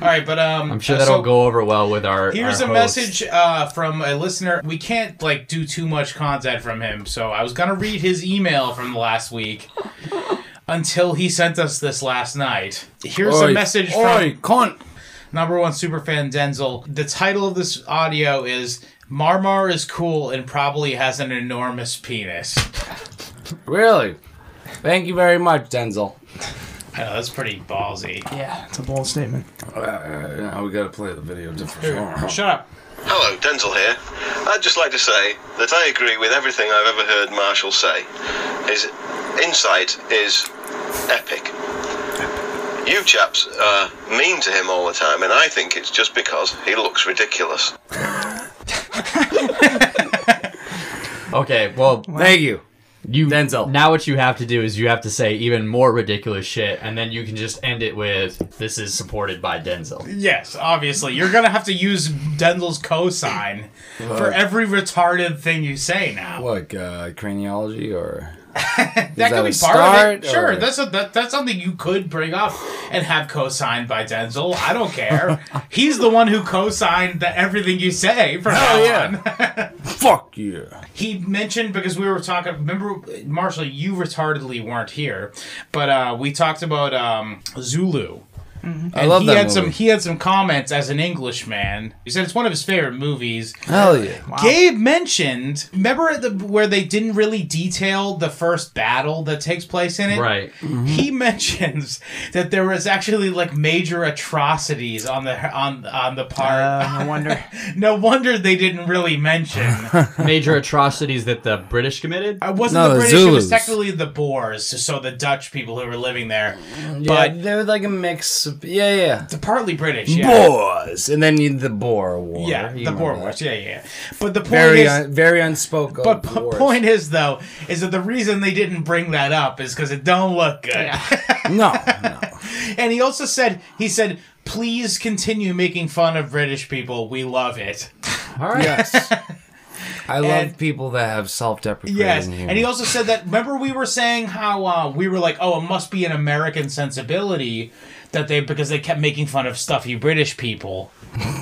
Speaker 4: All right, but um,
Speaker 3: I'm sure
Speaker 4: uh,
Speaker 3: that'll
Speaker 4: so-
Speaker 3: go over well with our.
Speaker 4: Here's
Speaker 3: our
Speaker 4: a
Speaker 3: host.
Speaker 4: message uh, from a listener. We can't like do too much content from him, so I was gonna read his email from last week until he sent us this last night. Here's a message
Speaker 2: Oi,
Speaker 4: from
Speaker 2: cunt.
Speaker 4: number one superfan Denzel. The title of this audio is "Marmar is cool and probably has an enormous penis."
Speaker 2: Really? Thank you very much, Denzel.
Speaker 4: I know that's pretty ballsy.
Speaker 1: yeah, it's a bold statement.
Speaker 2: Uh, now we gotta play the video different.
Speaker 4: Shut up.
Speaker 5: Hello, Denzel here. I'd just like to say that I agree with everything I've ever heard Marshall say. His insight is epic. You chaps are mean to him all the time, and I think it's just because he looks ridiculous.
Speaker 3: Okay, well,
Speaker 2: Thank you.
Speaker 3: you
Speaker 2: Denzel.
Speaker 3: Now what you have to do is you have to say even more ridiculous shit, and then you can just end it with "This is supported by Denzel."
Speaker 4: Yes, obviously. You're gonna have to use Denzel's cosign for every retarded thing you say now.
Speaker 2: Like uh, craniology or
Speaker 4: that,
Speaker 2: that
Speaker 4: could
Speaker 2: a
Speaker 4: be part of it.
Speaker 2: start,
Speaker 4: Sure,
Speaker 2: or-
Speaker 4: that's a, that, that's something you could bring up and have co-signed by Denzel. I don't care. He's the one who co-signed the, everything you say
Speaker 2: Oh,
Speaker 4: from now on.
Speaker 2: fuck yeah.
Speaker 4: He mentioned because we were talking. Remember, Marshall, you retardedly weren't here, but uh, we talked about um, Zulu.
Speaker 2: Mm-hmm. I love
Speaker 4: he
Speaker 2: that
Speaker 4: had
Speaker 2: movie.
Speaker 4: some he had some comments as an Englishman. He said it's one of his favorite movies.
Speaker 2: Hell yeah.
Speaker 4: Gabe mentioned remember the where they didn't really detail the first battle that takes place in it.
Speaker 3: Right.
Speaker 4: He mentions that there was actually like major atrocities on the on on the part.
Speaker 1: Uh, no wonder.
Speaker 4: no wonder they didn't really mention.
Speaker 3: Major atrocities that the British committed.
Speaker 4: I wasn't
Speaker 2: No,
Speaker 4: the
Speaker 2: the
Speaker 4: British. It was
Speaker 2: Zulus.
Speaker 4: technically the Boers, so the Dutch people who were living there,
Speaker 2: But
Speaker 4: but
Speaker 2: they were like a mix. Of, yeah, yeah.
Speaker 4: partly British. Yeah.
Speaker 2: Boars, and then you, the Boer War.
Speaker 4: Yeah,
Speaker 2: You
Speaker 4: the
Speaker 2: remember
Speaker 4: Boer
Speaker 2: that.
Speaker 4: Wars. Yeah, yeah. yeah. But the point
Speaker 2: Very, uh,
Speaker 4: is,
Speaker 2: un, very unspoken.
Speaker 4: but the
Speaker 2: wars.
Speaker 4: point is though, is that the reason they didn't bring that up is because it don't look good.
Speaker 2: No, no.
Speaker 4: and he also said, he said, please continue making fun of British people. We love it.
Speaker 3: All right.
Speaker 2: Yes. I love
Speaker 4: And-
Speaker 2: people that have self-deprecating.
Speaker 4: Yes,
Speaker 2: humor.
Speaker 4: and he also said that. Remember, we were saying how uh, we were like, "Oh, it must be an American sensibility that they because they kept making fun of stuffy British people,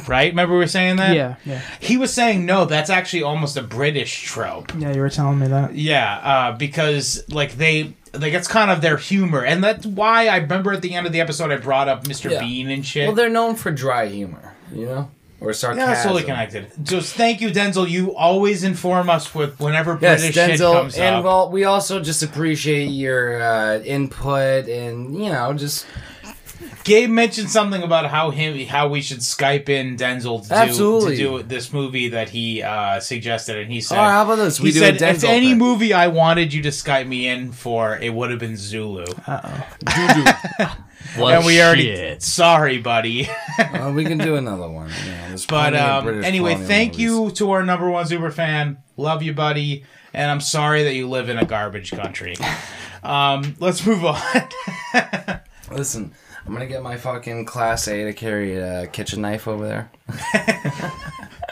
Speaker 4: right? Remember, we were saying that.
Speaker 1: Yeah, yeah,
Speaker 4: He was saying no, that's actually almost a British trope.
Speaker 1: yeah. You were telling me that.
Speaker 4: Yeah, uh, because like they like it's kind of their humor, and that's why I remember at the end of the episode I brought up Mr.
Speaker 2: Yeah.
Speaker 4: Bean and shit.
Speaker 2: Well, they're known for dry humor, you know, or sarcasm.
Speaker 4: yeah, that's totally connected. Just thank you, Denzel. You always inform us with whenever
Speaker 2: Yes,
Speaker 4: British shit
Speaker 2: Denzel,
Speaker 4: comes
Speaker 2: and
Speaker 4: up.
Speaker 2: well, we also just appreciate your uh, input, and you know, just
Speaker 4: Gabe mentioned something about how him how we should Skype in Denzel to do,
Speaker 2: Absolutely.
Speaker 4: to do this movie that he uh, suggested, and he said,
Speaker 2: Oh, how about this?
Speaker 4: He
Speaker 2: We do a
Speaker 4: said, if
Speaker 2: Denzel
Speaker 4: any
Speaker 2: thing."
Speaker 4: movie I wanted you to Skype me in for, it would have been Zulu,
Speaker 3: Well,
Speaker 4: and we already
Speaker 3: shit.
Speaker 4: sorry, buddy.
Speaker 2: uh, we can do another one. You know, there's
Speaker 4: But
Speaker 2: plenty of
Speaker 4: um,
Speaker 2: British
Speaker 4: anyway,
Speaker 2: colonial
Speaker 4: thank
Speaker 2: movies.
Speaker 4: you to our number one super fan. Love you, buddy, and I'm sorry that you live in a garbage country. um, let's move on.
Speaker 2: Listen, I'm gonna get my fucking class A to carry uh, a kitchen knife over there.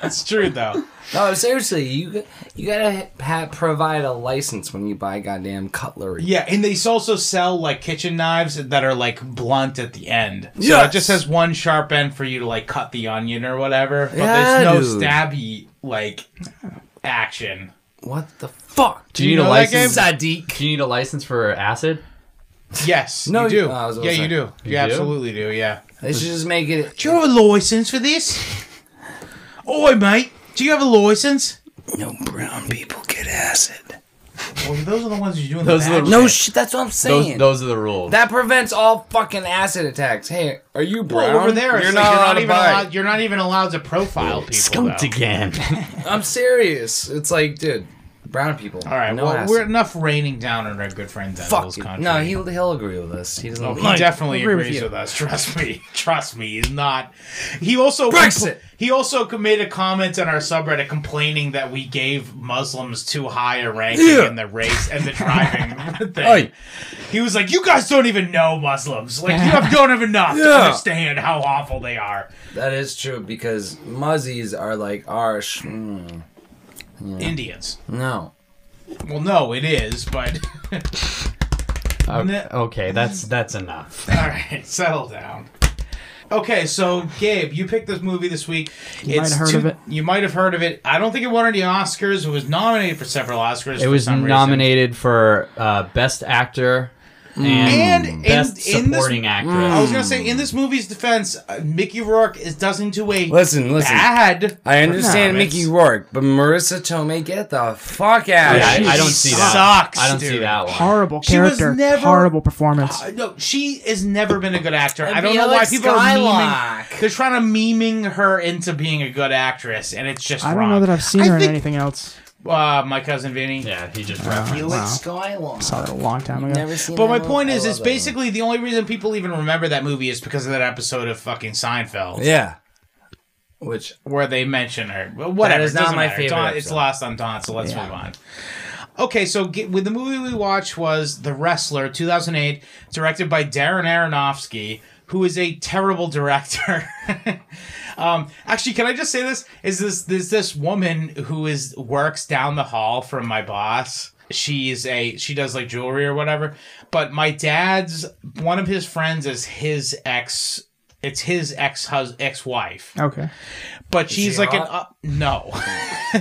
Speaker 4: it's true though.
Speaker 2: No, seriously, you you gotta ha- provide a license when you buy goddamn cutlery.
Speaker 4: Yeah, and they also sell like kitchen knives that are like blunt at the end. So
Speaker 2: Yes!
Speaker 4: it just has one sharp end for you to like cut the onion or whatever. But
Speaker 2: Yeah,
Speaker 4: there's no
Speaker 2: dude.
Speaker 4: stabby like action.
Speaker 2: What the fuck?
Speaker 3: Do you need
Speaker 4: know
Speaker 3: a
Speaker 4: that game?
Speaker 3: license?
Speaker 2: Sadiq.
Speaker 3: Do you need a license for acid?
Speaker 4: Yes,
Speaker 2: No,
Speaker 4: you
Speaker 2: you-
Speaker 4: do.
Speaker 2: oh, I was gonna
Speaker 4: yeah,
Speaker 2: say.
Speaker 4: you do. You,
Speaker 3: do?
Speaker 4: absolutely do. Yeah.
Speaker 2: They should just make it.
Speaker 4: Do you have a license for this? Oi, mate. Do you have a license?
Speaker 2: No brown people get acid.
Speaker 4: Well, those are the ones you're doing.
Speaker 3: Those
Speaker 4: the
Speaker 3: are the-
Speaker 4: action.
Speaker 2: No shit. That's what I'm
Speaker 3: Those,
Speaker 2: saying.
Speaker 3: those are the rules.
Speaker 2: that prevents all fucking acid attacks. Hey, are you brown?
Speaker 4: over there. it's
Speaker 2: You're
Speaker 4: like
Speaker 2: not allowed to
Speaker 4: even
Speaker 2: buy.
Speaker 4: allowed. You're not even allowed to profile people. though.
Speaker 3: again.
Speaker 2: I'm serious. It's like, dude, brown people.
Speaker 4: All right.
Speaker 2: no
Speaker 4: well,
Speaker 2: acid.
Speaker 4: we're enough raining down on our good friend Denzel's
Speaker 2: fuck. you.
Speaker 4: country.
Speaker 2: No, he'll he'll agree with us. He doesn't.
Speaker 4: He
Speaker 2: like-
Speaker 4: definitely
Speaker 1: agree with
Speaker 4: agrees
Speaker 1: you.
Speaker 4: with, us. Trust me. Trust me. He's not. He also
Speaker 2: Brexit!
Speaker 4: he also com- made a comment on our subreddit complaining that we gave Muslims too high a ranking
Speaker 2: Yeah.
Speaker 4: in the race and the driving thing.
Speaker 2: Oi.
Speaker 4: He was like, "You guys don't even know Muslims. Like you have, don't have enough to
Speaker 2: Yeah.
Speaker 4: understand how awful they are."
Speaker 2: That is true because muzzies are like our. Sh- mm,
Speaker 4: Indians.
Speaker 2: no.
Speaker 4: Well, no, it is, but
Speaker 3: okay, okay, that's that's enough.
Speaker 4: all right, settle down. Okay, so Gabe, you picked this movie this week. You
Speaker 1: might have heard of it.
Speaker 4: You might have heard of it. I don't think it won any Oscars. It was nominated for several Oscars.
Speaker 3: It was nominated for uh, best actor
Speaker 4: Mm.
Speaker 3: and,
Speaker 4: And in-
Speaker 3: best
Speaker 4: in this- Mm.
Speaker 3: supporting actress.
Speaker 4: I was gonna say, in this movie's defense, uh, Mickey Rourke is doesn't do a
Speaker 2: Listen, listen.
Speaker 4: bad.
Speaker 2: I understand
Speaker 4: performance.
Speaker 2: Mickey Rourke, but Marissa Tomei, get the fuck out
Speaker 3: Yeah,
Speaker 2: of
Speaker 3: I,
Speaker 2: here.
Speaker 3: I don't
Speaker 4: She
Speaker 3: see that.
Speaker 4: sucks,
Speaker 3: I don't see
Speaker 4: dude.
Speaker 3: that one.
Speaker 1: Horrible
Speaker 4: She was
Speaker 1: character.
Speaker 4: never-
Speaker 1: horrible performance.
Speaker 4: Uh, No, she has never been a good actor.
Speaker 2: It'd
Speaker 4: I don't
Speaker 2: be
Speaker 4: know why
Speaker 2: Alex
Speaker 4: people are
Speaker 2: Skylark.
Speaker 4: memeing. They're trying to memeing her into being a good actress, and it's just
Speaker 1: I don't
Speaker 4: wrong.
Speaker 1: know that I've seen
Speaker 4: I
Speaker 1: her in
Speaker 4: think-
Speaker 1: anything else.
Speaker 4: Uh, my cousin Vinny.
Speaker 3: Yeah, he
Speaker 4: Uh,
Speaker 3: just referenced.
Speaker 2: Felix Skywalker.
Speaker 1: Saw that a long time ago.
Speaker 2: Never seen that
Speaker 4: But my
Speaker 2: one?
Speaker 4: point
Speaker 2: I
Speaker 4: is,
Speaker 2: love
Speaker 4: it's
Speaker 2: that one.
Speaker 4: basically the only reason people even remember that movie is because of that episode of fucking Seinfeld
Speaker 2: Yeah. Which
Speaker 4: where they mention her. Well, whatever.
Speaker 2: That is
Speaker 4: it doesn't
Speaker 2: not my
Speaker 4: matter.
Speaker 2: favorite
Speaker 4: Dawn- it's
Speaker 2: episode.
Speaker 4: lost on Dawn, so let's
Speaker 2: Yeah.
Speaker 4: move on. Okay, so get, with the movie we watched was The Wrestler, 2008, directed by Darren Aronofsky, who is a terrible director. um, actually, can I just say this? Is this there's this woman who is works down the hall from my boss? She's a she does like jewelry or whatever. But my dad's one of his friends is his ex. It's his ex hus ex wife
Speaker 1: Okay.
Speaker 4: but she's
Speaker 2: she
Speaker 4: like an
Speaker 2: hot?
Speaker 4: up no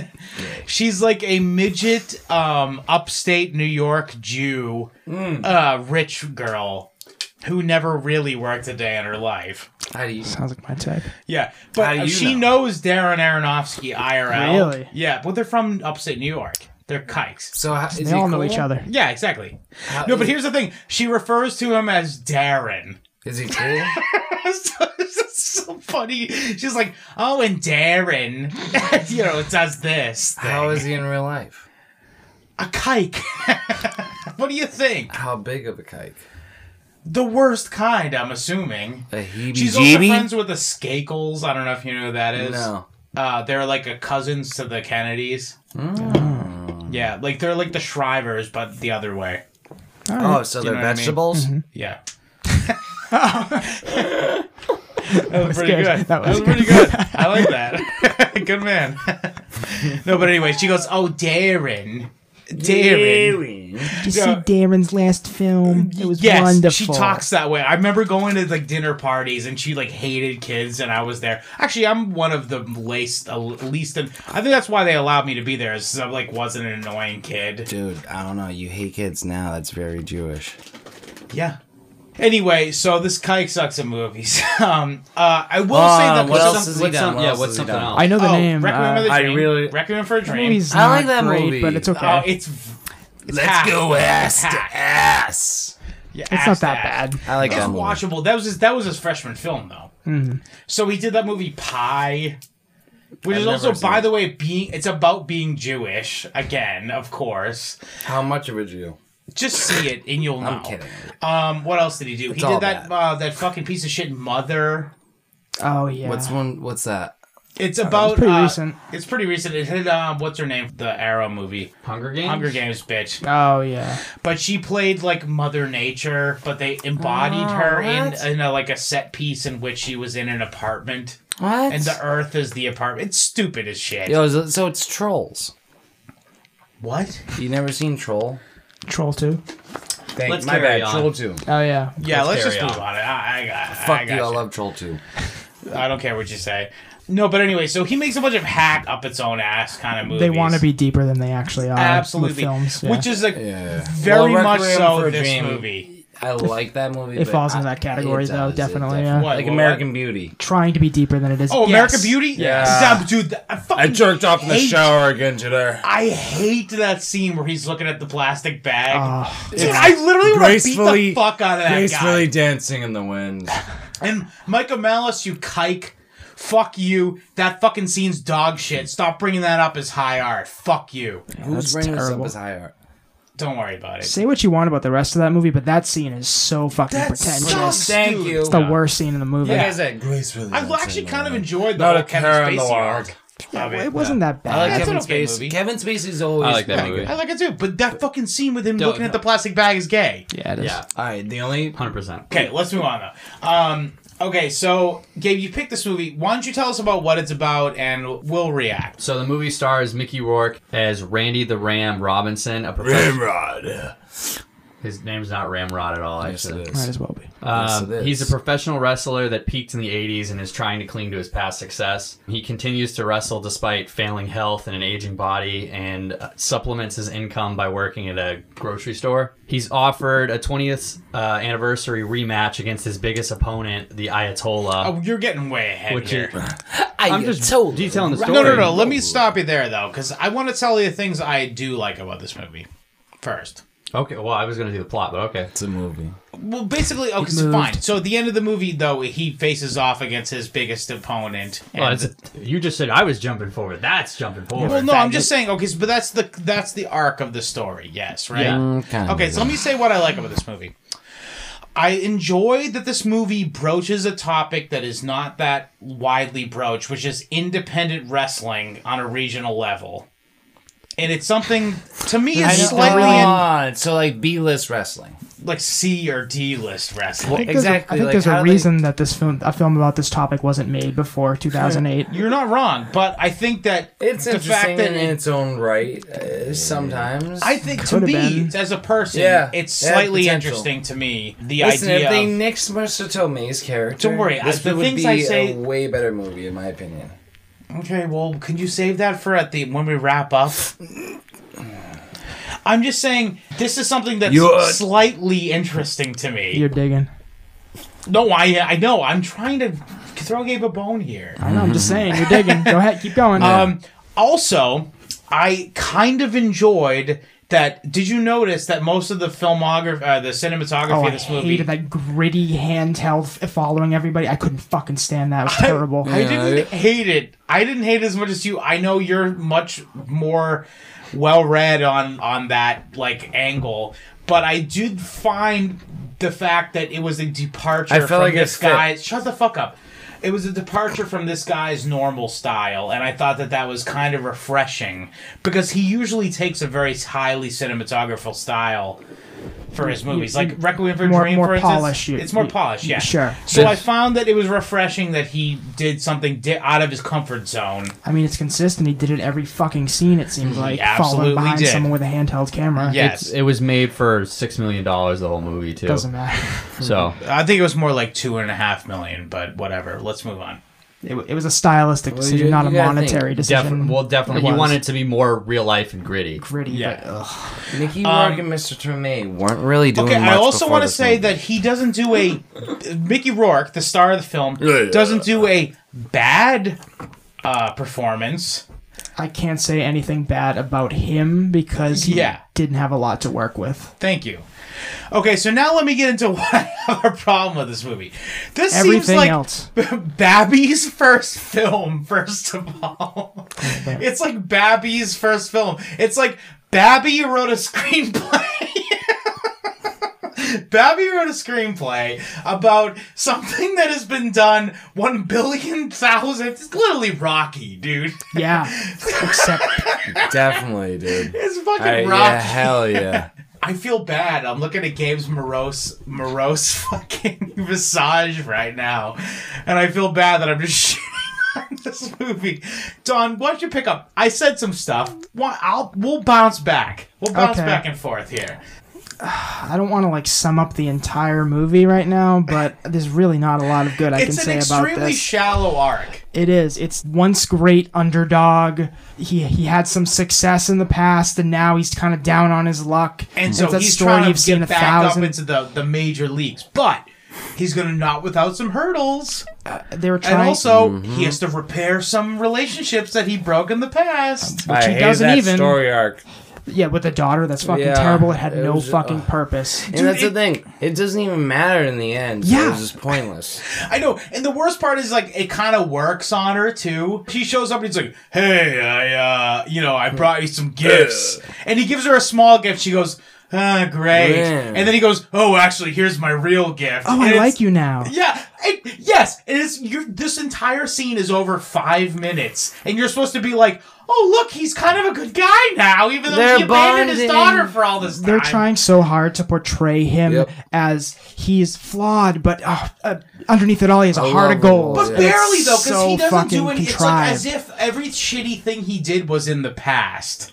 Speaker 4: she's like a midget
Speaker 2: Hmm.
Speaker 4: um upstate new york jew uh rich girl who never really worked a day in her life.
Speaker 2: How do you?
Speaker 1: Sounds like my type.
Speaker 4: Yeah,
Speaker 2: How
Speaker 4: but
Speaker 2: do you
Speaker 4: she
Speaker 2: know?
Speaker 4: knows Darren Aronofsky IRL.
Speaker 1: Really?
Speaker 4: Yeah, but they're from upstate New York. They're kikes.
Speaker 2: So how, is
Speaker 1: They
Speaker 2: he
Speaker 1: all know
Speaker 2: cool?
Speaker 1: each other.
Speaker 4: Yeah, exactly.
Speaker 2: How-
Speaker 4: No, but here's the thing. She refers to him as Darren.
Speaker 2: is he cool?
Speaker 4: it's so funny. She's like, oh, and Darren, you know, does this. Thing.
Speaker 2: how is he in real life?
Speaker 4: a kike? what do you think?
Speaker 2: How big of a kike?
Speaker 4: The worst kind, I'm assuming.
Speaker 2: A heebie
Speaker 4: She's also friends with the Skakels. I don't know if you know who that is.
Speaker 2: No.
Speaker 4: Uh, they're like a cousins to the Kennedys. Yeah, like they're like the Shrivers, but the other way.
Speaker 2: Oh, so
Speaker 4: You
Speaker 2: they're
Speaker 4: know what I mean?
Speaker 2: vegetables.
Speaker 4: Yeah. that, was pretty
Speaker 1: good.
Speaker 4: good.
Speaker 1: That
Speaker 4: That
Speaker 1: was
Speaker 4: was, pretty good. I like that. good man. no, but anyway, she goes, "Oh, Darren, Darren."
Speaker 1: Did you see
Speaker 4: Yeah.
Speaker 1: Darren's last film? It was
Speaker 4: Yes,
Speaker 1: wonderful.
Speaker 4: she talks that way. I remember going to like dinner parties, and she like hated kids, and I was there. Actually, I'm one of the least, uh, least, and I think that's why they allowed me to be there. Is 'cause I like wasn't an annoying kid.
Speaker 2: Dude, I don't know. You hate kids now. That's very Jewish.
Speaker 4: Yeah. Anyway, so this kike sucks at movies. um, uh, I will say
Speaker 2: Uh, what
Speaker 4: that there's
Speaker 2: else
Speaker 4: some-
Speaker 2: has he
Speaker 4: what's
Speaker 2: done?
Speaker 4: some-
Speaker 2: What
Speaker 3: yeah,
Speaker 2: else
Speaker 3: what's
Speaker 2: has he
Speaker 3: something
Speaker 2: done?
Speaker 3: else?
Speaker 1: I know the
Speaker 4: oh,
Speaker 1: name.
Speaker 4: Requiem
Speaker 1: uh,
Speaker 4: of the
Speaker 2: I
Speaker 4: Dream.
Speaker 2: really-
Speaker 4: Requiem for a
Speaker 1: that
Speaker 4: Dream.
Speaker 1: movie's
Speaker 2: I like
Speaker 1: not
Speaker 2: that
Speaker 1: great,
Speaker 2: movie.
Speaker 1: but it's okay.
Speaker 4: Oh, it's, it's
Speaker 2: Let's
Speaker 4: hacked.
Speaker 2: go ass to
Speaker 4: Hacked.
Speaker 2: ass.
Speaker 4: Yeah,
Speaker 1: it's
Speaker 4: ass
Speaker 1: not that
Speaker 4: to ass.
Speaker 1: bad.
Speaker 2: I like
Speaker 4: It's
Speaker 2: that movie.
Speaker 4: watchable. That was his, that was his freshman film though.
Speaker 1: Mm-hmm.
Speaker 4: So he did that movie Pie, which
Speaker 2: I've
Speaker 4: is also,
Speaker 2: never seen
Speaker 4: by
Speaker 2: it.
Speaker 4: the way, being it's about being Jewish again, of course.
Speaker 2: How much of a Jew?
Speaker 4: Just see it and you'll know.
Speaker 2: I'm kidding.
Speaker 4: Um, what else did he do?
Speaker 2: It's
Speaker 4: he
Speaker 2: all
Speaker 4: did that
Speaker 2: bad.
Speaker 4: uh, that fucking piece of shit Mother.
Speaker 1: Oh yeah.
Speaker 2: What's one? What's that?
Speaker 4: It's about
Speaker 1: pretty
Speaker 4: uh,
Speaker 1: recent.
Speaker 4: It's pretty recent. It hit um, what's her name? The Arrow movie,
Speaker 3: Hunger Games.
Speaker 4: Hunger Games, bitch.
Speaker 1: oh yeah.
Speaker 4: But she played like Mother Nature, but they embodied her
Speaker 2: Oh, what?
Speaker 4: in in a, like a set piece in which she was in an apartment.
Speaker 2: What?
Speaker 4: And the Earth is the apartment. It's stupid as shit.
Speaker 2: Yo, so- so it's trolls.
Speaker 4: What?
Speaker 2: You never seen Troll?
Speaker 1: Troll two.
Speaker 2: Thank
Speaker 3: Let's
Speaker 2: my
Speaker 3: carry
Speaker 2: bad.
Speaker 3: on.
Speaker 2: Troll two.
Speaker 1: Oh yeah.
Speaker 4: Yeah, let's,
Speaker 3: carry
Speaker 4: just
Speaker 3: on.
Speaker 4: move on. I, I got. I,
Speaker 2: Fuck
Speaker 4: got
Speaker 2: you. I
Speaker 4: you.
Speaker 2: love Troll two.
Speaker 4: I don't care what you say. No, but anyway, so he makes a bunch of hack up its own ass kind of movies.
Speaker 1: They want to be deeper than they actually are. with
Speaker 4: absolutely,
Speaker 1: films, yeah.
Speaker 4: which is like
Speaker 2: Yeah.
Speaker 4: very
Speaker 2: Well,
Speaker 4: much
Speaker 2: Requiem for
Speaker 4: so
Speaker 2: a
Speaker 4: this
Speaker 2: Dream.
Speaker 4: movie.
Speaker 2: I like that movie.
Speaker 1: It
Speaker 2: but
Speaker 1: falls into
Speaker 2: I-
Speaker 1: that category,
Speaker 2: it
Speaker 1: though,
Speaker 2: does, it
Speaker 1: definitely,
Speaker 2: does.
Speaker 1: yeah.
Speaker 4: What,
Speaker 2: Like
Speaker 4: what,
Speaker 2: American Beauty.
Speaker 1: trying to be deeper than it is.
Speaker 4: Oh,
Speaker 1: Yes.
Speaker 4: American Beauty.
Speaker 2: Yeah.
Speaker 4: Stop, dude. I fucking.
Speaker 2: off
Speaker 4: in the hate- shower
Speaker 2: again today.
Speaker 4: I hate that scene where he's looking at the plastic bag.
Speaker 1: Oh,
Speaker 4: Dude, I literally want to beat the
Speaker 2: Gracefully-
Speaker 4: fuck out of that guy.
Speaker 2: Gracefully dancing in the wind.
Speaker 4: And Michael Malice, you kike. Fuck you. That fucking scene's dog shit. Stop bringing that up as high art. Fuck you.
Speaker 1: that's
Speaker 2: Who's bringing this up
Speaker 1: terrible.
Speaker 2: as high art?
Speaker 4: Don't worry about it.
Speaker 1: say what you want about the rest of that movie, but that scene is so fucking
Speaker 4: That's
Speaker 1: pretentious.
Speaker 4: so
Speaker 1: it's
Speaker 2: Thank
Speaker 4: Dude.
Speaker 2: you.
Speaker 1: the worst scene in the movie.
Speaker 2: Like
Speaker 4: Yeah.
Speaker 2: I said, gracefully.
Speaker 4: I
Speaker 2: dancing
Speaker 4: actually
Speaker 2: in
Speaker 4: kind
Speaker 2: the
Speaker 4: of
Speaker 2: wind.
Speaker 4: enjoyed the
Speaker 2: Not a
Speaker 4: whole
Speaker 2: care in
Speaker 4: Kevin
Speaker 2: the
Speaker 4: Spacey
Speaker 2: world.
Speaker 4: arc. of
Speaker 1: it
Speaker 4: it.
Speaker 1: wasn't that bad.
Speaker 2: I like
Speaker 4: That's
Speaker 2: Kevin
Speaker 4: an okay
Speaker 2: Spacey.
Speaker 4: movie.
Speaker 2: Kevin Spacey's always.
Speaker 3: I like that
Speaker 2: pretty
Speaker 3: movie.
Speaker 4: I like it too, but that fucking scene with him
Speaker 3: Don't
Speaker 4: looking at
Speaker 3: know.
Speaker 4: the plastic bag is gay.
Speaker 1: yeah, it is.
Speaker 3: Yeah,
Speaker 2: All right, the only
Speaker 3: hundred percent.
Speaker 4: Okay, let's move on though. Um, okay, so Gabe, you picked this movie. Why don't you tell us about what it's about and we'll react?
Speaker 3: So the movie stars Mickey Rourke as Randy the Ram Robinson, a professional.
Speaker 2: Ramrod.
Speaker 3: His name's not Ramrod at all.
Speaker 2: Yes,
Speaker 3: Actually,
Speaker 2: it
Speaker 1: Might
Speaker 2: is.
Speaker 1: as well be.
Speaker 2: Yes,
Speaker 3: Um,
Speaker 2: it is.
Speaker 3: he's a professional wrestler that peaked in the 80s and is trying to cling to his past success. He continues to wrestle despite failing health and an aging body and uh, supplements his income by working at a grocery store. He's offered a 20th uh, anniversary rematch against his biggest opponent, the Ayatollah.
Speaker 4: Oh, you're getting way ahead
Speaker 3: which
Speaker 4: here.
Speaker 3: is, I'm just detailing the story.
Speaker 4: No, no, no. Let me stop you there though, because I want to tell you things I do like about this movie first.
Speaker 3: Okay, well, I was going to do the plot, but okay.
Speaker 2: It's a movie.
Speaker 4: Well, basically, okay, so
Speaker 1: moved.
Speaker 4: fine. So at the end of the movie, though, he faces off against his biggest opponent.
Speaker 3: Well,
Speaker 4: and-
Speaker 3: it's, you just said I was jumping forward. That's jumping forward.
Speaker 4: Well, no, I'm just saying. Okay, so- but that's the that's the arc of the story. Yes, right.
Speaker 3: Yeah.
Speaker 4: Okay, so let me say what I like about this movie. I enjoy that this movie broaches a topic that is not that widely broached, which is independent wrestling on a regional level. And it's something to me is slightly
Speaker 2: Come
Speaker 4: in,
Speaker 2: on. So like B-list wrestling.
Speaker 4: like C or D list
Speaker 1: I
Speaker 4: wrestling.
Speaker 1: think there's a-
Speaker 2: Exactly,
Speaker 1: I think
Speaker 2: like,
Speaker 1: there's
Speaker 2: how
Speaker 1: a
Speaker 2: do they-
Speaker 1: reason that this film, a film about this topic, wasn't made before 2008.
Speaker 4: You're not wrong, but I think that
Speaker 2: It's
Speaker 4: the
Speaker 2: interesting
Speaker 4: fact that
Speaker 2: in its own right. Uh, sometimes.
Speaker 4: I think to
Speaker 1: Coulda
Speaker 4: me,
Speaker 1: been.
Speaker 4: as a person,
Speaker 2: Yeah,
Speaker 4: it's
Speaker 2: it had
Speaker 4: slightly
Speaker 2: potential.
Speaker 4: interesting to me. The
Speaker 2: Listen,
Speaker 4: idea
Speaker 2: if they
Speaker 4: of-
Speaker 2: nixed Marissa Tomei's character,
Speaker 4: Don't worry, I-
Speaker 2: this
Speaker 4: the
Speaker 2: would
Speaker 4: things
Speaker 2: be
Speaker 4: I say-
Speaker 2: a way better movie, in my opinion.
Speaker 4: Okay, well, can you save that for at the when we wrap up? I'm just saying this is something that's
Speaker 2: You're-
Speaker 4: slightly interesting to me.
Speaker 1: You're digging.
Speaker 4: No, I I know. I'm trying to throw Gabe a bone here.
Speaker 1: I know, I'm just saying. You're digging. Go ahead, keep going.
Speaker 4: Um, also, I kind of enjoyed that. Did you notice that most of the filmography, uh, the cinematography
Speaker 1: oh,
Speaker 4: of
Speaker 1: I
Speaker 4: this movie?
Speaker 1: hated that gritty handheld f- following everybody. I couldn't fucking stand that. It was terrible.
Speaker 4: I
Speaker 2: Yeah,
Speaker 4: didn't hate it. I didn't hate it as much as you. I know you're much more well read on on that like angle, but I did find the fact that it was a departure
Speaker 2: I felt
Speaker 4: from
Speaker 2: like it
Speaker 4: this
Speaker 2: fit.
Speaker 4: guy. Shut the fuck up. It was a departure from this guy's normal style, and I thought that that was kind of refreshing because he usually takes a very highly cinematographical style for his movies, like Requiem for a
Speaker 1: More-
Speaker 4: Dream,
Speaker 1: more
Speaker 4: for instance.
Speaker 1: polished, you-
Speaker 4: it's more
Speaker 1: you-
Speaker 4: polished, yeah.
Speaker 1: sure.
Speaker 4: So I
Speaker 2: Yes.
Speaker 4: found that it was refreshing that he did something di- out of his comfort zone.
Speaker 1: I mean, it's consistent. He did it every fucking scene. It seems like
Speaker 4: absolutely
Speaker 1: following behind
Speaker 4: did.
Speaker 1: someone with a handheld camera.
Speaker 4: Yes,
Speaker 3: It was made for six million dollars the whole movie too.
Speaker 1: doesn't matter.
Speaker 3: So
Speaker 4: I think it was more like two and a half million, but whatever. Let's move on.
Speaker 1: It, w- it was a stylistic
Speaker 2: Well,
Speaker 1: decision,
Speaker 2: you-
Speaker 1: not
Speaker 2: you
Speaker 1: a
Speaker 2: gotta
Speaker 1: monetary
Speaker 2: think.
Speaker 1: decision.
Speaker 3: definitely, well, definitely, he
Speaker 1: was.
Speaker 3: wanted it to be more real life and gritty.
Speaker 1: gritty.
Speaker 4: Yeah.
Speaker 1: But, ugh.
Speaker 2: Mickey Rourke and Mr. Tremaine weren't really doing
Speaker 4: Um, Okay,
Speaker 2: much
Speaker 4: I also
Speaker 2: before
Speaker 4: want to
Speaker 2: this
Speaker 4: say
Speaker 2: movie.
Speaker 4: that he doesn't do a Mickey Rourke, the star of the film,
Speaker 2: yeah.
Speaker 4: doesn't do a bad uh, performance.
Speaker 1: I can't say anything bad about him because he
Speaker 4: Yeah.
Speaker 1: didn't have a lot to work with.
Speaker 4: Thank you. Okay, so now let me get into why I have a problem with this movie. This seems
Speaker 1: Everything
Speaker 4: like
Speaker 1: else.
Speaker 4: Babby's first film, first of all. It's like Babby's first film. It's like Babby wrote a screenplay. Babby wrote a screenplay about something that has been done one billion thousand. It's literally Rocky, dude.
Speaker 1: Yeah. Except
Speaker 2: Definitely, dude.
Speaker 4: It's fucking
Speaker 2: I,
Speaker 4: Rocky.
Speaker 2: yeah, hell yeah.
Speaker 4: I feel bad. I'm looking at Gabe's morose, morose fucking visage right now, and I feel bad that I'm just shitting on this movie. Don, why don't you pick up? I said some stuff. Why? I'll we'll bounce back. We'll bounce
Speaker 1: Okay.
Speaker 4: back and forth here.
Speaker 1: I don't want to like sum up the entire movie right now, but there's really not a lot of good I
Speaker 4: It's an
Speaker 1: can say about
Speaker 4: extremely
Speaker 1: this.
Speaker 4: shallow arc.
Speaker 1: It is. It's once great underdog. He he had some success in the past, and now he's kind of down on his luck.
Speaker 4: And
Speaker 1: It's
Speaker 4: so
Speaker 1: a
Speaker 4: he's
Speaker 1: story
Speaker 4: trying
Speaker 1: you've
Speaker 4: to
Speaker 1: seen
Speaker 4: get
Speaker 1: a
Speaker 4: back
Speaker 1: thousand.
Speaker 4: up into the, the major leagues, but he's gonna not without some hurdles.
Speaker 1: they were
Speaker 4: And
Speaker 1: trying.
Speaker 4: also, he has to repair some relationships that he broke in the past.
Speaker 2: I
Speaker 1: he
Speaker 2: hate
Speaker 1: doesn't
Speaker 2: that
Speaker 1: even-
Speaker 2: story arc.
Speaker 1: yeah, with the daughter, that's fucking
Speaker 2: Yeah,
Speaker 1: terrible. It had
Speaker 2: it
Speaker 1: no
Speaker 2: was-
Speaker 1: fucking purpose.
Speaker 2: and that's the thing. It doesn't even matter in the end. so
Speaker 1: Yeah.
Speaker 2: It was just pointless.
Speaker 4: I know, and the worst part is like it kind of works on her too. She shows up and he's like, "Hey, I, uh, you know, I brought you some gifts," and he gives her a small gift. She goes, "Ah, great,"
Speaker 2: Yeah.
Speaker 4: and then he goes, "Oh, actually, here's my real gift."
Speaker 1: Oh,
Speaker 4: And
Speaker 1: I
Speaker 4: it's-
Speaker 1: like you now.
Speaker 4: Yeah, and yes, it is. You're, this entire scene is over five minutes, and you're supposed to be like, "Oh, look, he's kind of a good guy now," even though
Speaker 2: They're
Speaker 4: he abandoned his
Speaker 2: bonding.
Speaker 4: daughter for all this time.
Speaker 1: They're trying so hard to portray him
Speaker 2: Yep.
Speaker 1: as he's flawed, but uh, uh, underneath it all, he has a heart of
Speaker 2: lovable,
Speaker 1: gold.
Speaker 4: But
Speaker 2: Yeah.
Speaker 4: barely though, because
Speaker 1: so
Speaker 4: he doesn't do
Speaker 1: fucking
Speaker 4: any.
Speaker 1: contrived.
Speaker 4: It's like as if every shitty thing he did was in the past.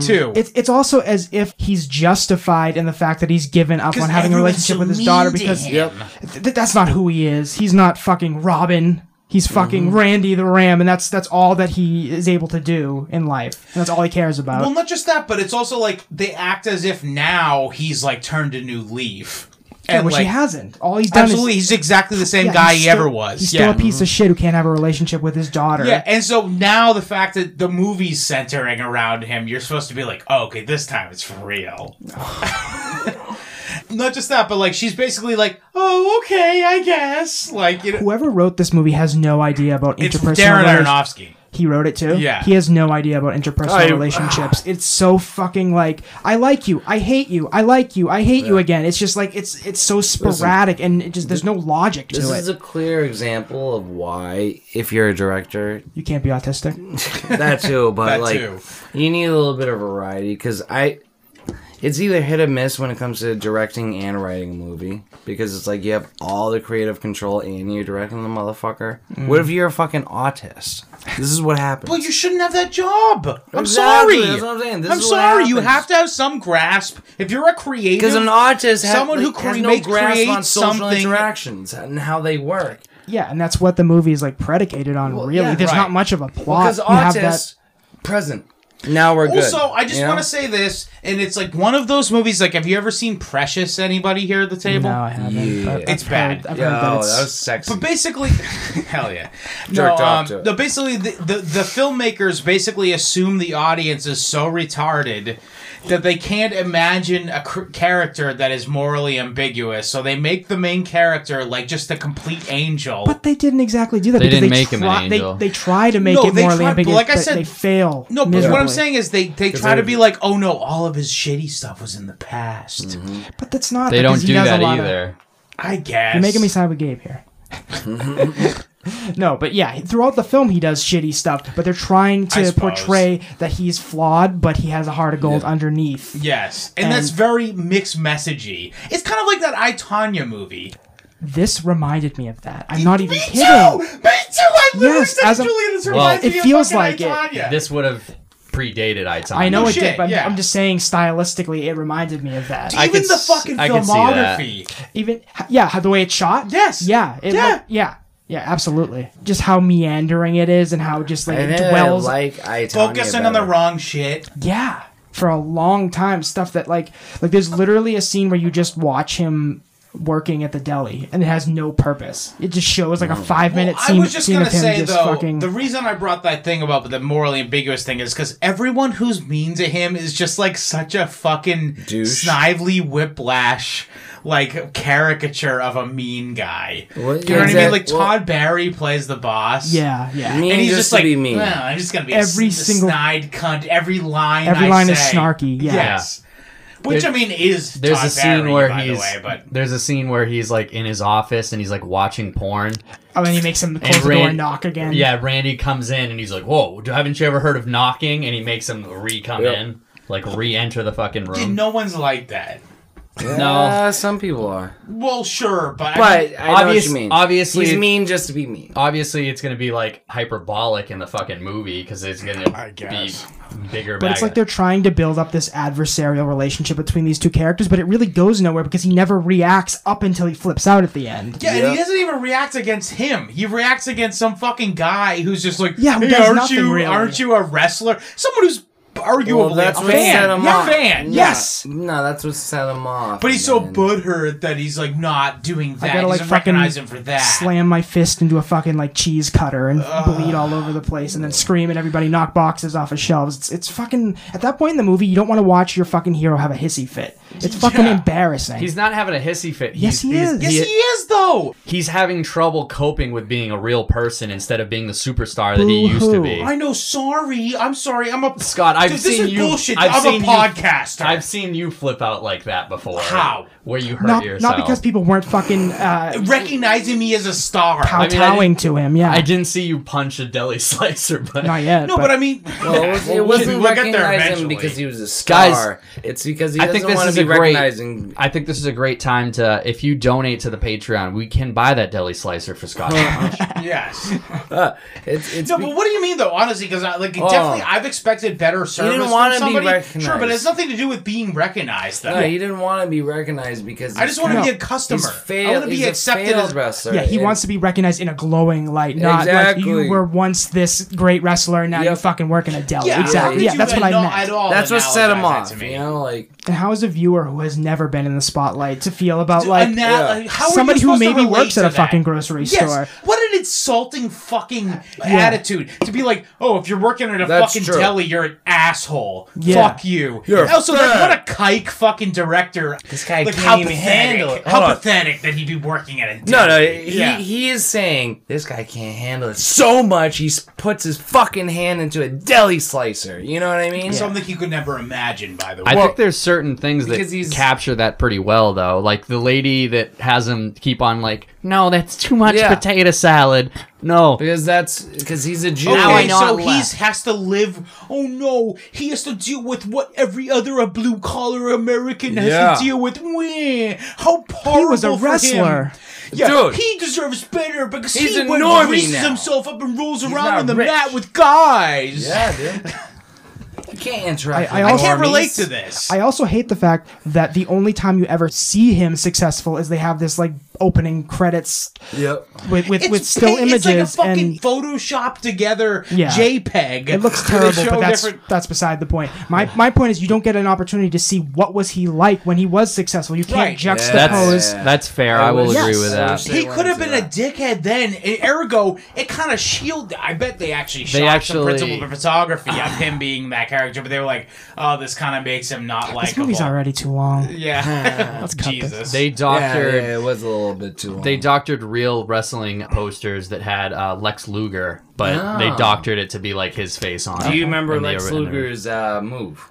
Speaker 4: Too.
Speaker 1: It's, it's also as if he's justified in the fact that he's given up
Speaker 4: 'Cause
Speaker 1: on having a
Speaker 4: everyone's
Speaker 1: relationship
Speaker 4: so
Speaker 1: with his
Speaker 4: mean
Speaker 1: daughter
Speaker 4: to
Speaker 1: because
Speaker 4: him.
Speaker 2: Yep.
Speaker 1: th- th- that's not who he is. He's not fucking Robin.
Speaker 4: Mm-hmm.
Speaker 1: He's fucking Randy the Ram, and that's that's all that he is able to do in life. And that's all he cares about.
Speaker 4: well, not just that, but it's also like they act as if now he's like turned a new leaf.
Speaker 1: Yeah,
Speaker 4: And
Speaker 1: which
Speaker 4: like,
Speaker 1: he hasn't. All he's done
Speaker 4: Absolutely,
Speaker 1: is
Speaker 4: he's exactly the same
Speaker 1: yeah,
Speaker 4: guy
Speaker 1: he's
Speaker 4: he ever
Speaker 1: still-
Speaker 4: was.
Speaker 1: He's
Speaker 4: Yeah.
Speaker 1: still a piece of shit who can't have a relationship with his daughter.
Speaker 4: Yeah, and so now the fact that the movie's centering around him, you're supposed to be like, oh, okay, this time it's for real. Not just that, but like she's basically like, oh, okay, I guess. Like, you know,
Speaker 1: Whoever wrote this movie has no idea about
Speaker 4: it's
Speaker 1: interpersonal
Speaker 4: Darren
Speaker 1: relationships.
Speaker 4: Aronofsky.
Speaker 1: He wrote it too.
Speaker 4: Yeah.
Speaker 1: He has no idea about interpersonal
Speaker 2: I-
Speaker 1: relationships. It's so fucking like I like you, I hate you, I like you, I hate you again. It's just like it's it's so sporadic and it just there's no logic to
Speaker 2: This
Speaker 1: it.
Speaker 2: is a clear example of why, if you're a director,
Speaker 1: you can't be autistic.
Speaker 2: that too, but
Speaker 4: That
Speaker 2: like
Speaker 4: too.
Speaker 2: you need a little bit of variety because I, it's either hit or miss when it comes to directing and writing a movie because it's like you have all the creative control and you're directing the motherfucker. What if you're a fucking autist? This is what happens.
Speaker 4: Mm. Well, you shouldn't have that job. I'm
Speaker 2: Exactly,
Speaker 4: sorry.
Speaker 2: that's what I'm saying. This
Speaker 4: I'm
Speaker 2: is what
Speaker 4: sorry. you
Speaker 2: happens.
Speaker 4: have to have some grasp. If you're a creative,
Speaker 2: because an autist has
Speaker 4: someone who
Speaker 2: like, has
Speaker 4: cre-
Speaker 2: no
Speaker 4: make-
Speaker 2: grasp on
Speaker 4: creates
Speaker 2: social
Speaker 4: something-
Speaker 2: interactions and how they work.
Speaker 1: Yeah, and that's what the movie is like predicated on. really,
Speaker 2: yeah,
Speaker 1: there's
Speaker 4: right.
Speaker 1: not much of a plot.
Speaker 2: Because
Speaker 1: You have that-
Speaker 2: autists present Now we're good.
Speaker 4: Also, I just
Speaker 2: you know?
Speaker 4: want to say this, and it's like one of those movies. Like, have you ever seen Precious? Anybody here at the table?
Speaker 1: No, I haven't. but
Speaker 2: Yeah.
Speaker 1: I've
Speaker 4: It's bad.
Speaker 1: heard- I've
Speaker 2: Yo,
Speaker 1: heard that
Speaker 2: that
Speaker 1: it's-
Speaker 2: was sexy.
Speaker 4: But basically, hell yeah,
Speaker 2: Jerked off
Speaker 4: um,
Speaker 2: to it.
Speaker 4: The, basically, the, the the filmmakers basically assume the audience is so retarded that they can't imagine a cr- character that is morally ambiguous. So they make the main character like just a complete angel.
Speaker 1: But they didn't exactly do that.
Speaker 3: They
Speaker 1: because
Speaker 3: didn't make him an
Speaker 1: try-
Speaker 3: angel.
Speaker 1: They, they try to make
Speaker 4: No,
Speaker 1: it
Speaker 4: they
Speaker 1: morally
Speaker 4: tried-
Speaker 1: ambiguous,
Speaker 4: like I
Speaker 1: but
Speaker 4: said-
Speaker 1: they fail.
Speaker 4: no, but what I'm
Speaker 1: miserably.
Speaker 4: saying is they, they try
Speaker 2: they-
Speaker 4: to be like, oh no, all of his shitty stuff was in the past.
Speaker 1: but that's not.
Speaker 3: They
Speaker 1: because he
Speaker 3: don't do
Speaker 1: does a
Speaker 3: that
Speaker 1: lot of-
Speaker 3: either.
Speaker 4: I guess
Speaker 1: You're making me side with Gabe here. no, but yeah, throughout the film he does shitty stuff, but they're trying
Speaker 4: I
Speaker 1: to
Speaker 4: suppose.
Speaker 1: portray that he's flawed, but he has a heart of gold underneath.
Speaker 4: Yes, and,
Speaker 1: And-
Speaker 4: that's very mixed messagey. It's kind of like that I Tanya movie.
Speaker 1: This reminded me of that. I'm not even
Speaker 4: Me too. Me too.
Speaker 1: kidding.
Speaker 4: I literally
Speaker 1: Yes,
Speaker 4: said
Speaker 1: as a-
Speaker 4: Julian this
Speaker 3: Well,
Speaker 4: reminds
Speaker 1: it
Speaker 4: me of
Speaker 1: feels
Speaker 4: fucking
Speaker 1: like
Speaker 4: I,
Speaker 1: it.
Speaker 4: Tanya.
Speaker 3: This would have predated I Tanya.
Speaker 1: I know
Speaker 4: No
Speaker 1: it
Speaker 4: shit,
Speaker 1: did, but I'm-
Speaker 4: yeah.
Speaker 1: I'm just saying stylistically, it reminded me of that.
Speaker 3: I
Speaker 4: Even
Speaker 3: could
Speaker 4: the
Speaker 3: s-
Speaker 4: fucking
Speaker 3: I could see that.
Speaker 4: filmography.
Speaker 1: Even yeah, how the way it's shot.
Speaker 4: Yes.
Speaker 1: Yeah. It
Speaker 4: Yeah.
Speaker 1: look- yeah. Yeah. Absolutely. Just how meandering it is, and how just like
Speaker 2: And
Speaker 1: it
Speaker 2: then I
Speaker 1: dwells.
Speaker 2: like I
Speaker 4: Focusing on the wrong shit.
Speaker 1: yeah for a long time stuff that like like there's literally a scene where you just watch him working at the deli and it has no purpose it just shows like a five
Speaker 4: Well,
Speaker 1: minute
Speaker 4: I
Speaker 1: scene,
Speaker 4: was just
Speaker 1: scene
Speaker 4: gonna
Speaker 1: of him
Speaker 4: say
Speaker 1: just
Speaker 4: though,
Speaker 1: fucking
Speaker 4: the reason I brought that thing about the morally ambiguous thing is because everyone who's mean to him is just like such a fucking
Speaker 2: Douche.
Speaker 4: snively whiplash, like caricature of a mean guy.
Speaker 2: What-
Speaker 4: You know what I
Speaker 2: exact-
Speaker 4: mean? Like
Speaker 2: well-
Speaker 4: Todd Barry plays the boss.
Speaker 1: yeah yeah
Speaker 2: Me-
Speaker 4: And he's
Speaker 2: Just
Speaker 4: just,
Speaker 2: to
Speaker 4: like,
Speaker 2: be mean.
Speaker 4: "Well, I'm just gonna be
Speaker 1: Every
Speaker 4: every
Speaker 1: single-
Speaker 4: single snide cunt. Every line,
Speaker 1: every
Speaker 4: I
Speaker 1: line is
Speaker 4: say.
Speaker 1: snarky yeah,
Speaker 4: Yes, which
Speaker 3: There-
Speaker 4: I mean is
Speaker 3: There's
Speaker 4: Todd
Speaker 3: a scene
Speaker 4: Barry,
Speaker 3: where
Speaker 4: by
Speaker 3: he's
Speaker 4: the way, but
Speaker 3: there's a scene where he's like in his office and he's like watching porn.
Speaker 1: oh and he makes him close the
Speaker 3: Ran-
Speaker 1: door and knock again
Speaker 3: Yeah, Randy comes in and he's like, "Whoa, do- haven't you ever heard of knocking?" And he makes him re come
Speaker 2: Yep.
Speaker 3: in, like re-enter the fucking
Speaker 4: dude,
Speaker 3: room.
Speaker 4: no one's like that.
Speaker 2: No, some people are,
Speaker 4: Well, sure, but I mean-
Speaker 2: but I know what
Speaker 3: Obvious-
Speaker 2: you mean.
Speaker 3: obviously-
Speaker 2: he's mean just to be mean.
Speaker 3: Obviously, it's gonna be like hyperbolic in the fucking movie because it's gonna
Speaker 4: I guess.
Speaker 3: be bigger.
Speaker 1: but it's
Speaker 3: bag-
Speaker 1: like they're trying to build up this adversarial relationship between these two characters but it really goes nowhere because he never reacts up until he flips out at the end
Speaker 4: Yeah, and
Speaker 2: Yep.
Speaker 4: he doesn't even react against him. He reacts against some fucking guy who's just like,
Speaker 1: Yeah, who
Speaker 4: "Hey,
Speaker 1: does
Speaker 4: aren't
Speaker 1: nothing
Speaker 4: you
Speaker 1: really."
Speaker 4: aren't you a wrestler? Someone who's arguably
Speaker 2: Well, that's
Speaker 4: a
Speaker 2: what set
Speaker 4: fan.
Speaker 2: him
Speaker 4: You're a
Speaker 2: off.
Speaker 4: fan.
Speaker 2: No,
Speaker 1: Yes.
Speaker 2: No, that's what set him off.
Speaker 4: But he's so
Speaker 2: man.
Speaker 4: butthurt that he's like not doing that.
Speaker 1: I gotta
Speaker 4: he
Speaker 1: like
Speaker 4: doesn't
Speaker 1: fucking
Speaker 4: recognize him for that.
Speaker 1: slam my fist into a fucking like cheese cutter and bleed all over the place and then scream and everybody knock boxes off of shelves. It's, it's fucking at that point in the movie you don't want to watch your fucking hero have a hissy fit. It's fucking
Speaker 4: Yeah.
Speaker 1: embarrassing.
Speaker 3: He's not having a hissy fit.
Speaker 1: Yes,
Speaker 3: he's,
Speaker 1: he
Speaker 3: he's-
Speaker 1: is.
Speaker 4: Yes, he is though.
Speaker 3: he's having trouble coping with being a real person instead of being the superstar that he used to
Speaker 1: Boo-hoo.
Speaker 3: be.
Speaker 4: I know. Sorry, I'm sorry. I'm a
Speaker 3: Scott, I've
Speaker 4: Dude, this
Speaker 3: seen
Speaker 4: is
Speaker 3: you.
Speaker 4: bullshit.
Speaker 3: I've
Speaker 4: I'm
Speaker 3: seen
Speaker 4: a
Speaker 3: you-
Speaker 4: podcaster.
Speaker 3: I've seen you flip out like that before.
Speaker 4: How?
Speaker 3: Where you hurt
Speaker 1: not,
Speaker 3: yourself?
Speaker 1: not because people weren't fucking uh,
Speaker 4: recognizing me as a star.
Speaker 1: kowtowing
Speaker 3: mean, I
Speaker 1: to him. Yeah,
Speaker 3: I didn't see you punch a deli slicer, but
Speaker 1: not yet.
Speaker 4: no, but I mean,
Speaker 2: Well, it, was,
Speaker 4: We'll-
Speaker 2: it wasn't
Speaker 4: we'll get there
Speaker 2: recognizing
Speaker 4: eventually.
Speaker 2: because he was a
Speaker 3: Guys,
Speaker 2: star. it's because he
Speaker 3: I
Speaker 2: doesn't
Speaker 3: think this
Speaker 2: want
Speaker 3: is
Speaker 2: to
Speaker 3: a
Speaker 2: be
Speaker 3: great.
Speaker 2: recognizing.
Speaker 3: I think this is a great time to. If you donate to the Patreon, we can buy that deli slicer for Scott.
Speaker 4: yes.
Speaker 2: Uh, it's it's
Speaker 4: No,
Speaker 2: be-
Speaker 4: but what do you mean though? Honestly, because I, like
Speaker 2: Oh.
Speaker 4: definitely, I've expected better service
Speaker 2: wanna
Speaker 4: from
Speaker 2: be
Speaker 4: somebody.
Speaker 2: recognized.
Speaker 4: Sure, but it's nothing to do with being recognized. Though
Speaker 2: no, uh, he didn't want to be recognized because
Speaker 4: I just want to
Speaker 1: No.
Speaker 4: be a customer.
Speaker 2: He's fail-
Speaker 4: I want to
Speaker 2: he's
Speaker 4: be
Speaker 2: a
Speaker 4: accepted
Speaker 2: failed
Speaker 4: as
Speaker 2: wrestler.
Speaker 1: yeah, he
Speaker 2: and-
Speaker 1: wants to be recognized in a glowing light, not like
Speaker 2: Exactly.
Speaker 1: you were once this great wrestler. Now you
Speaker 2: Yep.
Speaker 1: fucking work in a deli.
Speaker 4: Yeah, how
Speaker 1: exactly.
Speaker 4: could
Speaker 1: Yeah,
Speaker 4: you
Speaker 1: that's what I
Speaker 4: not
Speaker 1: meant.
Speaker 4: At all
Speaker 2: That's what set him
Speaker 4: analogize that
Speaker 2: off.
Speaker 4: To me.
Speaker 2: You know, like
Speaker 1: And how is a viewer who has never been in the spotlight to feel about like
Speaker 4: Ana-
Speaker 2: yeah.
Speaker 4: like, how are you
Speaker 1: somebody who
Speaker 4: supposed to
Speaker 1: maybe
Speaker 4: relate
Speaker 1: works at
Speaker 4: to
Speaker 1: a
Speaker 4: that?
Speaker 1: fucking grocery
Speaker 4: Yes.
Speaker 1: store.
Speaker 4: What an insulting fucking attitude to be like, oh, if you're working at a
Speaker 2: That's
Speaker 4: fucking
Speaker 2: true.
Speaker 4: deli, you're an asshole.
Speaker 1: Yeah.
Speaker 4: Fuck you.
Speaker 2: You're a
Speaker 4: also, like,
Speaker 2: fag.
Speaker 4: what a kike fucking director. This
Speaker 2: guy
Speaker 4: like,
Speaker 2: can't
Speaker 4: how
Speaker 2: even
Speaker 4: pathetic-
Speaker 2: handle it.
Speaker 4: How
Speaker 2: Hold on.
Speaker 4: pathetic that he'd be working at a deli.
Speaker 2: No, no, he,
Speaker 4: Yeah.
Speaker 2: he is saying this guy can't handle it so much. He s- puts his fucking hand into a deli slicer. You know what I mean?
Speaker 4: Something you could never imagine, by the way.
Speaker 3: I think there's certain things that
Speaker 2: because he's-
Speaker 3: capture that pretty well, though. Like the lady that has him keep on like, no, that's too much
Speaker 2: Yeah. Oh,
Speaker 3: potato salad. No,
Speaker 2: because that's because he's a Jew.
Speaker 4: Okay,
Speaker 3: Now I know
Speaker 4: so
Speaker 3: I'm
Speaker 4: he
Speaker 3: left.
Speaker 4: has to live. Oh no, he has to deal with what every other a blue collar American has
Speaker 2: Yeah.
Speaker 4: to deal with. Wah, how horrible!
Speaker 1: He was a
Speaker 4: for him.
Speaker 1: wrestler.
Speaker 4: Yeah,
Speaker 2: Dude.
Speaker 4: he deserves better because
Speaker 2: He's
Speaker 4: he
Speaker 2: a
Speaker 4: went-
Speaker 2: normie
Speaker 4: greases
Speaker 2: now.
Speaker 4: himself up and rolls around
Speaker 2: not
Speaker 4: on the
Speaker 2: rich.
Speaker 4: mat with guys.
Speaker 2: Yeah, dude. You can't interact.
Speaker 1: I- I
Speaker 2: with
Speaker 4: I
Speaker 1: also-
Speaker 4: can't
Speaker 2: normies.
Speaker 4: relate to this.
Speaker 1: I also hate the fact that the only time you ever see him successful is they have this like opening credits
Speaker 2: Yep.
Speaker 1: with with,
Speaker 4: It's
Speaker 1: with still
Speaker 4: pa-
Speaker 1: images
Speaker 4: it's like a fucking
Speaker 1: and
Speaker 4: Photoshop together
Speaker 1: Yeah.
Speaker 4: JPEG.
Speaker 1: it looks
Speaker 4: They
Speaker 1: terrible,
Speaker 4: show
Speaker 1: but that's
Speaker 4: different-
Speaker 1: that's beside the point. My my point is you don't get an opportunity to see what was he like when he was successful. You can't
Speaker 4: Right. Yeah.
Speaker 1: juxtapose.
Speaker 2: That's-
Speaker 6: That's
Speaker 2: Yeah.
Speaker 6: that's fair. I, will
Speaker 2: wish-
Speaker 6: agree
Speaker 1: Yes.
Speaker 6: with
Speaker 2: I
Speaker 6: that.
Speaker 2: wish they
Speaker 4: He
Speaker 2: went
Speaker 4: could have
Speaker 2: into
Speaker 4: been a
Speaker 2: that.
Speaker 4: dickhead then. and ergo, it kind of shielded. I bet they actually shot
Speaker 6: actually-
Speaker 4: some principle of photography of him being that character, but they were like, "Oh, this kind of makes him not like."
Speaker 1: This movie's already too long.
Speaker 4: Yeah.
Speaker 1: Let's cut this.
Speaker 4: Jesus.
Speaker 6: They
Speaker 2: Yeah,
Speaker 6: doctored
Speaker 2: yeah, it was a little bit too long.
Speaker 3: They doctored real wrestling posters that had uh, Lex Luger, but they
Speaker 2: Oh.
Speaker 3: doctored it to be like his face on it.
Speaker 2: Do you remember
Speaker 3: in the
Speaker 2: Lex
Speaker 3: ori- in the-
Speaker 2: Luger's uh, move?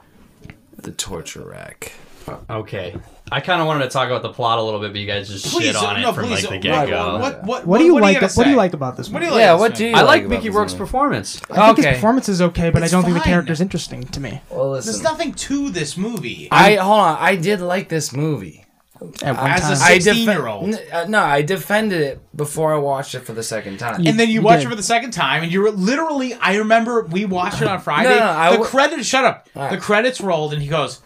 Speaker 2: The torture rack.
Speaker 3: Okay. I kind of wanted to talk about the plot a little bit, but you guys just shit on it
Speaker 4: no,
Speaker 3: from
Speaker 4: please,
Speaker 3: like the
Speaker 4: no,
Speaker 3: get go.
Speaker 4: What, what, what,
Speaker 1: What do you like?
Speaker 4: gotta
Speaker 1: What do you
Speaker 4: say?
Speaker 1: like about this?
Speaker 4: What
Speaker 1: Movie?
Speaker 4: do you like?
Speaker 2: Yeah,
Speaker 4: about
Speaker 2: what
Speaker 4: this
Speaker 2: do you
Speaker 4: movie?
Speaker 3: I like
Speaker 2: about
Speaker 3: Mickey
Speaker 2: this
Speaker 3: Rourke's
Speaker 2: movie?
Speaker 3: performance.
Speaker 1: I think
Speaker 2: Okay.
Speaker 1: his performance is okay, but
Speaker 4: It's
Speaker 1: I don't think the
Speaker 4: fine.
Speaker 1: character's interesting to me.
Speaker 2: Well,
Speaker 4: There's
Speaker 2: listen.
Speaker 4: nothing to this movie.
Speaker 2: I hold on. I did like this movie.
Speaker 1: At one
Speaker 4: As a
Speaker 1: time,
Speaker 4: s-
Speaker 2: I defe-
Speaker 4: 16-year-old.
Speaker 2: N- uh, no, I defended it before I watched it for the second time.
Speaker 4: and then you,
Speaker 1: you
Speaker 4: watch
Speaker 1: did.
Speaker 4: it for the second time, and you're literally. I remember we watched it on Friday.
Speaker 2: No, no, I
Speaker 4: the
Speaker 2: w-
Speaker 4: credits. Shut up.
Speaker 2: Alright.
Speaker 4: The credits rolled, and he goes,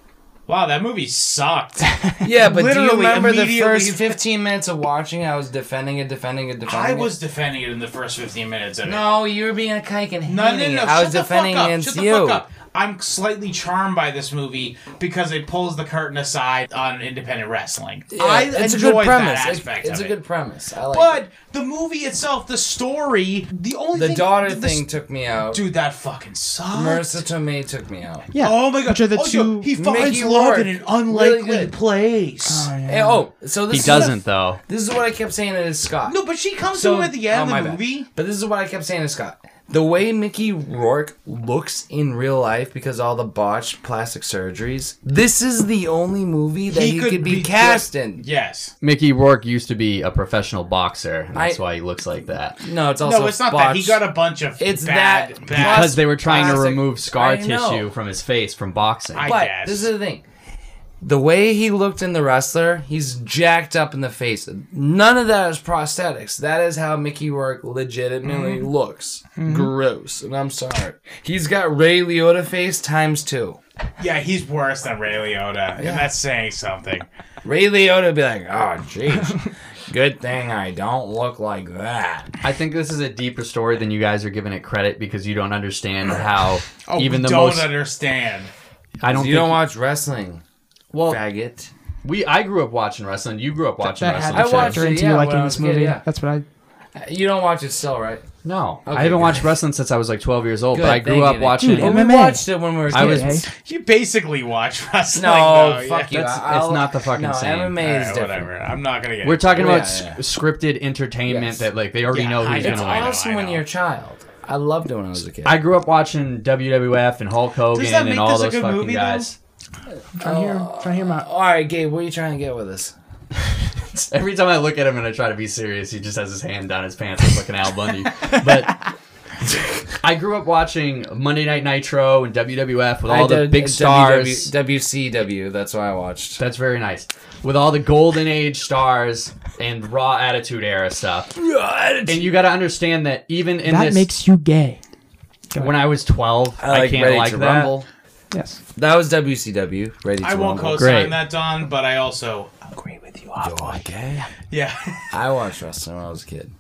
Speaker 4: "Wow, that movie sucked."
Speaker 2: yeah, but do you
Speaker 4: literally
Speaker 2: remember the
Speaker 4: immediately-
Speaker 2: first 15 minutes of watching? it? I was defending it, defending it, defending
Speaker 4: I
Speaker 2: it.
Speaker 4: was defending it in the first 15 minutes of it.
Speaker 2: No, you were being a kike and
Speaker 4: No, no, no,
Speaker 2: hating
Speaker 4: no.
Speaker 2: it. I was
Speaker 4: shut the fuck
Speaker 2: defending
Speaker 4: up.
Speaker 2: against
Speaker 4: Shut the
Speaker 2: you.
Speaker 4: fuck up. I'm slightly charmed by this movie because it pulls the curtain aside on independent wrestling.
Speaker 2: Yeah,
Speaker 4: I
Speaker 2: it's a
Speaker 4: enjoyed
Speaker 2: good premise.
Speaker 4: that
Speaker 2: It-
Speaker 4: aspect
Speaker 2: it's a
Speaker 4: of it.
Speaker 2: good premise. I like it.
Speaker 4: But the movie itself, the story, the only
Speaker 2: The
Speaker 4: thing,
Speaker 2: daughter
Speaker 4: the- the-
Speaker 2: thing took me out.
Speaker 4: dude, that fucking sucked.
Speaker 2: Marissa Tomei took me out.
Speaker 1: yeah.
Speaker 4: Oh my god!
Speaker 1: Which are the
Speaker 4: oh,
Speaker 1: two?
Speaker 4: dude, he finds
Speaker 2: Mickey
Speaker 4: love
Speaker 2: Rourke.
Speaker 4: in an unlikely
Speaker 2: Really good.
Speaker 4: place.
Speaker 1: Oh,
Speaker 2: Hey,
Speaker 1: yeah.
Speaker 2: oh, so this
Speaker 3: He
Speaker 2: is
Speaker 3: doesn't,
Speaker 2: the-
Speaker 3: though.
Speaker 2: This is what I kept saying to Scott.
Speaker 4: no, but she comes
Speaker 2: So
Speaker 4: to him at the end
Speaker 2: oh,
Speaker 4: of
Speaker 2: my
Speaker 4: the
Speaker 2: bad.
Speaker 4: movie.
Speaker 2: But this is what I kept saying to Scott. The way Mickey Rourke looks in real life because all the botched plastic surgeries. This is the only movie that he, could, be, cast in.
Speaker 4: Yes.
Speaker 3: Mickey Rourke used to be a professional boxer, and that's
Speaker 2: I-
Speaker 3: why he looks like that.
Speaker 2: No, it's also
Speaker 4: No, it's not that. He
Speaker 2: botched.
Speaker 4: got a bunch of.
Speaker 2: It's
Speaker 4: bad,
Speaker 2: that-
Speaker 4: bad
Speaker 3: Because they were trying to
Speaker 2: Classic.
Speaker 3: remove scar
Speaker 2: I know.
Speaker 3: tissue from his face from boxing.
Speaker 4: I-
Speaker 2: But
Speaker 4: guess.
Speaker 2: this is the thing. The way he looked in The Wrestler, he's jacked up in the face. None of that is prosthetics. That is how Mickey Rourke
Speaker 3: Mm-hmm.
Speaker 2: legitimately looks. Gross. And I'm sorry. He's got Ray Liotta face times two.
Speaker 4: Yeah, he's worse than Ray Liotta, and that's saying something.
Speaker 2: Ray Liotta would be like, oh, jeez. Good thing I don't look like that.
Speaker 3: I think this is a deeper story than you guys are giving it credit because you don't understand how
Speaker 4: Oh,
Speaker 3: even the
Speaker 4: don't
Speaker 3: most
Speaker 4: understand.
Speaker 3: I don't
Speaker 2: You
Speaker 3: think
Speaker 2: don't watch wrestling,
Speaker 3: well
Speaker 2: faggot.
Speaker 3: we I grew up watching wrestling. You grew up watching
Speaker 1: that had
Speaker 3: wrestling.
Speaker 1: to
Speaker 2: I watched
Speaker 1: factor
Speaker 2: it,
Speaker 1: into
Speaker 2: yeah,
Speaker 1: you
Speaker 2: when
Speaker 1: liking
Speaker 2: I
Speaker 1: this
Speaker 2: was a kid,
Speaker 1: movie.
Speaker 2: yeah.
Speaker 1: That's what I.
Speaker 2: You don't watch it still, right?
Speaker 3: No,
Speaker 2: Okay,
Speaker 3: I haven't
Speaker 2: good.
Speaker 3: watched wrestling since I was like 12 years old.
Speaker 2: Good,
Speaker 3: but I
Speaker 2: thank
Speaker 3: grew
Speaker 2: you, oh
Speaker 3: up
Speaker 2: thank
Speaker 3: watching.
Speaker 1: Dude,
Speaker 2: But we
Speaker 1: MMA.
Speaker 2: watched it when we were kids.
Speaker 3: I was
Speaker 1: Okay.
Speaker 4: You basically watch wrestling.
Speaker 2: No,
Speaker 4: though,
Speaker 2: fuck
Speaker 4: yeah.
Speaker 2: you.
Speaker 3: That's-
Speaker 2: I- I'll-
Speaker 3: it's not the fucking
Speaker 2: no,
Speaker 3: same.
Speaker 2: MMA
Speaker 4: All
Speaker 2: is
Speaker 4: right,
Speaker 2: different.
Speaker 4: whatever. I'm not gonna get.
Speaker 3: We're talking about
Speaker 2: Yeah,
Speaker 3: s-
Speaker 2: yeah.
Speaker 3: scripted entertainment
Speaker 2: Yes.
Speaker 3: that like they already
Speaker 4: Yeah,
Speaker 3: know
Speaker 4: I
Speaker 3: who's
Speaker 4: know.
Speaker 3: gonna
Speaker 4: I
Speaker 3: win.
Speaker 4: know,
Speaker 2: awesome
Speaker 4: I
Speaker 2: when
Speaker 4: know.
Speaker 2: you're a child. I loved it when I was a kid.
Speaker 3: I grew up watching WWF and Hulk Hogan
Speaker 4: that
Speaker 3: and
Speaker 4: make
Speaker 3: all
Speaker 4: this a
Speaker 3: those
Speaker 4: good
Speaker 3: fucking
Speaker 4: movie, though?
Speaker 3: guys.
Speaker 1: Trying to hear, trying to hear my.
Speaker 2: All right, Gabe, what are you trying to get with this?
Speaker 3: Every time I look at him and I try to be serious, he just has his hand down his pants like fucking Al Bundy. But I grew up watching Monday Night Nitro and WWF with all the big
Speaker 1: uh,
Speaker 3: stars.
Speaker 1: E,
Speaker 2: WCW. That's why I watched.
Speaker 3: That's very nice. With all the golden age stars and raw attitude era stuff. And you got to understand that even in
Speaker 1: That
Speaker 3: this
Speaker 1: makes you gay.
Speaker 3: when I was 12, I,
Speaker 2: I, like
Speaker 3: can't
Speaker 2: Ready
Speaker 3: like
Speaker 2: to
Speaker 3: that.
Speaker 2: Rumble.
Speaker 1: Yes.
Speaker 2: That was WCW. Ready to
Speaker 4: I won't
Speaker 2: Rumble.
Speaker 3: Great.
Speaker 4: co-sign that, Don, but I also agree with you.
Speaker 2: Okay.
Speaker 4: Yeah,
Speaker 2: I watched wrestling when I was a kid,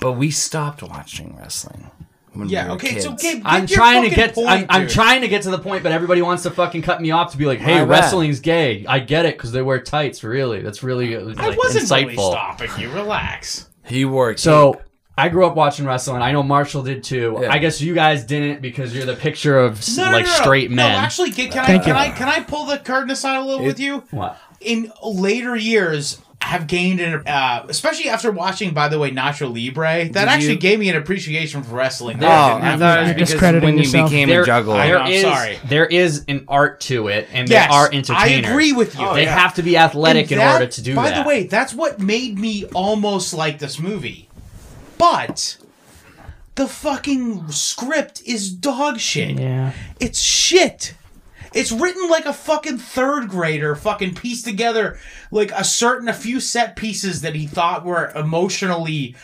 Speaker 2: but we stopped watching wrestling. When we
Speaker 4: yeah.
Speaker 2: were
Speaker 4: Okay,
Speaker 2: kids.
Speaker 4: so Gabe,
Speaker 3: I'm
Speaker 4: get your
Speaker 3: trying to
Speaker 4: fucking
Speaker 3: get
Speaker 4: Point,
Speaker 3: I'm, I'm
Speaker 4: dude.
Speaker 3: trying to get to the point, but everybody wants to fucking cut me off to be like, "Hey,
Speaker 2: My bad.
Speaker 3: wrestling's gay." I get it because they wear tights. Really, that's really uh,
Speaker 4: I
Speaker 3: like,
Speaker 4: wasn't
Speaker 3: insightful.
Speaker 4: really stopping you. Relax.
Speaker 2: He worked.
Speaker 3: So I grew up watching wrestling. I know Marshall did too.
Speaker 2: Yeah.
Speaker 3: I guess you guys didn't because you're the picture of s like straight men.
Speaker 4: No, actually, can, can I
Speaker 1: Thank
Speaker 4: can
Speaker 1: you.
Speaker 4: I can I pull the curtain aside a little with you?
Speaker 3: What?
Speaker 4: in later years have gained an uh, especially after watching by the way Nacho Libre that actually
Speaker 2: you-
Speaker 4: gave me an appreciation for wrestling.
Speaker 2: oh,
Speaker 1: Uh,
Speaker 4: That
Speaker 2: I
Speaker 4: didn't happen
Speaker 2: thought it was
Speaker 1: You're
Speaker 2: because
Speaker 1: discrediting
Speaker 2: when you
Speaker 1: yourself.
Speaker 2: became
Speaker 3: There-
Speaker 2: a juggler.
Speaker 4: I
Speaker 3: there
Speaker 4: know, I'm
Speaker 3: is-
Speaker 4: sorry.
Speaker 3: there is an art to it, and
Speaker 4: Yes,
Speaker 3: they are
Speaker 4: I
Speaker 3: entertainers.
Speaker 4: agree with you. Oh,
Speaker 3: They
Speaker 4: yeah.
Speaker 3: have to be athletic
Speaker 4: And
Speaker 3: in
Speaker 4: that-
Speaker 3: order to do
Speaker 4: by
Speaker 3: that.
Speaker 4: the way, that's what made me almost like this movie. But the fucking script is dog shit.
Speaker 1: Yeah.
Speaker 4: It's shit. It's written like a fucking third grader fucking pieced together like a certain a few set pieces that he thought were emotionally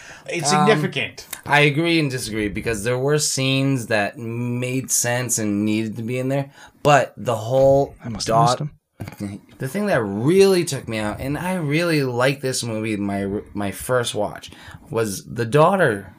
Speaker 4: insignificant.
Speaker 2: I agree and disagree because there were scenes that made sense and needed to be in there, but the whole
Speaker 1: must have missed
Speaker 2: dot
Speaker 1: 'em.
Speaker 2: the thing that really took me out, and I really liked this movie my my first watch, was the daughter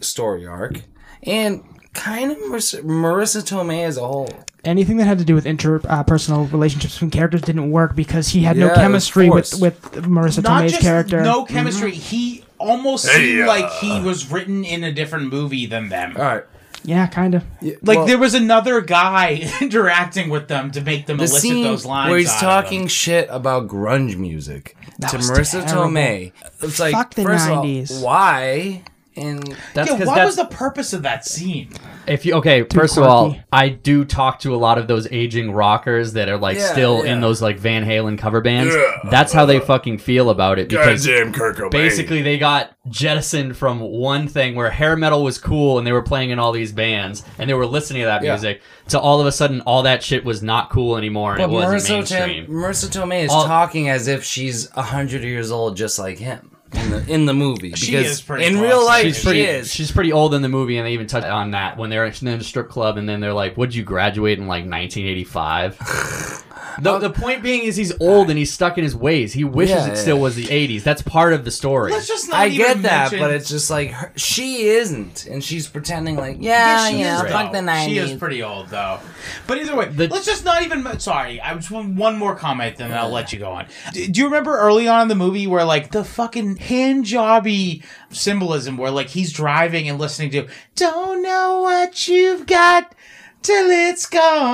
Speaker 2: story arc, and kind of Marissa, Marissa Tomei as a whole.
Speaker 1: anything that had to do with interpersonal uh, personal relationships between characters didn't work because he had
Speaker 2: Yeah,
Speaker 1: no
Speaker 2: it was
Speaker 1: chemistry with,
Speaker 2: forced.
Speaker 1: with Marissa
Speaker 4: Not
Speaker 1: Tomei's
Speaker 4: just
Speaker 1: character.
Speaker 4: no
Speaker 2: Mm-hmm.
Speaker 4: chemistry. He almost seemed like he was written in a different movie than them.
Speaker 2: All right,
Speaker 1: Yeah, kind of.
Speaker 4: Like
Speaker 2: Uh, well-
Speaker 4: there was another guy interacting with them to make them
Speaker 2: the
Speaker 4: elicit
Speaker 2: scene
Speaker 4: those lines.
Speaker 2: where he's
Speaker 4: out of
Speaker 2: talking shit about grunge music to
Speaker 1: was
Speaker 2: Marissa
Speaker 1: terrible.
Speaker 2: Tomei. It's like
Speaker 1: Fuck the
Speaker 2: first of
Speaker 1: 90s.
Speaker 2: all, why? And
Speaker 3: That's
Speaker 4: them. Yeah,
Speaker 3: because
Speaker 4: what
Speaker 3: that's
Speaker 4: was the purpose of that scene?
Speaker 3: if you okay. First of all,
Speaker 1: quirky.
Speaker 3: I do talk to a lot of those aging rockers that are like
Speaker 2: Yeah,
Speaker 3: still
Speaker 2: yeah.
Speaker 3: in those like Van Halen cover bands.
Speaker 5: Yeah.
Speaker 3: That's how they fucking feel about it because
Speaker 5: Goddamn Kirk Cobain.
Speaker 3: basically they got jettisoned from one thing where hair metal was cool and they were playing in all these bands and they were listening to that
Speaker 2: Yeah.
Speaker 3: music to all of a sudden all that shit was not cool anymore and
Speaker 2: but
Speaker 3: it wasn't
Speaker 2: Marissa, Tom-
Speaker 3: mainstream.
Speaker 2: Marissa Tomei is
Speaker 3: All-
Speaker 2: talking as if she's hundred years old, just like him in the, in the movie. Because
Speaker 4: She is pretty
Speaker 2: in
Speaker 4: close.
Speaker 2: real life,
Speaker 3: She's pretty.
Speaker 2: she is.
Speaker 3: She's pretty old in the movie, and they even touch on that when they're in the strip club, and then they're like, "Would you graduate in like 1985?" the, the point being is he's old and he's stuck in his ways. He wishes
Speaker 2: Um, Yeah,
Speaker 3: it still
Speaker 2: yeah.
Speaker 3: was the 80s. That's part of the story.
Speaker 4: Let's just not
Speaker 2: I
Speaker 4: even
Speaker 2: get that,
Speaker 4: mention-
Speaker 2: but it's just like her, she isn't, and she's pretending like yeah,
Speaker 4: Yeah, she
Speaker 2: yeah,
Speaker 4: is,
Speaker 2: fuck
Speaker 4: though.
Speaker 2: the nineties.
Speaker 4: She is pretty old though. But either way,
Speaker 3: The-
Speaker 4: let's just not even. Sorry, I just want one more comment, then I'll let you go on. D- do you remember early on in the movie where like the fucking hand jobby symbolism, where like he's driving and listening to "Don't know what you've got." Till it's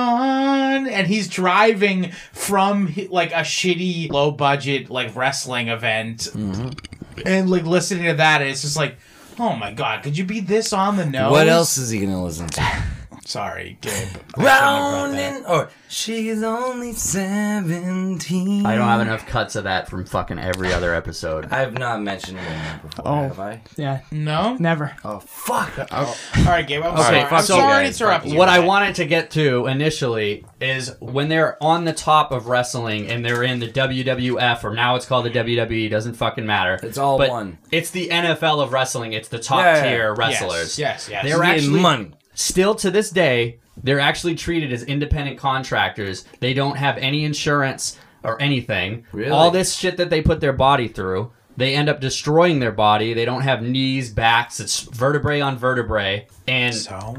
Speaker 4: gone, and he's driving from hi- like a shitty, low budget like wrestling event,
Speaker 2: Mm-hmm.
Speaker 4: and like listening to that, and it's just like, oh my god, could you be this on the nose?
Speaker 2: What else is he gonna listen to?
Speaker 4: Sorry, Gabe.
Speaker 2: Round and or she's only seventeen.
Speaker 3: I don't have enough cuts of that from fucking every other episode.
Speaker 2: I've not mentioned it before,
Speaker 1: Oh.
Speaker 2: have I?
Speaker 1: Yeah,
Speaker 4: No?
Speaker 1: never.
Speaker 2: Oh fuck!
Speaker 4: All right, Gabe. I'm sorry.
Speaker 2: fuck
Speaker 4: I'm
Speaker 2: you
Speaker 4: sorry
Speaker 2: guys.
Speaker 4: to interrupt you.
Speaker 3: What I wanted to get to initially is when they're on the top of wrestling and they're in the WWF or now it's called the WWE, doesn't fucking matter.
Speaker 2: It's all
Speaker 3: But
Speaker 2: one.
Speaker 3: It's the NFL of wrestling. It's the top
Speaker 2: Yeah, yeah,
Speaker 3: tier
Speaker 2: yeah.
Speaker 4: Yes,
Speaker 3: wrestlers.
Speaker 4: yes, yes.
Speaker 3: They're
Speaker 2: Getting
Speaker 3: actually
Speaker 2: money.
Speaker 3: still to this day, they're actually treated as independent contractors. They don't have any insurance or anything.
Speaker 2: Really?
Speaker 3: All this shit that they put their body through, they end up destroying their body. They don't have knees, backs. It's vertebrae on vertebrae. And
Speaker 4: So?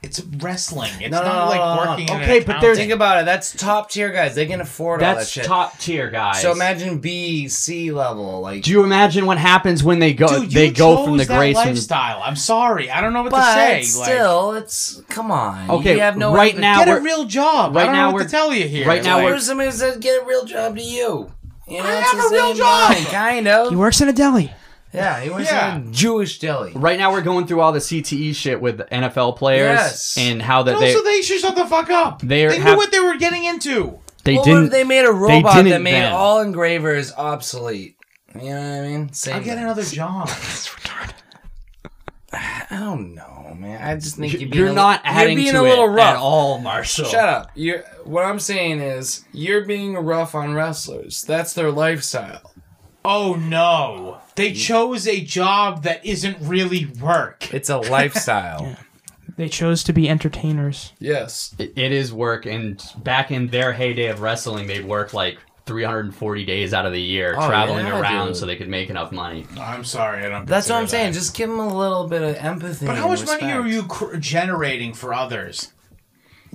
Speaker 4: It's wrestling. It's
Speaker 2: No, no,
Speaker 4: not
Speaker 2: no,
Speaker 4: like
Speaker 2: no, no, no.
Speaker 4: working in
Speaker 3: Okay,
Speaker 4: an
Speaker 3: but there's-
Speaker 2: Think about it. That's top tier guys. They can afford all that
Speaker 3: That's
Speaker 2: shit.
Speaker 3: top tier, guys.
Speaker 2: So imagine B, C level. Like
Speaker 3: Do you imagine what happens when they go?
Speaker 4: accountant. Dude,
Speaker 3: they
Speaker 4: you
Speaker 3: go from the
Speaker 4: chose that
Speaker 3: Grayson.
Speaker 4: lifestyle. I'm sorry. I don't know what
Speaker 2: but
Speaker 4: to say. like,
Speaker 2: still, it's come on.
Speaker 3: Okay,
Speaker 2: you have no
Speaker 3: right
Speaker 2: other-
Speaker 3: now-
Speaker 4: get a
Speaker 3: we're-
Speaker 4: real job.
Speaker 3: right
Speaker 4: I don't
Speaker 3: now
Speaker 4: know what
Speaker 3: we're-
Speaker 4: to tell you here.
Speaker 3: right now
Speaker 4: Like,
Speaker 2: Or
Speaker 3: we're-
Speaker 2: somebody says, "Get a real job to you." You know,
Speaker 4: I
Speaker 2: it's
Speaker 4: have
Speaker 2: the
Speaker 4: a real
Speaker 2: same
Speaker 4: job.
Speaker 2: line, kind of.
Speaker 1: He works in a deli.
Speaker 2: yeah, he works
Speaker 4: Yeah.
Speaker 2: at a Jewish deli.
Speaker 3: Right now, we're going through all the CTE shit with NFL players
Speaker 2: Yes.
Speaker 3: and how that
Speaker 4: And
Speaker 3: they
Speaker 4: also, Oh, they should shut the fuck up.
Speaker 3: They
Speaker 4: They knew
Speaker 3: have-
Speaker 4: what they were getting into.
Speaker 3: they
Speaker 2: Well, what
Speaker 3: didn't.
Speaker 2: if they made a robot that
Speaker 3: didn't
Speaker 2: made
Speaker 3: then.
Speaker 2: all engravers obsolete? You know what I mean? Same
Speaker 4: I'll get
Speaker 2: thing.
Speaker 4: another job.
Speaker 2: I don't know, man. I just think you're, being
Speaker 3: you're
Speaker 2: a-
Speaker 3: not adding
Speaker 2: you're being
Speaker 3: to
Speaker 2: a little
Speaker 3: it
Speaker 2: rough.
Speaker 3: at all, Marshall.
Speaker 2: Shut up. You're, what I'm saying is, you're being rough on wrestlers. That's their lifestyle.
Speaker 4: oh no. They chose a job that isn't really work.
Speaker 2: It's a lifestyle.
Speaker 1: They chose to be entertainers.
Speaker 2: Yes.
Speaker 3: It- it is work, and back in their heyday of wrestling, they'd work like 340 days out of the year
Speaker 2: Oh,
Speaker 3: traveling
Speaker 2: yeah,
Speaker 3: around
Speaker 2: dude.
Speaker 3: so they could make enough money.
Speaker 4: I'm sorry. I don't.
Speaker 2: That's what I'm
Speaker 4: consider
Speaker 2: saying.
Speaker 4: that.
Speaker 2: Just give them a little bit of empathy.
Speaker 4: But how much
Speaker 2: and
Speaker 4: money
Speaker 2: respect.
Speaker 4: are you cr- generating for others?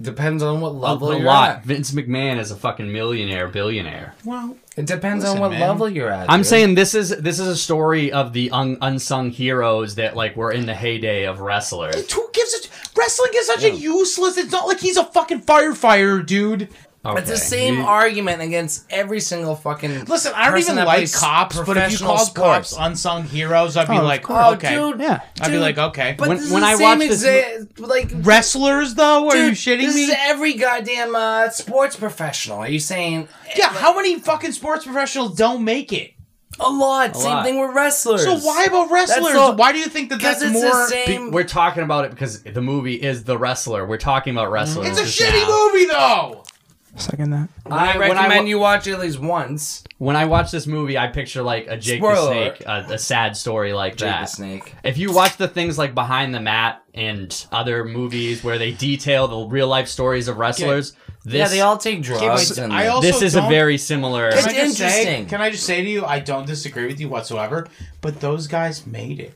Speaker 2: Depends on what
Speaker 3: A,
Speaker 2: level you're
Speaker 3: lot.
Speaker 2: at.
Speaker 3: Vince McMahon is a fucking millionaire, billionaire.
Speaker 4: Well,
Speaker 2: It depends
Speaker 4: Listen,
Speaker 2: on what
Speaker 4: man.
Speaker 2: level you're at.
Speaker 3: I'm
Speaker 2: dude.
Speaker 3: saying this is this is a story of the un- unsung heroes that like were in the heyday of wrestlers.
Speaker 4: who gives it? Wrestling is such a useless. It's not like he's a fucking firefighter, dude.
Speaker 2: It's the
Speaker 3: Okay.
Speaker 2: same
Speaker 3: You-
Speaker 2: argument against every single fucking.
Speaker 4: Listen, I don't
Speaker 2: person
Speaker 4: even
Speaker 2: that
Speaker 4: like
Speaker 2: plays
Speaker 4: cops, but if you
Speaker 2: professional
Speaker 4: called
Speaker 2: sports.
Speaker 4: cops unsung heroes, I'd be
Speaker 1: Oh, of
Speaker 4: like,
Speaker 1: course.
Speaker 2: oh,
Speaker 4: okay.
Speaker 2: dude,
Speaker 1: Yeah.
Speaker 4: I'd be
Speaker 2: dude,
Speaker 4: like, okay.
Speaker 2: But
Speaker 3: When-
Speaker 2: this is
Speaker 3: when
Speaker 2: the
Speaker 3: I
Speaker 2: same
Speaker 3: watch this
Speaker 2: exa- like,
Speaker 4: Wrestlers, though, are you
Speaker 2: dude,
Speaker 4: shitting
Speaker 2: this
Speaker 4: me?
Speaker 2: is every goddamn uh, sports professional. Are you saying
Speaker 4: yeah, how many fucking sports professionals don't make it?
Speaker 2: a lot? same
Speaker 3: lot.
Speaker 2: thing with wrestlers.
Speaker 4: So why about wrestlers?
Speaker 2: all-
Speaker 4: why do you think that
Speaker 2: Because
Speaker 4: that's
Speaker 2: it's the
Speaker 4: more?
Speaker 2: same.
Speaker 3: We're talking about it because the movie is The Wrestler. We're talking about wrestlers.
Speaker 4: It's a
Speaker 3: just
Speaker 4: shitty
Speaker 3: now.
Speaker 4: movie, though.
Speaker 1: Second that.
Speaker 7: I
Speaker 3: when I
Speaker 7: recommend
Speaker 3: wa-
Speaker 7: you watch it at least once.
Speaker 3: When I watch this movie, I picture like a Jake
Speaker 7: Spoiler.
Speaker 3: the Snake, a, a sad story like
Speaker 7: Jake
Speaker 3: that.
Speaker 7: the Snake.
Speaker 3: If you watch the things like Behind the Mat and other movies where they detail the real life stories of wrestlers, this
Speaker 2: yeah, they all take drugs.
Speaker 4: But
Speaker 2: and
Speaker 4: I
Speaker 2: they-
Speaker 4: also
Speaker 3: this is a
Speaker 4: don't-
Speaker 3: very similar.
Speaker 4: Can I
Speaker 2: It's
Speaker 4: just say-
Speaker 2: interesting.
Speaker 4: can I just say to you, I don't disagree with you whatsoever, but those guys made it.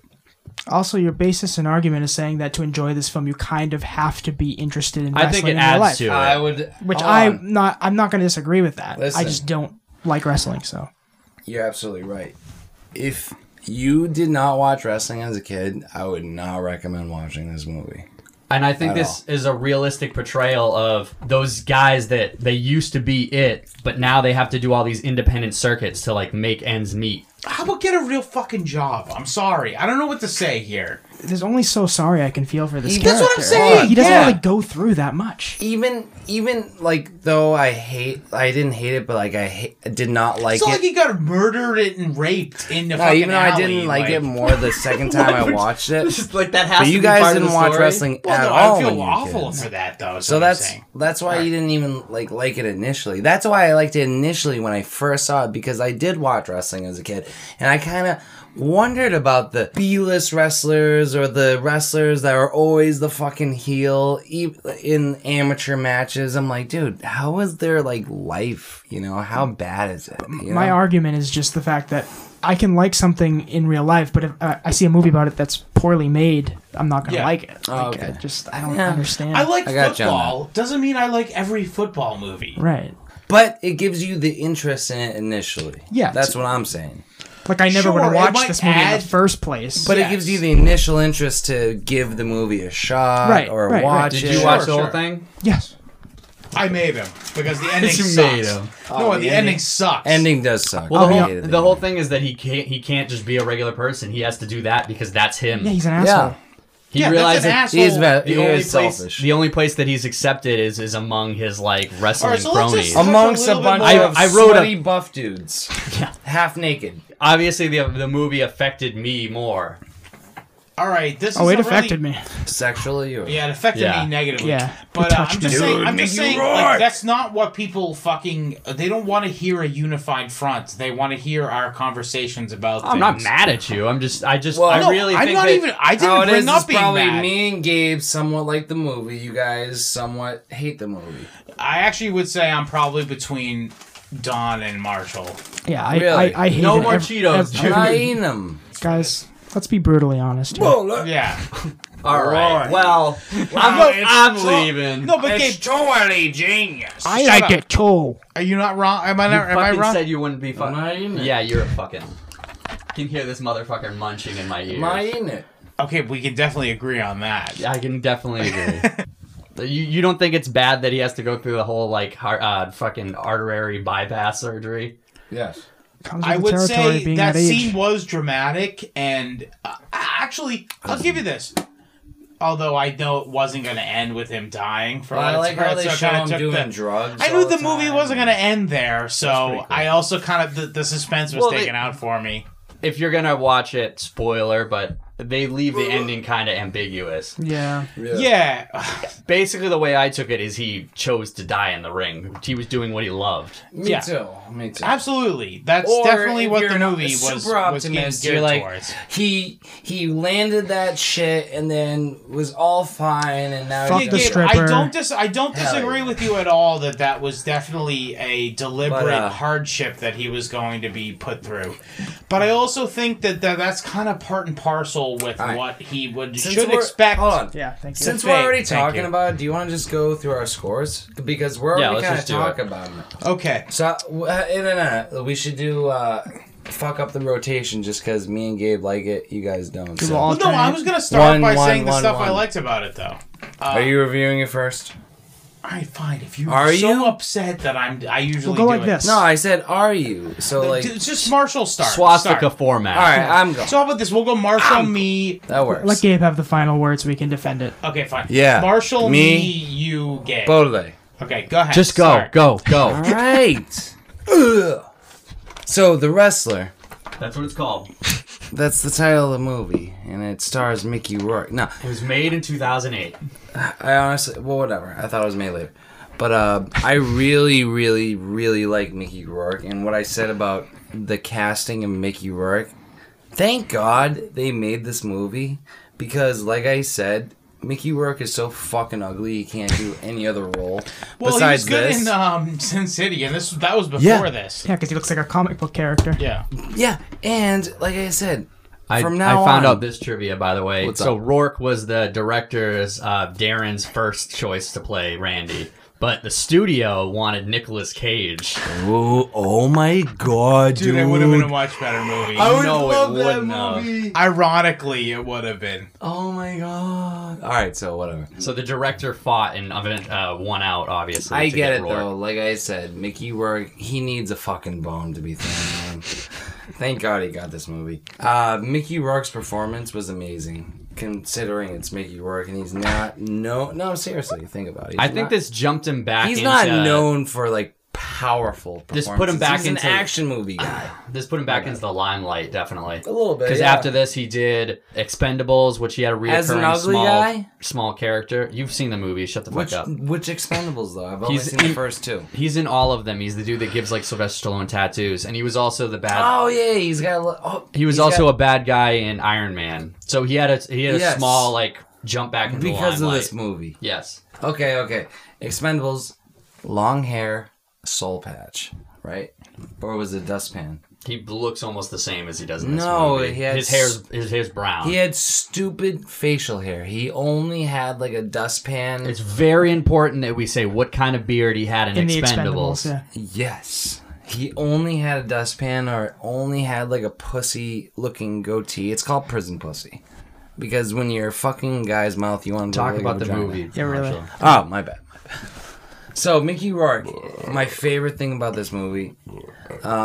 Speaker 1: Also, your basis and argument is saying that to enjoy this film, you kind of have to be interested in wrestling
Speaker 3: I think it
Speaker 1: in your life,
Speaker 3: adds to it.
Speaker 2: I would.
Speaker 1: Which
Speaker 2: hold on.
Speaker 1: I'm not. I'm not going to disagree with that. I
Speaker 7: Listen.
Speaker 1: just don't like wrestling. So
Speaker 7: You're absolutely right. If you did not watch wrestling as a kid, I would not recommend watching this movie.
Speaker 3: And I think
Speaker 7: at
Speaker 3: this is a realistic portrayal of those guys that they used to be it, but now they have to do all these independent circuits to like make ends meet.
Speaker 4: How about get a real fucking job? I'm sorry. I don't know what to say here.
Speaker 1: there's only so sorry I can feel for this.
Speaker 4: That's what I'm
Speaker 1: character.
Speaker 4: saying,
Speaker 1: He doesn't
Speaker 4: yeah.
Speaker 1: really go through that much.
Speaker 2: even even like though I hate I didn't hate it, but like I, ha- I did not like
Speaker 4: It's not
Speaker 2: it.
Speaker 4: like he got murdered and raped in the
Speaker 2: No,
Speaker 4: fucking
Speaker 2: even though I didn't
Speaker 4: alley,
Speaker 2: like, it more the second time I watched it.
Speaker 3: like that has
Speaker 2: But you guys didn't watch wrestling
Speaker 4: Well,
Speaker 2: at
Speaker 4: no,
Speaker 2: all.
Speaker 4: I
Speaker 2: when
Speaker 4: feel
Speaker 2: you were
Speaker 4: awful
Speaker 2: kids.
Speaker 4: for that though.
Speaker 2: So that's that's why you didn't even like like it initially. That's why I liked it initially when I first saw it because I did watch wrestling as a kid, and I kind of wondered about the B-list wrestlers or the wrestlers that are always the fucking heel e- in amateur matches. I'm like, dude, how is their like life? You know, how bad is it? You
Speaker 1: My
Speaker 2: know?
Speaker 1: argument is just the fact that I can like something in real life, but if uh, I see a movie about it that's poorly made, I'm not going to
Speaker 4: Yeah.
Speaker 1: like it. Like,
Speaker 2: okay.
Speaker 1: I just I don't
Speaker 2: Yeah.
Speaker 1: understand.
Speaker 4: I like
Speaker 2: I got you on
Speaker 4: football. Doesn't mean I like every football movie.
Speaker 1: right.
Speaker 2: but it gives you the interest in it initially.
Speaker 1: Yeah,
Speaker 2: that's
Speaker 1: it's-
Speaker 2: what I'm saying.
Speaker 1: Like I never
Speaker 4: Sure,
Speaker 1: would have
Speaker 4: it
Speaker 1: watched
Speaker 4: might
Speaker 1: this movie in
Speaker 4: add-
Speaker 1: the first place.
Speaker 2: But
Speaker 4: Yes.
Speaker 2: it gives you the initial interest to give the movie a shot
Speaker 1: Right,
Speaker 2: or
Speaker 1: right, right.
Speaker 2: watch
Speaker 3: Did
Speaker 2: it.
Speaker 3: you watch
Speaker 4: Sure,
Speaker 3: the whole
Speaker 4: sure.
Speaker 3: thing?
Speaker 1: yes.
Speaker 4: I made him because the ending
Speaker 3: You
Speaker 4: sucks.
Speaker 3: made him.
Speaker 4: No,
Speaker 2: Oh,
Speaker 4: the,
Speaker 2: the
Speaker 4: ending,
Speaker 2: ending-
Speaker 4: sucks.
Speaker 2: Ending does suck.
Speaker 3: Well, the
Speaker 2: I
Speaker 3: whole,
Speaker 2: hated
Speaker 3: the whole thing is that he can't he can't just be a regular person. He has to do that because that's him.
Speaker 1: Yeah, he's an
Speaker 2: ending.
Speaker 1: asshole. Oh,
Speaker 2: Yeah,
Speaker 3: he
Speaker 4: yeah,
Speaker 3: realizes
Speaker 4: that's an asshole.
Speaker 2: he is, ve-
Speaker 3: the
Speaker 2: he
Speaker 3: only
Speaker 2: is
Speaker 3: place
Speaker 2: selfish.
Speaker 3: the only place that he's accepted is is among his like wrestling
Speaker 4: All right, so let's
Speaker 3: cronies. Um,
Speaker 4: just-
Speaker 2: Amongst
Speaker 4: Touch
Speaker 2: a
Speaker 4: a little bit
Speaker 2: bunch
Speaker 4: more.
Speaker 2: of
Speaker 3: I- I wrote a-
Speaker 2: sweaty buff dudes,
Speaker 3: Yeah.
Speaker 2: half naked.
Speaker 3: Obviously, the the movie affected me more.
Speaker 4: All right, this
Speaker 1: Oh, it
Speaker 4: is a really-
Speaker 1: affected me.
Speaker 2: Sexually, or
Speaker 4: Yeah, it affected
Speaker 3: Yeah.
Speaker 4: me negatively.
Speaker 1: Yeah, it
Speaker 4: but uh,
Speaker 1: touched
Speaker 4: I'm just
Speaker 1: me.
Speaker 4: saying,
Speaker 2: Dude,
Speaker 4: I'm just
Speaker 2: make you
Speaker 4: saying,
Speaker 2: roar.
Speaker 4: like, that's not what people fucking. They don't want to hear a unified front. They want to hear our conversations about.
Speaker 3: I'm not
Speaker 4: things.
Speaker 3: mad at you. I'm just I just
Speaker 2: Well,
Speaker 3: I
Speaker 2: no,
Speaker 3: really
Speaker 4: I'm
Speaker 3: think
Speaker 4: not
Speaker 3: that-
Speaker 4: even. I didn't
Speaker 2: How Oh, it
Speaker 4: bring
Speaker 2: is,
Speaker 4: up
Speaker 2: is
Speaker 4: being
Speaker 2: probably
Speaker 4: mad.
Speaker 2: me and Gabe somewhat like the movie. You guys somewhat hate the movie.
Speaker 4: I actually would say I'm probably between Don and Marshall.
Speaker 1: Yeah, I
Speaker 2: Really?
Speaker 1: I, I hate
Speaker 3: No
Speaker 1: it
Speaker 3: more
Speaker 1: ev-
Speaker 3: Cheetos,
Speaker 1: ev-
Speaker 2: I'm not eating them.
Speaker 1: guys. Let's be brutally honest.
Speaker 4: Oh,
Speaker 1: here.
Speaker 4: Yeah.
Speaker 3: All right.
Speaker 2: Alright.
Speaker 3: Well,
Speaker 4: Wow,
Speaker 3: I'm,
Speaker 4: it's
Speaker 3: I'm
Speaker 4: so-
Speaker 3: leaving.
Speaker 4: No, but Gabe,
Speaker 2: totally genius.
Speaker 1: I
Speaker 4: shut
Speaker 1: like
Speaker 4: up.
Speaker 1: it too.
Speaker 4: are you not wrong? Am I
Speaker 3: you
Speaker 4: not? Am I
Speaker 3: fucking
Speaker 4: wrong?
Speaker 3: said you wouldn't be
Speaker 2: I'm not eating
Speaker 3: fucking.
Speaker 2: it.
Speaker 3: Yeah, you're a fucking. I can hear this motherfucker munching in my ear.
Speaker 2: I'm not eating it.
Speaker 4: okay, we can definitely agree on that.
Speaker 3: I can definitely agree. you you don't think it's bad that he has to go through the whole like heart, uh, fucking artery bypass surgery?
Speaker 2: Yes.
Speaker 1: Comes with
Speaker 4: I
Speaker 1: the
Speaker 4: would
Speaker 1: territory
Speaker 4: say
Speaker 1: of being
Speaker 4: that,
Speaker 1: that, age.
Speaker 4: scene was dramatic, and uh, actually, I'll give you this. Although I know it wasn't going to end with him dying for
Speaker 2: But
Speaker 4: what
Speaker 2: I like
Speaker 4: it's
Speaker 2: how
Speaker 4: worth,
Speaker 2: they
Speaker 4: so I
Speaker 2: show
Speaker 4: kinda
Speaker 2: him
Speaker 4: took
Speaker 2: doing
Speaker 4: the-
Speaker 2: drugs.
Speaker 4: I
Speaker 2: all
Speaker 4: knew the
Speaker 2: time.
Speaker 4: movie wasn't going to end there, so
Speaker 2: pretty cool.
Speaker 4: I also kind of the, the suspense was
Speaker 3: Well, they-
Speaker 4: taken out for me.
Speaker 3: If you're gonna watch it, spoiler, but they leave the ending kind of ambiguous.
Speaker 1: yeah.
Speaker 4: Yeah,
Speaker 3: Basically, the way I took it is he chose to die in the ring. He was doing what he loved.
Speaker 2: Me
Speaker 4: Yeah.
Speaker 2: too. Me too.
Speaker 4: absolutely. That's
Speaker 2: Or
Speaker 4: definitely
Speaker 2: if
Speaker 4: what
Speaker 2: you're
Speaker 4: the
Speaker 2: not
Speaker 4: movie was.
Speaker 2: super
Speaker 4: was
Speaker 2: optimist,
Speaker 4: being
Speaker 2: you're like
Speaker 4: geared towards.
Speaker 2: he he landed that shit and then was all fine and now
Speaker 1: Fuck the
Speaker 2: he's gonna-
Speaker 4: Gabe,
Speaker 1: strip.
Speaker 4: I
Speaker 1: stripper.
Speaker 4: don't dis- I don't
Speaker 2: Hell
Speaker 4: disagree
Speaker 2: yeah.
Speaker 4: with you at all that that was definitely a deliberate
Speaker 2: But, uh,
Speaker 4: hardship that he was going to be put through. But I also think that, that that's kind of part and parcel with
Speaker 2: right.
Speaker 4: what he would
Speaker 2: Since
Speaker 4: should
Speaker 2: we're-
Speaker 4: expect.
Speaker 2: Hold on.
Speaker 1: Yeah. Thank you.
Speaker 2: Since
Speaker 4: Fate,
Speaker 2: we're already
Speaker 4: thank
Speaker 2: talking
Speaker 4: you.
Speaker 2: about it, do you want to just go through our scores? Because we're
Speaker 3: Yeah,
Speaker 2: already
Speaker 3: let's
Speaker 2: kind of
Speaker 3: just do
Speaker 2: talk
Speaker 3: it.
Speaker 2: about it.
Speaker 4: Okay.
Speaker 2: So, w- uh, no, no, no. We should do uh, fuck up the rotation just because me and Gabe like it. You guys don't. so-
Speaker 1: Well,
Speaker 4: Well,
Speaker 1: I'll
Speaker 4: no,
Speaker 1: try
Speaker 4: I
Speaker 1: and-
Speaker 4: was going to start
Speaker 2: One,
Speaker 4: by
Speaker 2: one,
Speaker 4: saying the
Speaker 2: one,
Speaker 4: stuff I
Speaker 2: one.
Speaker 4: liked about it, though.
Speaker 2: Are you reviewing it first?
Speaker 4: All right, fine. If you're
Speaker 2: Are
Speaker 4: so
Speaker 2: you?
Speaker 4: upset that I'm, I usually
Speaker 1: We'll go
Speaker 4: do
Speaker 1: like
Speaker 4: it.
Speaker 1: this.
Speaker 2: No, I said are you. So like,
Speaker 4: Dude, it's just Marshall start.
Speaker 3: Swastika
Speaker 4: Start.
Speaker 3: format.
Speaker 2: all right, I'm going.
Speaker 4: So how about this? We'll go Marshall, me.
Speaker 2: That works.
Speaker 1: Let Gabe have the final words. We can defend it.
Speaker 4: Okay, fine.
Speaker 2: Yeah.
Speaker 4: Marshall, me,
Speaker 2: Me.
Speaker 4: you, Gabe.
Speaker 2: Both of they.
Speaker 4: Okay, go ahead.
Speaker 3: Just go,
Speaker 4: Sorry.
Speaker 3: go, go.
Speaker 2: All right. Ugh. so the wrestler.
Speaker 3: That's what it's called.
Speaker 2: That's the title of the movie, and it stars Mickey Rourke. No,
Speaker 3: It was made in 2008.
Speaker 2: I honestly, well, whatever. I thought it was made later. But uh, I really, really, really like Mickey Rourke, and what I said about the casting of Mickey Rourke. Thank God they made this movie because, like I said, Mickey Rourke is so fucking ugly. He can't do any other role
Speaker 4: Well,
Speaker 2: besides
Speaker 4: he was good
Speaker 2: this.
Speaker 4: in um, Sin City, and this that was before
Speaker 2: Yeah.
Speaker 4: this.
Speaker 1: Yeah, because he looks like a comic book character.
Speaker 4: Yeah.
Speaker 2: yeah, and like I said,
Speaker 3: I,
Speaker 2: from now
Speaker 3: I found
Speaker 2: on-
Speaker 3: out this trivia, by the way.
Speaker 2: What's
Speaker 3: so
Speaker 2: up?
Speaker 3: Rourke was the director's uh, Darren's first choice to play Randy, but the studio wanted Nicolas Cage.
Speaker 2: oh, oh my god, dude!
Speaker 4: Dude, it would have been a much better movie.
Speaker 2: I would
Speaker 3: No, it
Speaker 2: love that
Speaker 3: wouldn't have.
Speaker 2: movie.
Speaker 4: Ironically, it would have been.
Speaker 2: Oh my god! All right, so whatever.
Speaker 3: So the director fought and event- uh, won out, obviously.
Speaker 2: I
Speaker 3: to
Speaker 2: get it
Speaker 3: Rourke.
Speaker 2: though. Like I said, Mickey Rourke, he needs a fucking bone to be thin. man. Thank God he got this movie. Uh, Mickey Rourke's performance was amazing, considering it's Mickey Rourke, and he's not no no seriously. Think about it. He's
Speaker 3: I think
Speaker 2: not-
Speaker 3: this jumped him back.
Speaker 2: he's
Speaker 3: into,
Speaker 2: not known for like powerful.
Speaker 3: Just put him
Speaker 2: performances.
Speaker 3: back
Speaker 2: he's
Speaker 3: into-
Speaker 2: an action movie guy.
Speaker 3: This put him back into the limelight, definitely.
Speaker 2: A little bit,
Speaker 3: Because
Speaker 2: yeah.
Speaker 3: after this, he did Expendables, which he had a reoccurring
Speaker 2: As an ugly
Speaker 3: small
Speaker 2: guy?
Speaker 3: small character. You've seen the movie. Shut the
Speaker 2: Which
Speaker 3: fuck up.
Speaker 2: which Expendables though? I've only
Speaker 3: He's
Speaker 2: seen the
Speaker 3: in-
Speaker 2: first two.
Speaker 3: He's in all of them. He's the dude that gives like Sylvester Stallone tattoos, and he was also the bad.
Speaker 2: Oh yeah, he's got. a li- Oh,
Speaker 3: He was
Speaker 2: he's
Speaker 3: also
Speaker 2: got-
Speaker 3: a bad guy in Iron Man. So he had a he had a
Speaker 2: Yes.
Speaker 3: small like jump back into
Speaker 2: because
Speaker 3: the
Speaker 2: of
Speaker 3: limelight.
Speaker 2: this movie.
Speaker 3: Yes.
Speaker 2: Okay, okay. Expendables, long hair, soul patch, right? Or was it dustpan?
Speaker 3: He looks almost the same as he does in this
Speaker 2: No,
Speaker 3: movie.
Speaker 2: he had
Speaker 3: his
Speaker 2: s-
Speaker 3: hair's his hair's brown.
Speaker 2: He had stupid facial hair. He only had like a dustpan.
Speaker 3: it's very important that we say what kind of beard he had in,
Speaker 1: In the
Speaker 3: Expendables.
Speaker 1: Expendables, yeah.
Speaker 2: yes. He only had a dustpan or only had like a pussy looking goatee. It's called prison pussy. Because when you're fucking guy's mouth, you want to
Speaker 3: Talk about the movie.
Speaker 1: Yeah, really.
Speaker 3: Marshall.
Speaker 2: Oh, my bad. So Mickey Rourke, my favorite thing about this movie. Um,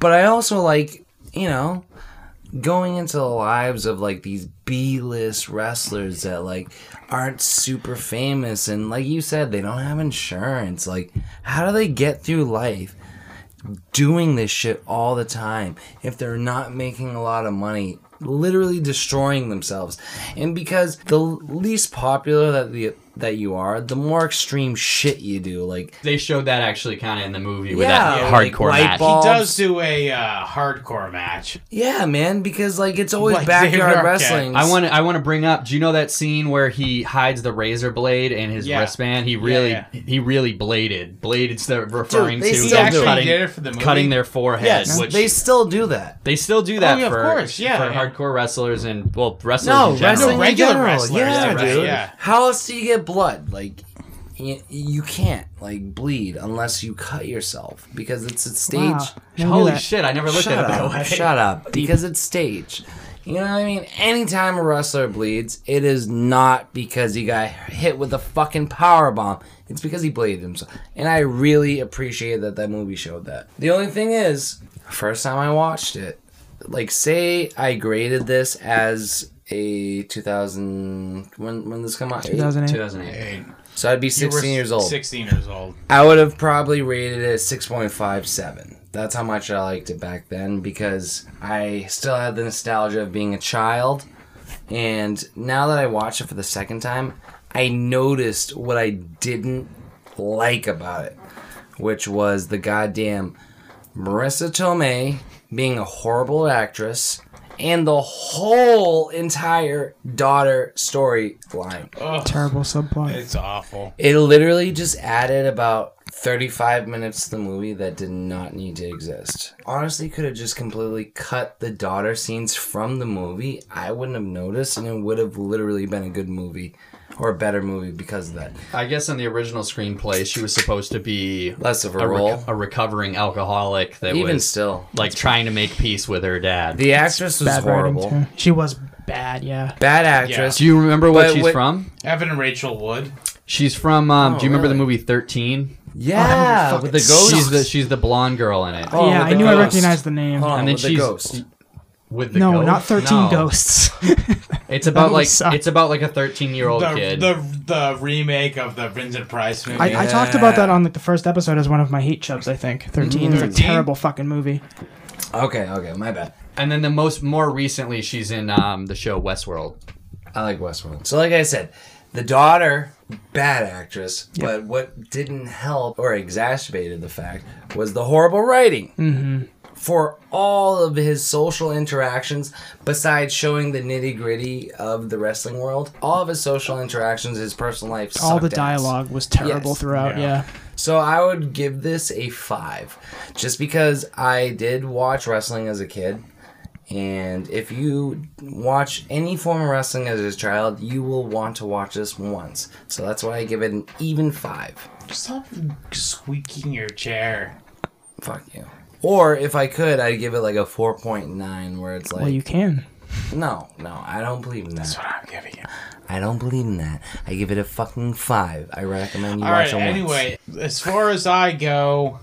Speaker 2: but I also like, you know, going into the lives of like these B-list wrestlers that like aren't super famous and like you said they don't have insurance. Like how do they get through life doing this shit all the time if they're not making a lot of money? Literally destroying themselves, and because the least popular that the that you are, the more extreme shit you do. Like
Speaker 3: They showed that actually kind of in the movie with
Speaker 2: yeah,
Speaker 3: that
Speaker 2: like
Speaker 3: hardcore
Speaker 2: light
Speaker 3: match.
Speaker 2: bulbs.
Speaker 4: He does do a uh, hardcore match.
Speaker 2: Yeah, man, because like it's always
Speaker 4: Like David Arquette.
Speaker 2: backyard wrestling.
Speaker 3: I want to I want to bring up. Do you know that scene where he hides the razor blade in his
Speaker 4: Yeah.
Speaker 3: wristband? He really
Speaker 4: yeah.
Speaker 3: he really bladed. Bladed's the referring
Speaker 2: they
Speaker 3: to
Speaker 2: still
Speaker 3: them
Speaker 2: do it.
Speaker 3: cutting,
Speaker 4: Did it for the movie?
Speaker 3: cutting their forehead,
Speaker 2: Yes,
Speaker 3: which
Speaker 2: they still do that.
Speaker 3: They still do that
Speaker 4: Oh, yeah, of
Speaker 3: for,
Speaker 4: course, yeah,
Speaker 3: for
Speaker 4: yeah.
Speaker 3: hardcore wrestlers and well wrestlers
Speaker 2: No,
Speaker 3: in general.
Speaker 2: wrestling
Speaker 4: No, regular
Speaker 2: in general.
Speaker 4: wrestlers,
Speaker 2: Yeah,
Speaker 4: right,
Speaker 2: dude.
Speaker 4: yeah.
Speaker 2: How else do you get blood? Like, you, you can't like bleed unless you cut yourself because it's a stage.
Speaker 1: Wow. I knew
Speaker 3: Holy
Speaker 1: that.
Speaker 3: shit! I never looked
Speaker 2: Shut
Speaker 3: at it that
Speaker 2: up!
Speaker 3: way.
Speaker 2: Shut up! Because it's stage. You know what I mean? Anytime a wrestler bleeds, it is not because he got hit with a fucking power bomb. It's because he bladed himself. And I really appreciate that that movie showed that. The only thing is, first time I watched it, like say I graded this as a 2000 when when this come out
Speaker 1: 2008.
Speaker 3: 2008.
Speaker 4: Hey, you
Speaker 2: so I'd be
Speaker 4: were
Speaker 2: 16 years old.
Speaker 4: 16 years old.
Speaker 2: I would have probably rated it 6.57. That's how much I liked it back then because I still had the nostalgia of being a child. And now that I watched it for the second time, I noticed what I didn't like about it, which was the goddamn Marissa Tomei being a horrible actress and the whole entire daughter storyline.
Speaker 1: Terrible subplot.
Speaker 4: It's awful.
Speaker 2: It literally just added about 35 minutes to the movie that did not need to exist. Honestly, could have just completely cut the daughter scenes from the movie. I wouldn't have noticed, and it would have literally been a good movie or a better movie because of that.
Speaker 3: I guess in the original screenplay, she was supposed to be
Speaker 2: Less of a,
Speaker 3: a, reco-
Speaker 2: role.
Speaker 3: a recovering alcoholic that
Speaker 2: Even
Speaker 3: was
Speaker 2: still,
Speaker 3: like trying to make peace with her dad.
Speaker 2: the actress was
Speaker 1: Bad writing
Speaker 2: horrible.
Speaker 1: too. She was bad. Yeah.
Speaker 2: Bad actress.
Speaker 3: do you remember what
Speaker 2: But
Speaker 3: she's
Speaker 2: what-
Speaker 3: from?
Speaker 4: Evan and Rachel Wood.
Speaker 3: She's from. Um,
Speaker 2: Oh,
Speaker 3: do you remember the
Speaker 2: really?
Speaker 3: movie Thirteen?
Speaker 2: Yeah,
Speaker 1: Oh,
Speaker 2: with the ghost.
Speaker 1: fucking
Speaker 3: She's the she's the blonde girl in it.
Speaker 2: Oh,
Speaker 1: yeah,
Speaker 2: with
Speaker 1: I
Speaker 2: the
Speaker 1: knew I
Speaker 2: ghost.
Speaker 1: recognized the name.
Speaker 2: Hold on,
Speaker 3: And then
Speaker 2: with the
Speaker 3: she's-
Speaker 2: ghost.
Speaker 3: With the
Speaker 1: no,
Speaker 3: ghost?
Speaker 1: not 13
Speaker 3: No.
Speaker 1: Ghosts.
Speaker 3: It's about
Speaker 1: movie
Speaker 3: like
Speaker 1: sucked.
Speaker 3: it's about like a thirteen year old
Speaker 4: The,
Speaker 3: kid.
Speaker 4: the the remake of the Vincent Price movie.
Speaker 1: I, I talked about that on like the first episode as one of my hate chubs. I think 13 is a
Speaker 4: 13?
Speaker 1: terrible fucking movie.
Speaker 2: Okay, okay, my bad.
Speaker 3: and then the most more recently, she's in um, the show Westworld.
Speaker 2: I like Westworld. So, like I said, the daughter bad actress, but what didn't help or exacerbated the fact was the horrible writing. Mm-hmm. For all of his social interactions, besides showing the nitty gritty of the wrestling world, all of his social interactions, his personal life,
Speaker 1: All the
Speaker 2: sucked ass.
Speaker 1: dialogue was terrible
Speaker 2: Yes.
Speaker 1: throughout.
Speaker 4: Yeah.
Speaker 1: Yeah.
Speaker 2: So I would give this a five, just because I did watch wrestling as a kid, and if you watch any form of wrestling as a child, you will want to watch this once. So that's why I give it an even five.
Speaker 4: Stop squeaking your chair.
Speaker 2: Fuck you. Or if I could, I'd give it like a four point nine, where it's like,
Speaker 1: Well, you can.
Speaker 2: no, no, I don't believe in that.
Speaker 4: That's what I'm giving you.
Speaker 2: I don't believe in that. I give it a fucking five. I recommend you
Speaker 4: All
Speaker 2: watch
Speaker 4: right.
Speaker 2: it once.
Speaker 4: Anyway, as far as I go,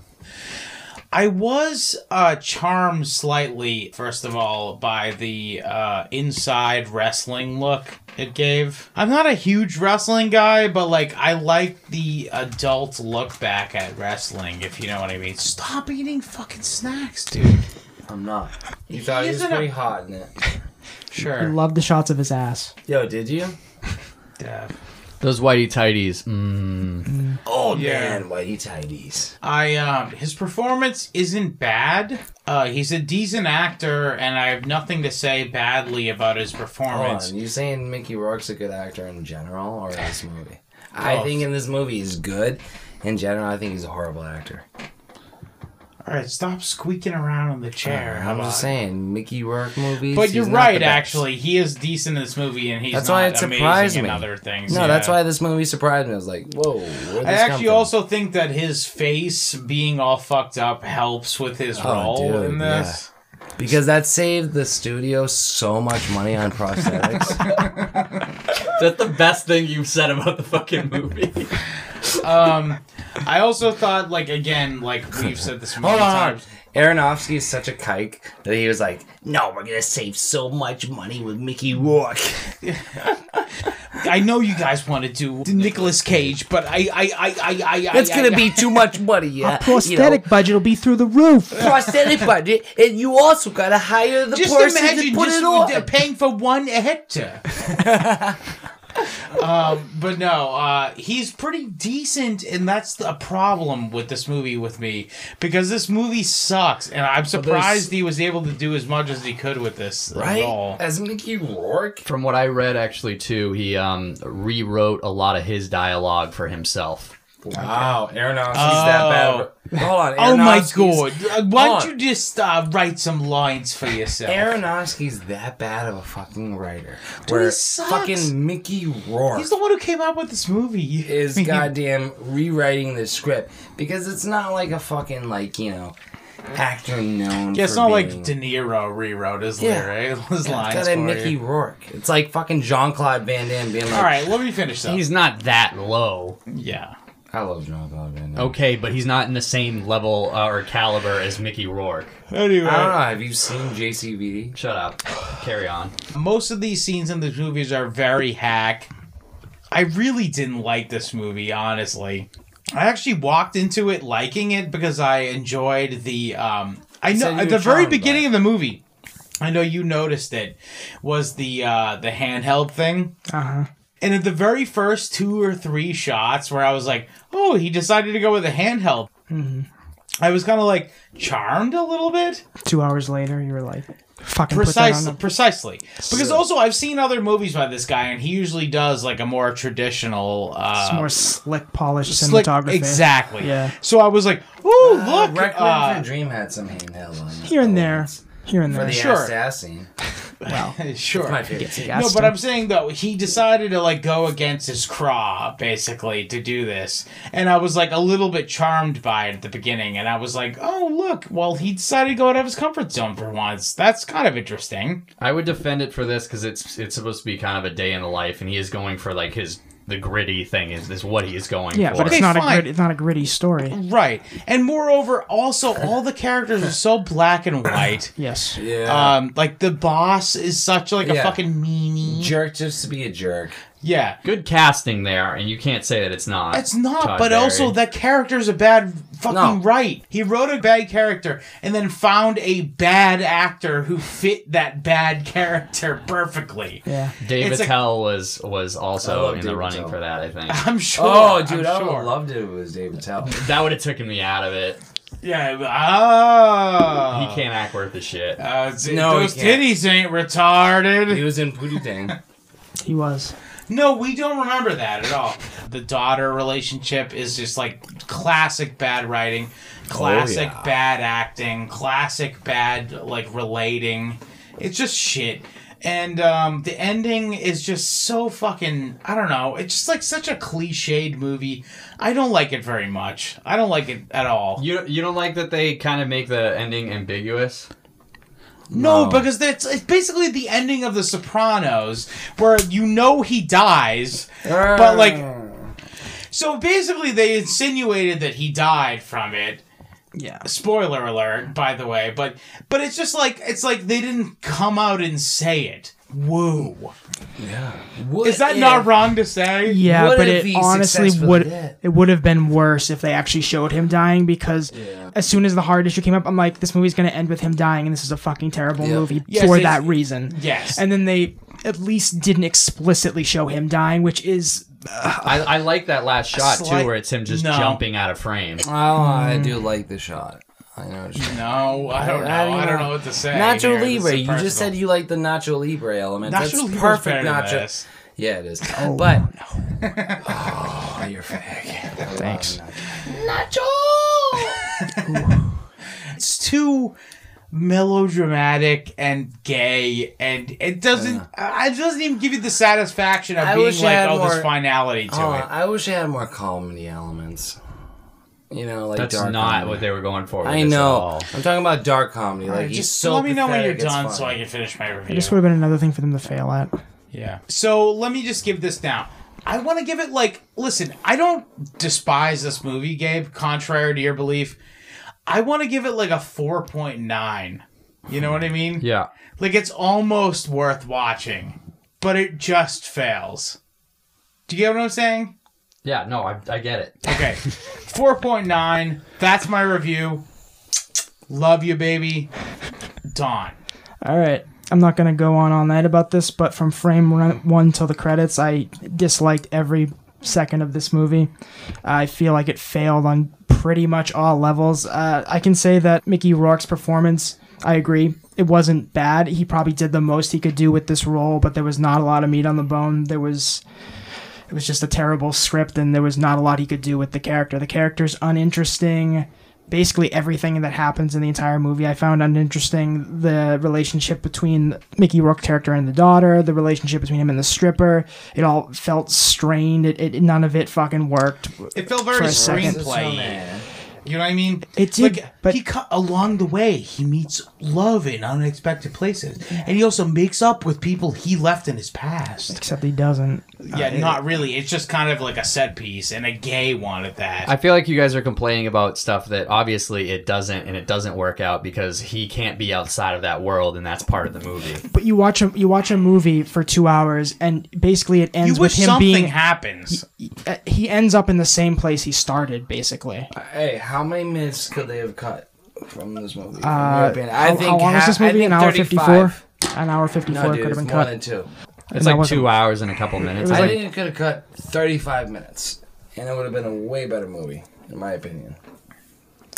Speaker 4: I was uh, charmed slightly, first of all, by the uh, inside wrestling look it gave. I'm not a huge wrestling guy, but like I like the adult look back at wrestling, if you know what I mean. Stop eating fucking snacks, dude.
Speaker 2: I'm not. You thought
Speaker 4: He
Speaker 2: he was
Speaker 4: isn't a-
Speaker 2: pretty hot in it.
Speaker 1: I
Speaker 4: Sure.
Speaker 1: love the shots of his ass.
Speaker 2: Yo, did you?
Speaker 4: Dev.
Speaker 3: Those whitey tighties. Mm.
Speaker 2: Oh
Speaker 4: Yeah.
Speaker 2: man, whitey tighties.
Speaker 4: I um his performance isn't bad. Uh, he's a decent actor, and I have nothing to say badly about his
Speaker 2: Hold
Speaker 4: performance.
Speaker 2: on, you saying Mickey Rourke's a good actor in general, or this movie? I
Speaker 4: Both.
Speaker 2: think in this movie he's good. In general, I think he's a horrible actor.
Speaker 4: All right, stop squeaking around on the chair.
Speaker 2: I'm Uh,
Speaker 4: How
Speaker 2: just
Speaker 4: about-
Speaker 2: saying Mickey Rourke movies.
Speaker 4: But
Speaker 2: he's
Speaker 4: you're
Speaker 2: not the
Speaker 4: right.
Speaker 2: best.
Speaker 4: Actually, he is decent in this movie, and he's
Speaker 2: That's
Speaker 4: not
Speaker 2: why it surprised
Speaker 4: amazing
Speaker 2: me.
Speaker 4: in other things.
Speaker 2: No,
Speaker 4: yeah.
Speaker 2: that's why this movie surprised me. I was like, whoa. Where
Speaker 4: I actually also think that his face being all fucked up helps with his
Speaker 2: Oh,
Speaker 4: role
Speaker 2: dude,
Speaker 4: in
Speaker 2: yeah.
Speaker 4: this.
Speaker 2: because that saved the studio so much money on prosthetics.
Speaker 3: That's the best thing you've said about the fucking movie.
Speaker 4: Um, I also thought, like again, like we've said this many
Speaker 2: Hold on.
Speaker 4: times.
Speaker 2: Aronofsky is such a kike that he was like, "No, we're gonna save so much money with Mickey Rourke."
Speaker 4: I know you guys want to do Nicolas Cage, but I, I, I, I, I.
Speaker 2: That's
Speaker 4: I-
Speaker 2: gonna
Speaker 4: I-
Speaker 2: be too much money. Yeah,
Speaker 1: Our prosthetic budget will be through the roof.
Speaker 2: prosthetic budget, and you also gotta hire the
Speaker 4: Just
Speaker 2: person
Speaker 4: imagine
Speaker 2: to put
Speaker 4: just
Speaker 2: it on.
Speaker 4: they're paying for one hectare. um, but no, uh, he's pretty decent, and that's the- a problem with this movie with me because this movie sucks, and I'm surprised he was able to do as much as he could with this at all.
Speaker 2: as Mickey Rourke.
Speaker 3: From what I read, actually, too, he um, rewrote a lot of his dialogue for himself.
Speaker 2: Wow, Aronofsky's that bad. Hold on,
Speaker 4: Oh my
Speaker 2: Aronofsky's-
Speaker 4: god! Uh, Why
Speaker 2: Hold
Speaker 4: don't
Speaker 2: on.
Speaker 4: you just uh, write some lines for yourself?
Speaker 2: Aronofsky's that bad of a fucking writer.
Speaker 4: he
Speaker 2: where
Speaker 4: sucks.
Speaker 2: fucking Mickey Rourke
Speaker 4: He's the one who came up with this movie.
Speaker 2: is goddamn rewriting the script because it's not like a fucking like you know actor known.
Speaker 4: Yeah, it's
Speaker 2: for
Speaker 4: not
Speaker 2: being-
Speaker 4: like De Niro rewrote his
Speaker 2: Yeah.
Speaker 4: lyric, his
Speaker 2: It's
Speaker 4: lines
Speaker 2: got a
Speaker 4: for
Speaker 2: Mickey
Speaker 4: you.
Speaker 2: Rourke. It's like fucking Jean Claude Van Damme being like,
Speaker 4: All right, let me finish that.
Speaker 3: He's not that low,
Speaker 4: yeah.
Speaker 2: I love Jean Claude Van Damme.
Speaker 3: okay, but he's not in the same level uh, or caliber as Mickey Rourke.
Speaker 4: Anyway,
Speaker 2: I don't know. Have you seen JCVD?
Speaker 3: Shut up. Carry on.
Speaker 4: most of these scenes in these movies are very hack. I really didn't like this movie, honestly. I actually walked into it liking it because I enjoyed the. Um, I know
Speaker 2: said you
Speaker 4: at
Speaker 2: were
Speaker 4: the very
Speaker 2: charmed by
Speaker 4: beginning
Speaker 2: it.
Speaker 4: of the movie. I know you noticed it was the uh, the handheld thing.
Speaker 1: Uh
Speaker 2: Uh-huh.
Speaker 1: huh.
Speaker 4: And at the very first two or three shots, where I was like, "Oh, he decided to go with a handheld,"
Speaker 2: Mm-hmm.
Speaker 4: I was kind of like charmed a little bit.
Speaker 1: Two hours later, you were like, fucking put that
Speaker 4: Precisely,
Speaker 1: on.
Speaker 4: precisely. Because also, I've seen other movies by this guy, and he usually does like a more traditional, uh,
Speaker 1: It's more slick, polished
Speaker 4: slick-
Speaker 1: cinematography.
Speaker 4: Exactly.
Speaker 1: Yeah.
Speaker 4: So I was like, "Oh,
Speaker 2: Look,
Speaker 4: look!" uh,
Speaker 2: from Dream had some handheld on
Speaker 1: Here and there. Here and
Speaker 2: For
Speaker 1: there.
Speaker 2: the
Speaker 4: Sure.
Speaker 2: sure. assassin.
Speaker 4: sure.
Speaker 2: My favorite.
Speaker 4: No, but I'm saying though, he decided to like go against his craw basically to do this, and I was like a little bit charmed by it at the beginning, and I was like, oh look, well he decided to go out of his comfort zone for once. That's kind of interesting.
Speaker 3: I would defend it for this because it's it's supposed to be kind of a day in the life, and he is going for like his the gritty thing is is what he is going
Speaker 1: yeah,
Speaker 3: for.
Speaker 1: but it's
Speaker 4: Okay,
Speaker 1: not
Speaker 4: fine.
Speaker 1: a gritty, it's not a gritty story.
Speaker 4: Right, and moreover, also all the characters are so black and white.
Speaker 1: Yes.
Speaker 2: Yeah.
Speaker 4: Uh, Um, like the boss is such like a
Speaker 2: Yeah.
Speaker 4: fucking meanie.
Speaker 2: jerk just to be a jerk.
Speaker 4: Yeah.
Speaker 3: Good casting there, and you can't say that it's not.
Speaker 4: It's not,
Speaker 3: Todd
Speaker 4: but
Speaker 3: Barry.
Speaker 4: also that character's a bad fucking
Speaker 6: No.
Speaker 4: right. He wrote a bad character and then found a bad actor who fit that bad character perfectell
Speaker 1: Yeah.
Speaker 3: Dave
Speaker 4: it's a-
Speaker 3: Attell was was
Speaker 6: I
Speaker 3: also
Speaker 6: love
Speaker 3: in the
Speaker 6: Dave
Speaker 3: running
Speaker 6: Attell.
Speaker 3: for that. I think
Speaker 4: I'm sure.
Speaker 6: Oh, dude,
Speaker 4: I'm
Speaker 6: I would
Speaker 4: sure.
Speaker 6: have loved it if it was Dave Attell.
Speaker 3: that would have taken me out of it.
Speaker 4: Yeah. Oh.
Speaker 3: He
Speaker 6: Uh,
Speaker 3: can't act worth a shit.
Speaker 4: Uh, z-
Speaker 6: No, he
Speaker 4: those
Speaker 6: can't.
Speaker 4: titties ain't retarded.
Speaker 6: he was in Pootie Tang.
Speaker 1: He was.
Speaker 4: No, we don't remember that at all. The daughter relationship is just like classic bad writing, classic
Speaker 6: yeah.
Speaker 4: bad acting, classic bad like relating. It's just shit. And um, the ending is just so fucking. I don't know. It's just like such a cliched movie. I don't like it very much. I don't like it at all.
Speaker 3: You you don't like that they kind of make the ending ambiguous.
Speaker 4: No,
Speaker 6: No.
Speaker 4: because that's it's basically the ending of The Sopranos, where you know he dies, but like, so basically they insinuated that he died from it.
Speaker 1: Yeah.
Speaker 4: Spoiler alert, by the way, but but it's just like it's like they didn't come out and say it. Woo!
Speaker 6: What
Speaker 4: Is that
Speaker 6: if-
Speaker 4: not wrong to say?
Speaker 1: Yeah,
Speaker 6: What
Speaker 1: but
Speaker 6: if
Speaker 1: it
Speaker 6: he
Speaker 1: honestly
Speaker 6: successfully
Speaker 1: would
Speaker 6: did?
Speaker 1: it would have been worse if they actually showed him dying because as soon as the hard issue came up, I'm like, this movie's gonna end with him dying, and this is a fucking terrible movie
Speaker 4: Yes,
Speaker 1: for
Speaker 4: it's-
Speaker 1: that reason.
Speaker 4: yes.
Speaker 1: and then they at least didn't explicitly show him dying, which is
Speaker 3: I, I like that last shot
Speaker 4: slight-
Speaker 3: too, where it's him just
Speaker 4: No.
Speaker 3: jumping out of frame.
Speaker 6: Oh, I
Speaker 4: Hmm.
Speaker 6: do like the shot. I know. what you're saying.
Speaker 4: No, I don't know.
Speaker 6: I don't
Speaker 4: I don't
Speaker 6: know.
Speaker 4: know what to say. here.
Speaker 6: Nacho
Speaker 4: This is
Speaker 6: Libre. You just
Speaker 4: personal.
Speaker 6: said you like the Nacho Libre element.
Speaker 4: Nacho
Speaker 6: That's
Speaker 4: Libre's
Speaker 6: perfect.
Speaker 4: better than
Speaker 6: Nacho.
Speaker 4: this.
Speaker 6: Yeah, it is. but oh, you're fag.
Speaker 1: thanks.
Speaker 4: it's too melodramatic and gay and it doesn't
Speaker 6: Uh.
Speaker 4: I- it doesn't even give you the satisfaction of
Speaker 6: I
Speaker 4: being
Speaker 6: wish I
Speaker 4: like
Speaker 6: had
Speaker 4: oh there's
Speaker 6: more-
Speaker 4: finality to
Speaker 6: Oh,
Speaker 4: it
Speaker 6: I wish I had more comedy elements. You know, like
Speaker 3: That's
Speaker 6: dark
Speaker 3: not
Speaker 6: comedy.
Speaker 3: what they were going for. With
Speaker 6: I
Speaker 3: this at
Speaker 6: know.
Speaker 3: all.
Speaker 6: I'm talking about dark comedy. Like
Speaker 4: Alright,
Speaker 6: he's
Speaker 4: just
Speaker 6: so
Speaker 4: let me know when you're
Speaker 6: pathetic, it's
Speaker 4: done
Speaker 6: funny.
Speaker 4: so i can finish my review
Speaker 1: This would have been another thing for them to fail at.
Speaker 4: yeah so let me just give this now i want to give it like listen i don't despise this movie gabe contrary to your belief i want to give it like a 4.9 you know what i mean
Speaker 3: Yeah.
Speaker 4: Like it's almost worth watching, but it just fails. Do you get what I'm saying?
Speaker 3: Yeah. No, I, I get it.
Speaker 4: Okay. 4.9. That's my review. Love you, baby. Dawn.
Speaker 1: All right. I'm not going to go on all night about this, but from frame run- one till the credits, I disliked every second of this movie. I feel like it failed on pretty much all levels. Uh, I can say that Mickey Rourke's performance, I agree, it wasn't bad. He probably did the most he could do with this role, but there was not a lot of meat on the bone. There was. It was just a terrible script, and there was not a lot he could do with the character. The character's uninteresting basically everything that happens in the entire movie I found uninteresting. The relationship between Mickey Rourke character and the daughter, the relationship between him and the stripper, it all felt strained. It, it none of it fucking worked.
Speaker 4: It felt
Speaker 1: For
Speaker 4: very
Speaker 1: a second.
Speaker 4: screenplay. You know what I mean?
Speaker 1: It did, but-
Speaker 4: he cut along the way. He meets love in unexpected places, and he also makes up with people he left in his past.
Speaker 1: Except he doesn't.
Speaker 4: Yeah, not really. It's just kind of like a set piece, and a gay one at that.
Speaker 3: I feel like you guys are complaining about stuff that obviously it doesn't and it doesn't work out because he can't be outside of that world and that's part of the movie.
Speaker 1: But you watch a you watch a movie for two hours, and basically it
Speaker 4: you
Speaker 1: ends with
Speaker 4: wish
Speaker 1: him
Speaker 4: something
Speaker 1: being.
Speaker 4: happens.
Speaker 1: uh, he ends up in the same place he started, basically.
Speaker 6: Hey, how many minutes could they have cut from this movie?
Speaker 1: Uh, how, how long is this movie? An hour fifty four. An hour fifty four
Speaker 6: No,
Speaker 1: could
Speaker 6: dude,
Speaker 1: have
Speaker 6: it's
Speaker 1: been
Speaker 6: more
Speaker 1: cut.
Speaker 6: than two.
Speaker 1: And
Speaker 3: It's
Speaker 1: that
Speaker 3: like
Speaker 1: wasn't-
Speaker 3: two hours and a couple minutes.
Speaker 6: I
Speaker 3: I-
Speaker 6: think it could have cut 35 minutes, and it would have been a way better movie, in my opinion.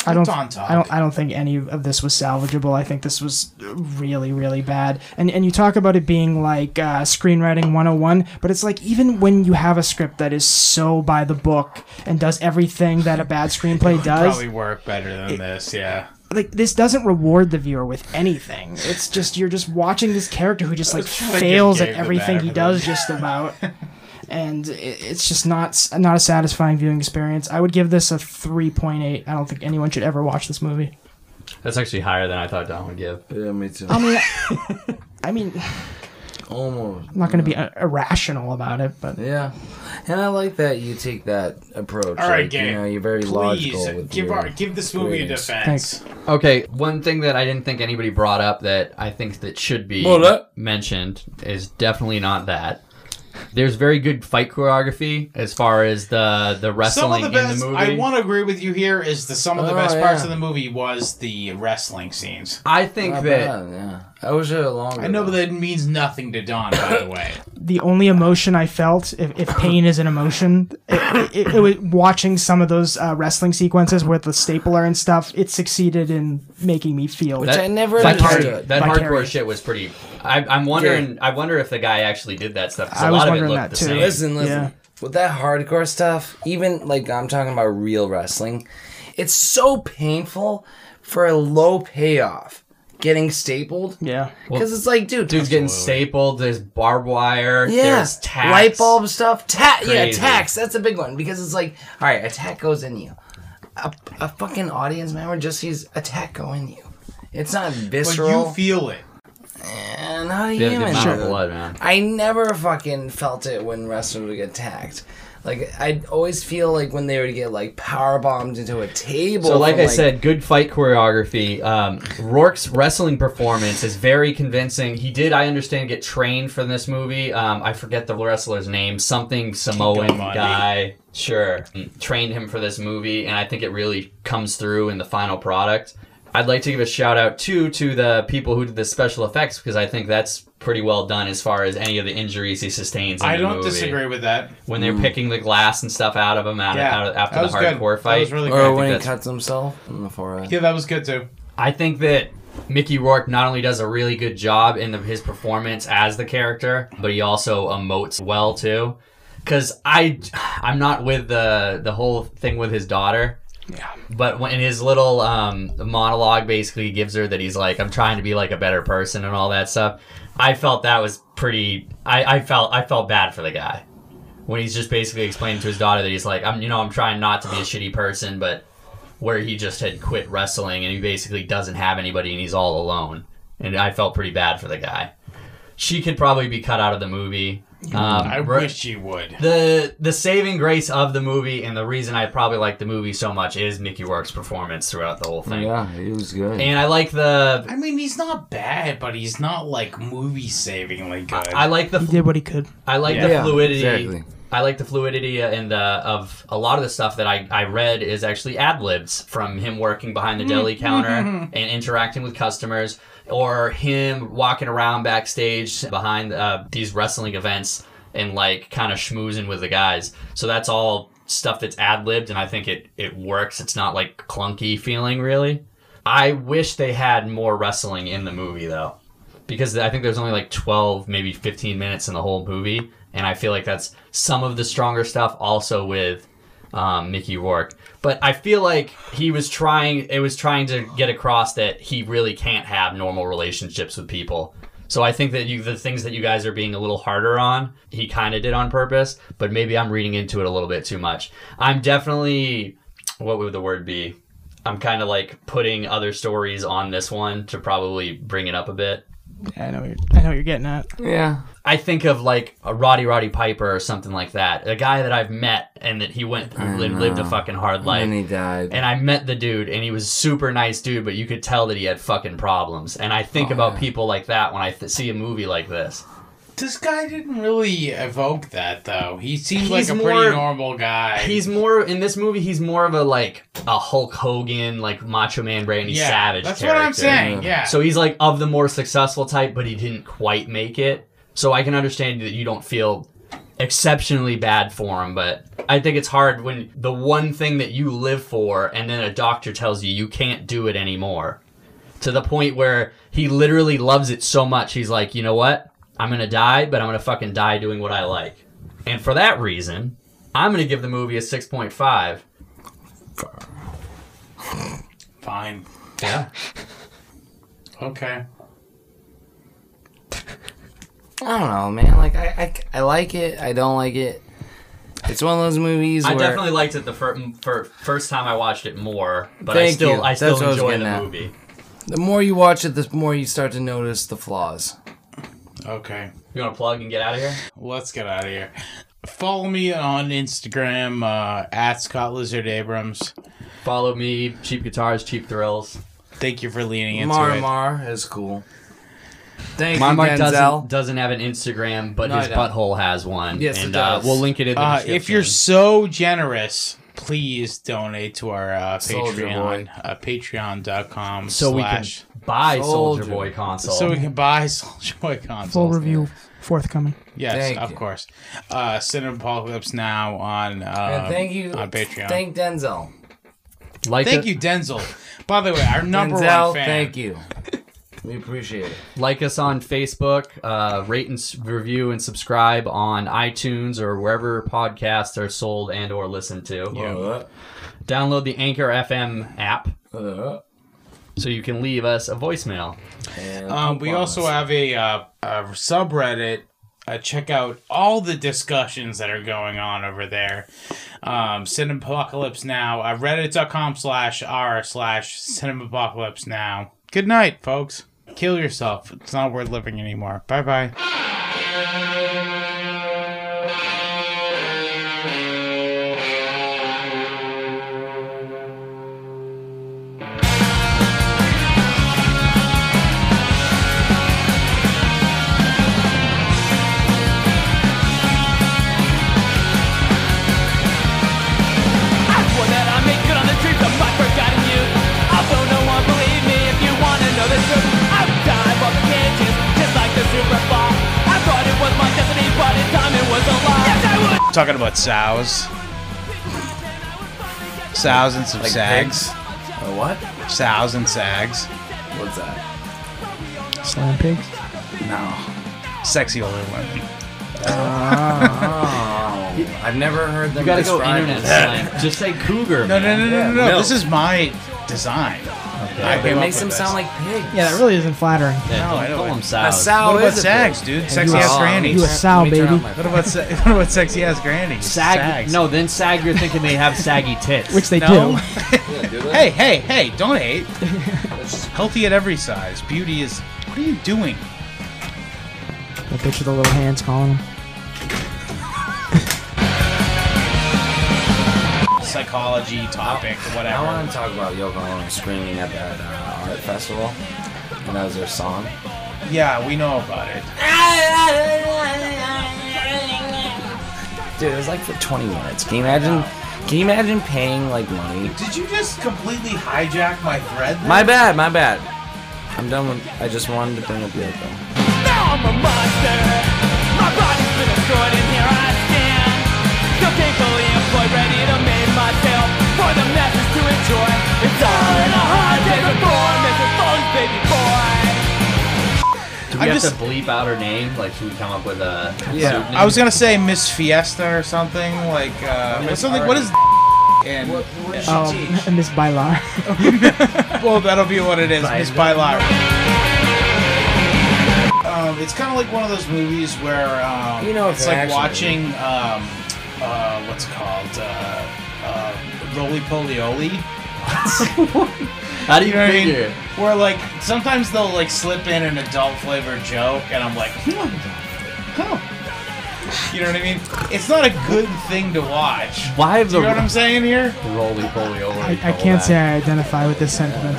Speaker 1: I don't,
Speaker 4: It's on
Speaker 1: I don't. I don't think any of this was salvageable. I think this was really, really bad. And and you talk about it being like uh, screenwriting 101, but it's like even when you have a script that is so by the book and does everything that a bad screenplay does,
Speaker 4: probably work better than this. Yeah.
Speaker 1: like this doesn't reward the viewer with anything. It's just you're just watching this character who just like
Speaker 4: trying to
Speaker 1: fails
Speaker 4: give
Speaker 1: at
Speaker 4: Gabe the
Speaker 1: everything he
Speaker 4: benefit.
Speaker 1: does just about. And i- it's just not s- not a satisfying viewing experience. I would give this a 3.8. I don't think anyone should ever watch this movie.
Speaker 3: that's actually higher than I thought Don would give.
Speaker 6: Yeah, me too.
Speaker 1: I mean, I mean,
Speaker 6: Almost.
Speaker 1: I'm not going to be uh, irrational about it, but
Speaker 6: Yeah, and I like that you take that approach.
Speaker 4: All right,
Speaker 6: like,
Speaker 4: Gabe,
Speaker 6: You know, you're very
Speaker 4: Please
Speaker 6: logical with
Speaker 4: give
Speaker 6: your
Speaker 4: our give this movie a
Speaker 6: ratings.
Speaker 4: defense.
Speaker 3: Okay, one thing that I didn't think anybody brought up that I think that should be
Speaker 6: What up?
Speaker 3: mentioned is definitely not that. There's very good fight choreography as far as the the
Speaker 4: Some of
Speaker 3: wrestling
Speaker 4: the best.
Speaker 3: in the movie.
Speaker 4: I want to agree with you here. Is the some of the
Speaker 6: Oh,
Speaker 4: best parts
Speaker 6: yeah.
Speaker 4: of the movie was the wrestling scenes.
Speaker 3: I think
Speaker 6: Not
Speaker 3: that
Speaker 6: bad, yeah. I wish it had longer.
Speaker 4: I know, but
Speaker 6: though.
Speaker 4: that means nothing to Don, by the way.
Speaker 1: the only emotion I felt, if, if pain is an emotion, it, it, it was watching some of those uh, wrestling sequences with the stapler and stuff. It succeeded in making me feel.
Speaker 6: Which I never
Speaker 3: that, hard,
Speaker 6: understood.
Speaker 3: that hardcore
Speaker 1: Vicarious.
Speaker 3: shit was pretty. I, I'm wondering. I wonder if the guy actually did that stuff. 'cause A
Speaker 1: I was
Speaker 3: lot of it
Speaker 1: wondering that
Speaker 3: looked the
Speaker 1: too.
Speaker 3: same.
Speaker 6: Listen, listen.
Speaker 1: Yeah.
Speaker 6: With that hardcore stuff, even like I'm talking about real wrestling, it's so painful for a low payoff getting stapled.
Speaker 1: yeah.
Speaker 6: Because it's like, dude,
Speaker 3: Dude's getting stapled. There's barbed wire.
Speaker 6: yeah,
Speaker 3: There's tacks.
Speaker 6: light bulb stuff. Ta- yeah,
Speaker 3: Crazy.
Speaker 6: tax. That's a big one because it's like, all right, attack goes in you. A, a fucking audience member just sees attack go in you. It's not
Speaker 4: But
Speaker 6: visceral.
Speaker 4: you feel it.
Speaker 6: Eh, not a
Speaker 3: The, the
Speaker 6: human.
Speaker 3: amount of blood, man.
Speaker 6: I never fucking felt it when wrestlers would get attacked. Like I'd always feel like when they would get like power bombed into a table.
Speaker 3: So, like
Speaker 6: from,
Speaker 3: I said, good fight choreography. Um, Rourke's wrestling performance is very convincing. He did, I understand, get trained for this movie. Um, I forget the wrestler's name, something Samoan
Speaker 4: Kiko Maeda.
Speaker 3: guy. Sure, trained him for this movie, and I think it really comes through in the final product. I'd like to give a shout out too to the people who did the special effects because I think that's pretty well done as far as any of the injuries he sustains. In
Speaker 4: I
Speaker 3: the
Speaker 4: don't
Speaker 3: movie.
Speaker 4: disagree with that.
Speaker 3: when they're picking the glass and stuff out of him out,
Speaker 4: Yeah,
Speaker 3: out of,
Speaker 4: that
Speaker 3: after the
Speaker 4: was good.
Speaker 3: hardcore fight.
Speaker 4: That was really good.
Speaker 6: or
Speaker 3: I
Speaker 6: when he
Speaker 3: think that's-
Speaker 6: cuts himself in the forehead.
Speaker 4: Yeah, that was good too.
Speaker 3: I think that Mickey Rourke not only does a really good job in the, his performance as the character, but he also emotes well too. Cause I, I'm not with the the whole thing with his daughter. Yeah. But when in his little um, monologue, basically he gives her that he's like, I'm trying to be like a better person and all that stuff. I felt that was pretty. I, I felt I felt bad for the guy when he's just basically explaining to his daughter that he's like, I'm you know I'm trying not to be a shitty person, but where he just had quit wrestling and he basically doesn't have anybody and he's all alone. And I felt pretty bad for the guy. She could probably be cut out of the movie. Um,
Speaker 4: I
Speaker 3: re-
Speaker 4: wish you would.
Speaker 3: the the saving grace of the movie and the reason I probably like the movie so much is Mickey Rourke's performance throughout the whole thing.
Speaker 6: Yeah, it was good.
Speaker 3: And I like the
Speaker 4: I mean, he's not bad, but he's not like movie savingly good.
Speaker 3: I like the
Speaker 1: He did what he could.
Speaker 3: I like
Speaker 6: Yeah,
Speaker 3: the fluidity.
Speaker 6: exactly.
Speaker 3: I like the fluidity and the of a lot of the stuff that I, I read is actually ad libs from him working behind the deli
Speaker 6: Mm-hmm.
Speaker 3: counter and interacting with customers, or him walking around backstage behind uh, these wrestling events and like kind of schmoozing with the guys. So that's all stuff that's ad libbed, and I think it it works. It's not like clunky feeling really. I wish they had more wrestling in the movie though because I think there's only like 12, maybe 15 minutes in the whole movie, and I feel like that's some of the stronger stuff. Also with um, Mickey Rourke, but I feel like he was trying. It was trying to get across that he really can't have normal relationships with people. So I think that you the things that you guys are being a little harder on, he kind of did on purpose. But maybe I'm reading into it a little bit too much. I'm definitely what would the word be? I'm kind of like putting other stories on this one to probably bring it up a bit.
Speaker 1: I know. What you're, I know what you're getting at.
Speaker 6: yeah,
Speaker 3: I think of like a Roddy Roddy Piper or something like that, a guy that I've met and that he went li- lived a fucking hard life.
Speaker 6: and he died.
Speaker 3: And I met the dude, and he was super nice dude, but you could tell that he had fucking problems. And I
Speaker 6: Oh,
Speaker 3: think about people like that when I th- see a movie like this.
Speaker 4: this guy didn't really evoke that though. He seems like
Speaker 3: He's
Speaker 4: a
Speaker 3: more-
Speaker 4: pretty normal guy.
Speaker 3: He's more in this movie. He's more of a like a Hulk Hogan, like Macho Man Randy
Speaker 4: yeah,
Speaker 3: Savage.
Speaker 4: That's
Speaker 3: character.
Speaker 4: what I'm saying. Yeah.
Speaker 3: So he's like of the more successful type, but he didn't quite make it. So I can understand that you don't feel exceptionally bad for him, but I think it's hard when the one thing that you live for and then a doctor tells you you can't do it anymore. To the point where he literally loves it so much, he's like, you know what? I'm gonna die, but I'm gonna fucking die doing what I like. And for that reason, I'm gonna give the movie a 6.5.
Speaker 4: fine.
Speaker 3: Yeah.
Speaker 4: Okay.
Speaker 6: I don't know, man. Like I, I, I like it. I don't like it. It's one of those movies
Speaker 3: I
Speaker 6: where
Speaker 3: definitely liked it the fir- m- fir- first time I watched it more, but I
Speaker 6: Thank
Speaker 3: still
Speaker 6: you.
Speaker 3: I still
Speaker 6: That's what I was
Speaker 3: enjoy
Speaker 6: getting
Speaker 3: the
Speaker 6: at.
Speaker 3: movie.
Speaker 6: the more you watch it, the more you start to notice the flaws.
Speaker 4: Okay.
Speaker 3: You want to plug and get out of here?
Speaker 4: Let's get out of here. Follow me on Instagram uh, at Scott Lizard Abrams.
Speaker 3: Follow me, Cheap Guitars, Cheap Thrills.
Speaker 4: Thank you for leaning into
Speaker 6: Mar
Speaker 4: it.
Speaker 6: Mar is cool.
Speaker 8: Thank you,
Speaker 3: Marmark
Speaker 8: Denzel.
Speaker 3: doesn't, doesn't have an Instagram, but
Speaker 8: No,
Speaker 3: his
Speaker 8: I don't.
Speaker 3: butthole has one.
Speaker 8: Yes, it
Speaker 3: and uh,
Speaker 8: does.
Speaker 3: we'll link it in the
Speaker 4: Uh,
Speaker 3: description.
Speaker 4: if you're so generous, please donate to our uh,
Speaker 8: Soldier
Speaker 4: Patreon, uh, patreon.com
Speaker 3: so we can
Speaker 4: slash
Speaker 3: buy
Speaker 8: Soldier.
Speaker 3: Soldier Boy console.
Speaker 4: so we can buy Soldier Boy consoles.
Speaker 1: Full review forthcoming.
Speaker 4: Yes,
Speaker 2: Thank
Speaker 4: of
Speaker 2: you.
Speaker 4: course. Uh, Cinema Apocalypse now on uh,
Speaker 2: And thank you.
Speaker 4: on Patreon.
Speaker 2: Thank Denzel.
Speaker 3: like
Speaker 4: Thank
Speaker 3: us-
Speaker 4: you, Denzel. By the way, our number
Speaker 2: Denzel,
Speaker 4: one fan.
Speaker 2: thank you. We appreciate it.
Speaker 3: like us on Facebook, uh, rate and s- review and subscribe on iTunes or wherever podcasts are sold and or listened to.
Speaker 2: Uh,
Speaker 3: Download the Anchor FM app
Speaker 2: uh,
Speaker 3: so you can leave us a voicemail.
Speaker 2: and
Speaker 4: Um, we
Speaker 2: coupons.
Speaker 4: also have a, uh, a subreddit. Uh, check out all the discussions that are going on over there. Um, Cinemapocalypse Now, uh, reddit.com slash r slash Cinemapocalypse Now. Good night, folks. Kill yourself. It's not worth living anymore. Bye bye.
Speaker 9: I swore that I made good on the dreams of my forgotten youth. Although no one believed me, if you wanna know the truth, I would die for the cages, just like the Super Bowl. I thought it was my destiny, but in time it was a lie. Yes, I would.
Speaker 4: Talking about sows. Sows and some
Speaker 2: Like
Speaker 4: sags.
Speaker 2: Uh, what?
Speaker 4: Sows and sags.
Speaker 2: What's that?
Speaker 1: Slam pigs.
Speaker 2: No.
Speaker 4: Sexy older women.
Speaker 2: Oh, I've never heard them.
Speaker 3: You gotta go
Speaker 2: described
Speaker 3: internet
Speaker 2: as-
Speaker 3: slang. Just say cougar.
Speaker 4: No, no, no, no, no, no.
Speaker 2: No.
Speaker 4: This is my design. I
Speaker 2: It
Speaker 4: came up
Speaker 2: makes them
Speaker 4: with
Speaker 2: sound
Speaker 4: this.
Speaker 2: like pigs.
Speaker 1: Yeah, that really isn't flattering.
Speaker 3: no,
Speaker 4: I know
Speaker 3: don't call
Speaker 4: it.
Speaker 3: them
Speaker 2: A
Speaker 3: sows.
Speaker 2: sow
Speaker 4: What about
Speaker 2: oh, is a
Speaker 4: sags,
Speaker 2: pig.
Speaker 4: dude? Sexy
Speaker 1: you
Speaker 4: ass
Speaker 1: a-
Speaker 4: grannies.
Speaker 1: you a sow,
Speaker 2: Let me turn
Speaker 1: baby.
Speaker 2: on my-
Speaker 4: What about sa- what about sexy ass grannies?
Speaker 3: Sag-
Speaker 4: Sags.
Speaker 3: No, then sag. You're thinking they have saggy tits.
Speaker 1: Which they
Speaker 4: No.
Speaker 1: do.
Speaker 4: Hey, hey, hey! Don't hate. Healthy at every size. Beauty is. What are you doing?
Speaker 1: I picture the little hands calling them.
Speaker 4: Psychology topic,
Speaker 2: I
Speaker 4: whatever.
Speaker 2: want to talk about Yoko Ono screaming at that uh, art festival, and that was their song.
Speaker 4: Yeah, we know about it.
Speaker 2: Dude, it was like for 20 minutes. Can you imagine? Can you imagine paying like money?
Speaker 4: Did you just completely hijack my thread?
Speaker 2: My bad, my bad. I'm done with. I just wanted to bring up Yoko.
Speaker 9: Now I'm a monster. My body's been destroyed, and here I stand. Still gainfully employed, ready to make myself for the masses to enjoy. It's all in a hard paper form. It's a phone's baby boy.
Speaker 3: Do
Speaker 4: I
Speaker 3: we have
Speaker 4: just-
Speaker 3: to bleep out her name? Like, should we come up with a?
Speaker 2: Yeah.
Speaker 4: I was gonna say Miss Fiesta or something like uh,
Speaker 2: Miss
Speaker 4: something. What is? And
Speaker 1: Oh, Miss Bylar.
Speaker 4: well, that'll be what it is. Miss Bylar. Um, it's kind of like one of those movies where um,
Speaker 2: You know
Speaker 4: it's
Speaker 2: it's an
Speaker 4: like
Speaker 2: action
Speaker 4: watching um, uh, what's it called uh, uh, Roly Poly Oly.
Speaker 3: How do you,
Speaker 4: You know what I
Speaker 3: figure?
Speaker 4: mean? Where like sometimes they'll like slip in an adult flavored joke, and I'm like, hmm, huh. You know what I mean? It's not a good thing to watch.
Speaker 3: Why have
Speaker 4: Do you know what I'm
Speaker 3: the
Speaker 4: saying here?
Speaker 3: roly poly over?
Speaker 1: I, I can't say I identify with this sentiment.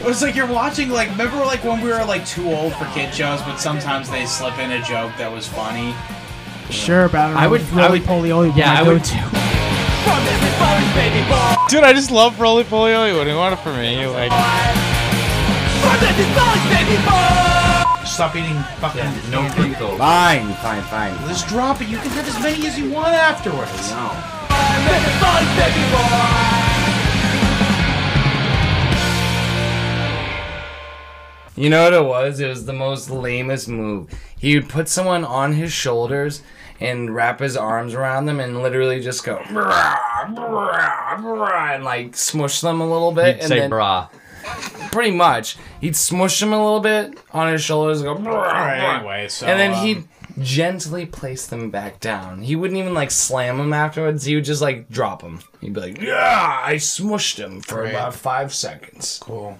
Speaker 4: It was like you're watching like remember like when we were like too old for kid shows, but sometimes they slip in a joke that was funny.
Speaker 1: Sure, but I, don't
Speaker 3: I
Speaker 1: know
Speaker 3: would-
Speaker 1: if
Speaker 3: I
Speaker 1: Roly
Speaker 3: would-
Speaker 1: Poly Oly would
Speaker 3: yeah,
Speaker 1: my
Speaker 3: I would-
Speaker 1: go-to.
Speaker 9: From every phone's baby boy.
Speaker 4: Dude, I just love Roly Poly. What do you want it from me? Like,
Speaker 9: From every phone's baby boy.
Speaker 4: stop eating fucking.
Speaker 3: No crinkles.
Speaker 2: Fine, fine, fine.
Speaker 4: Just drop it. You can have as many as you want afterwards.
Speaker 2: No.
Speaker 9: From every phone's baby boy.
Speaker 2: You know what it was? It was the most lamest move. He would put someone on his shoulders and wrap his arms around them and literally just go "Brah, brah, brah," and like smush them a little bit.
Speaker 3: You'd
Speaker 2: and
Speaker 3: say
Speaker 2: then-
Speaker 3: bra.
Speaker 2: pretty much. He'd smush him a little bit on his shoulders, and go, "Brr,
Speaker 4: Alright,
Speaker 2: brr."
Speaker 4: anyway, so,
Speaker 2: and then
Speaker 4: um,
Speaker 2: he'd gently place them back down. He wouldn't even like slam them afterwards. He would just like drop them. He'd be like, "Yeah, I smushed him for
Speaker 4: Right.
Speaker 2: about five seconds."
Speaker 4: Cool.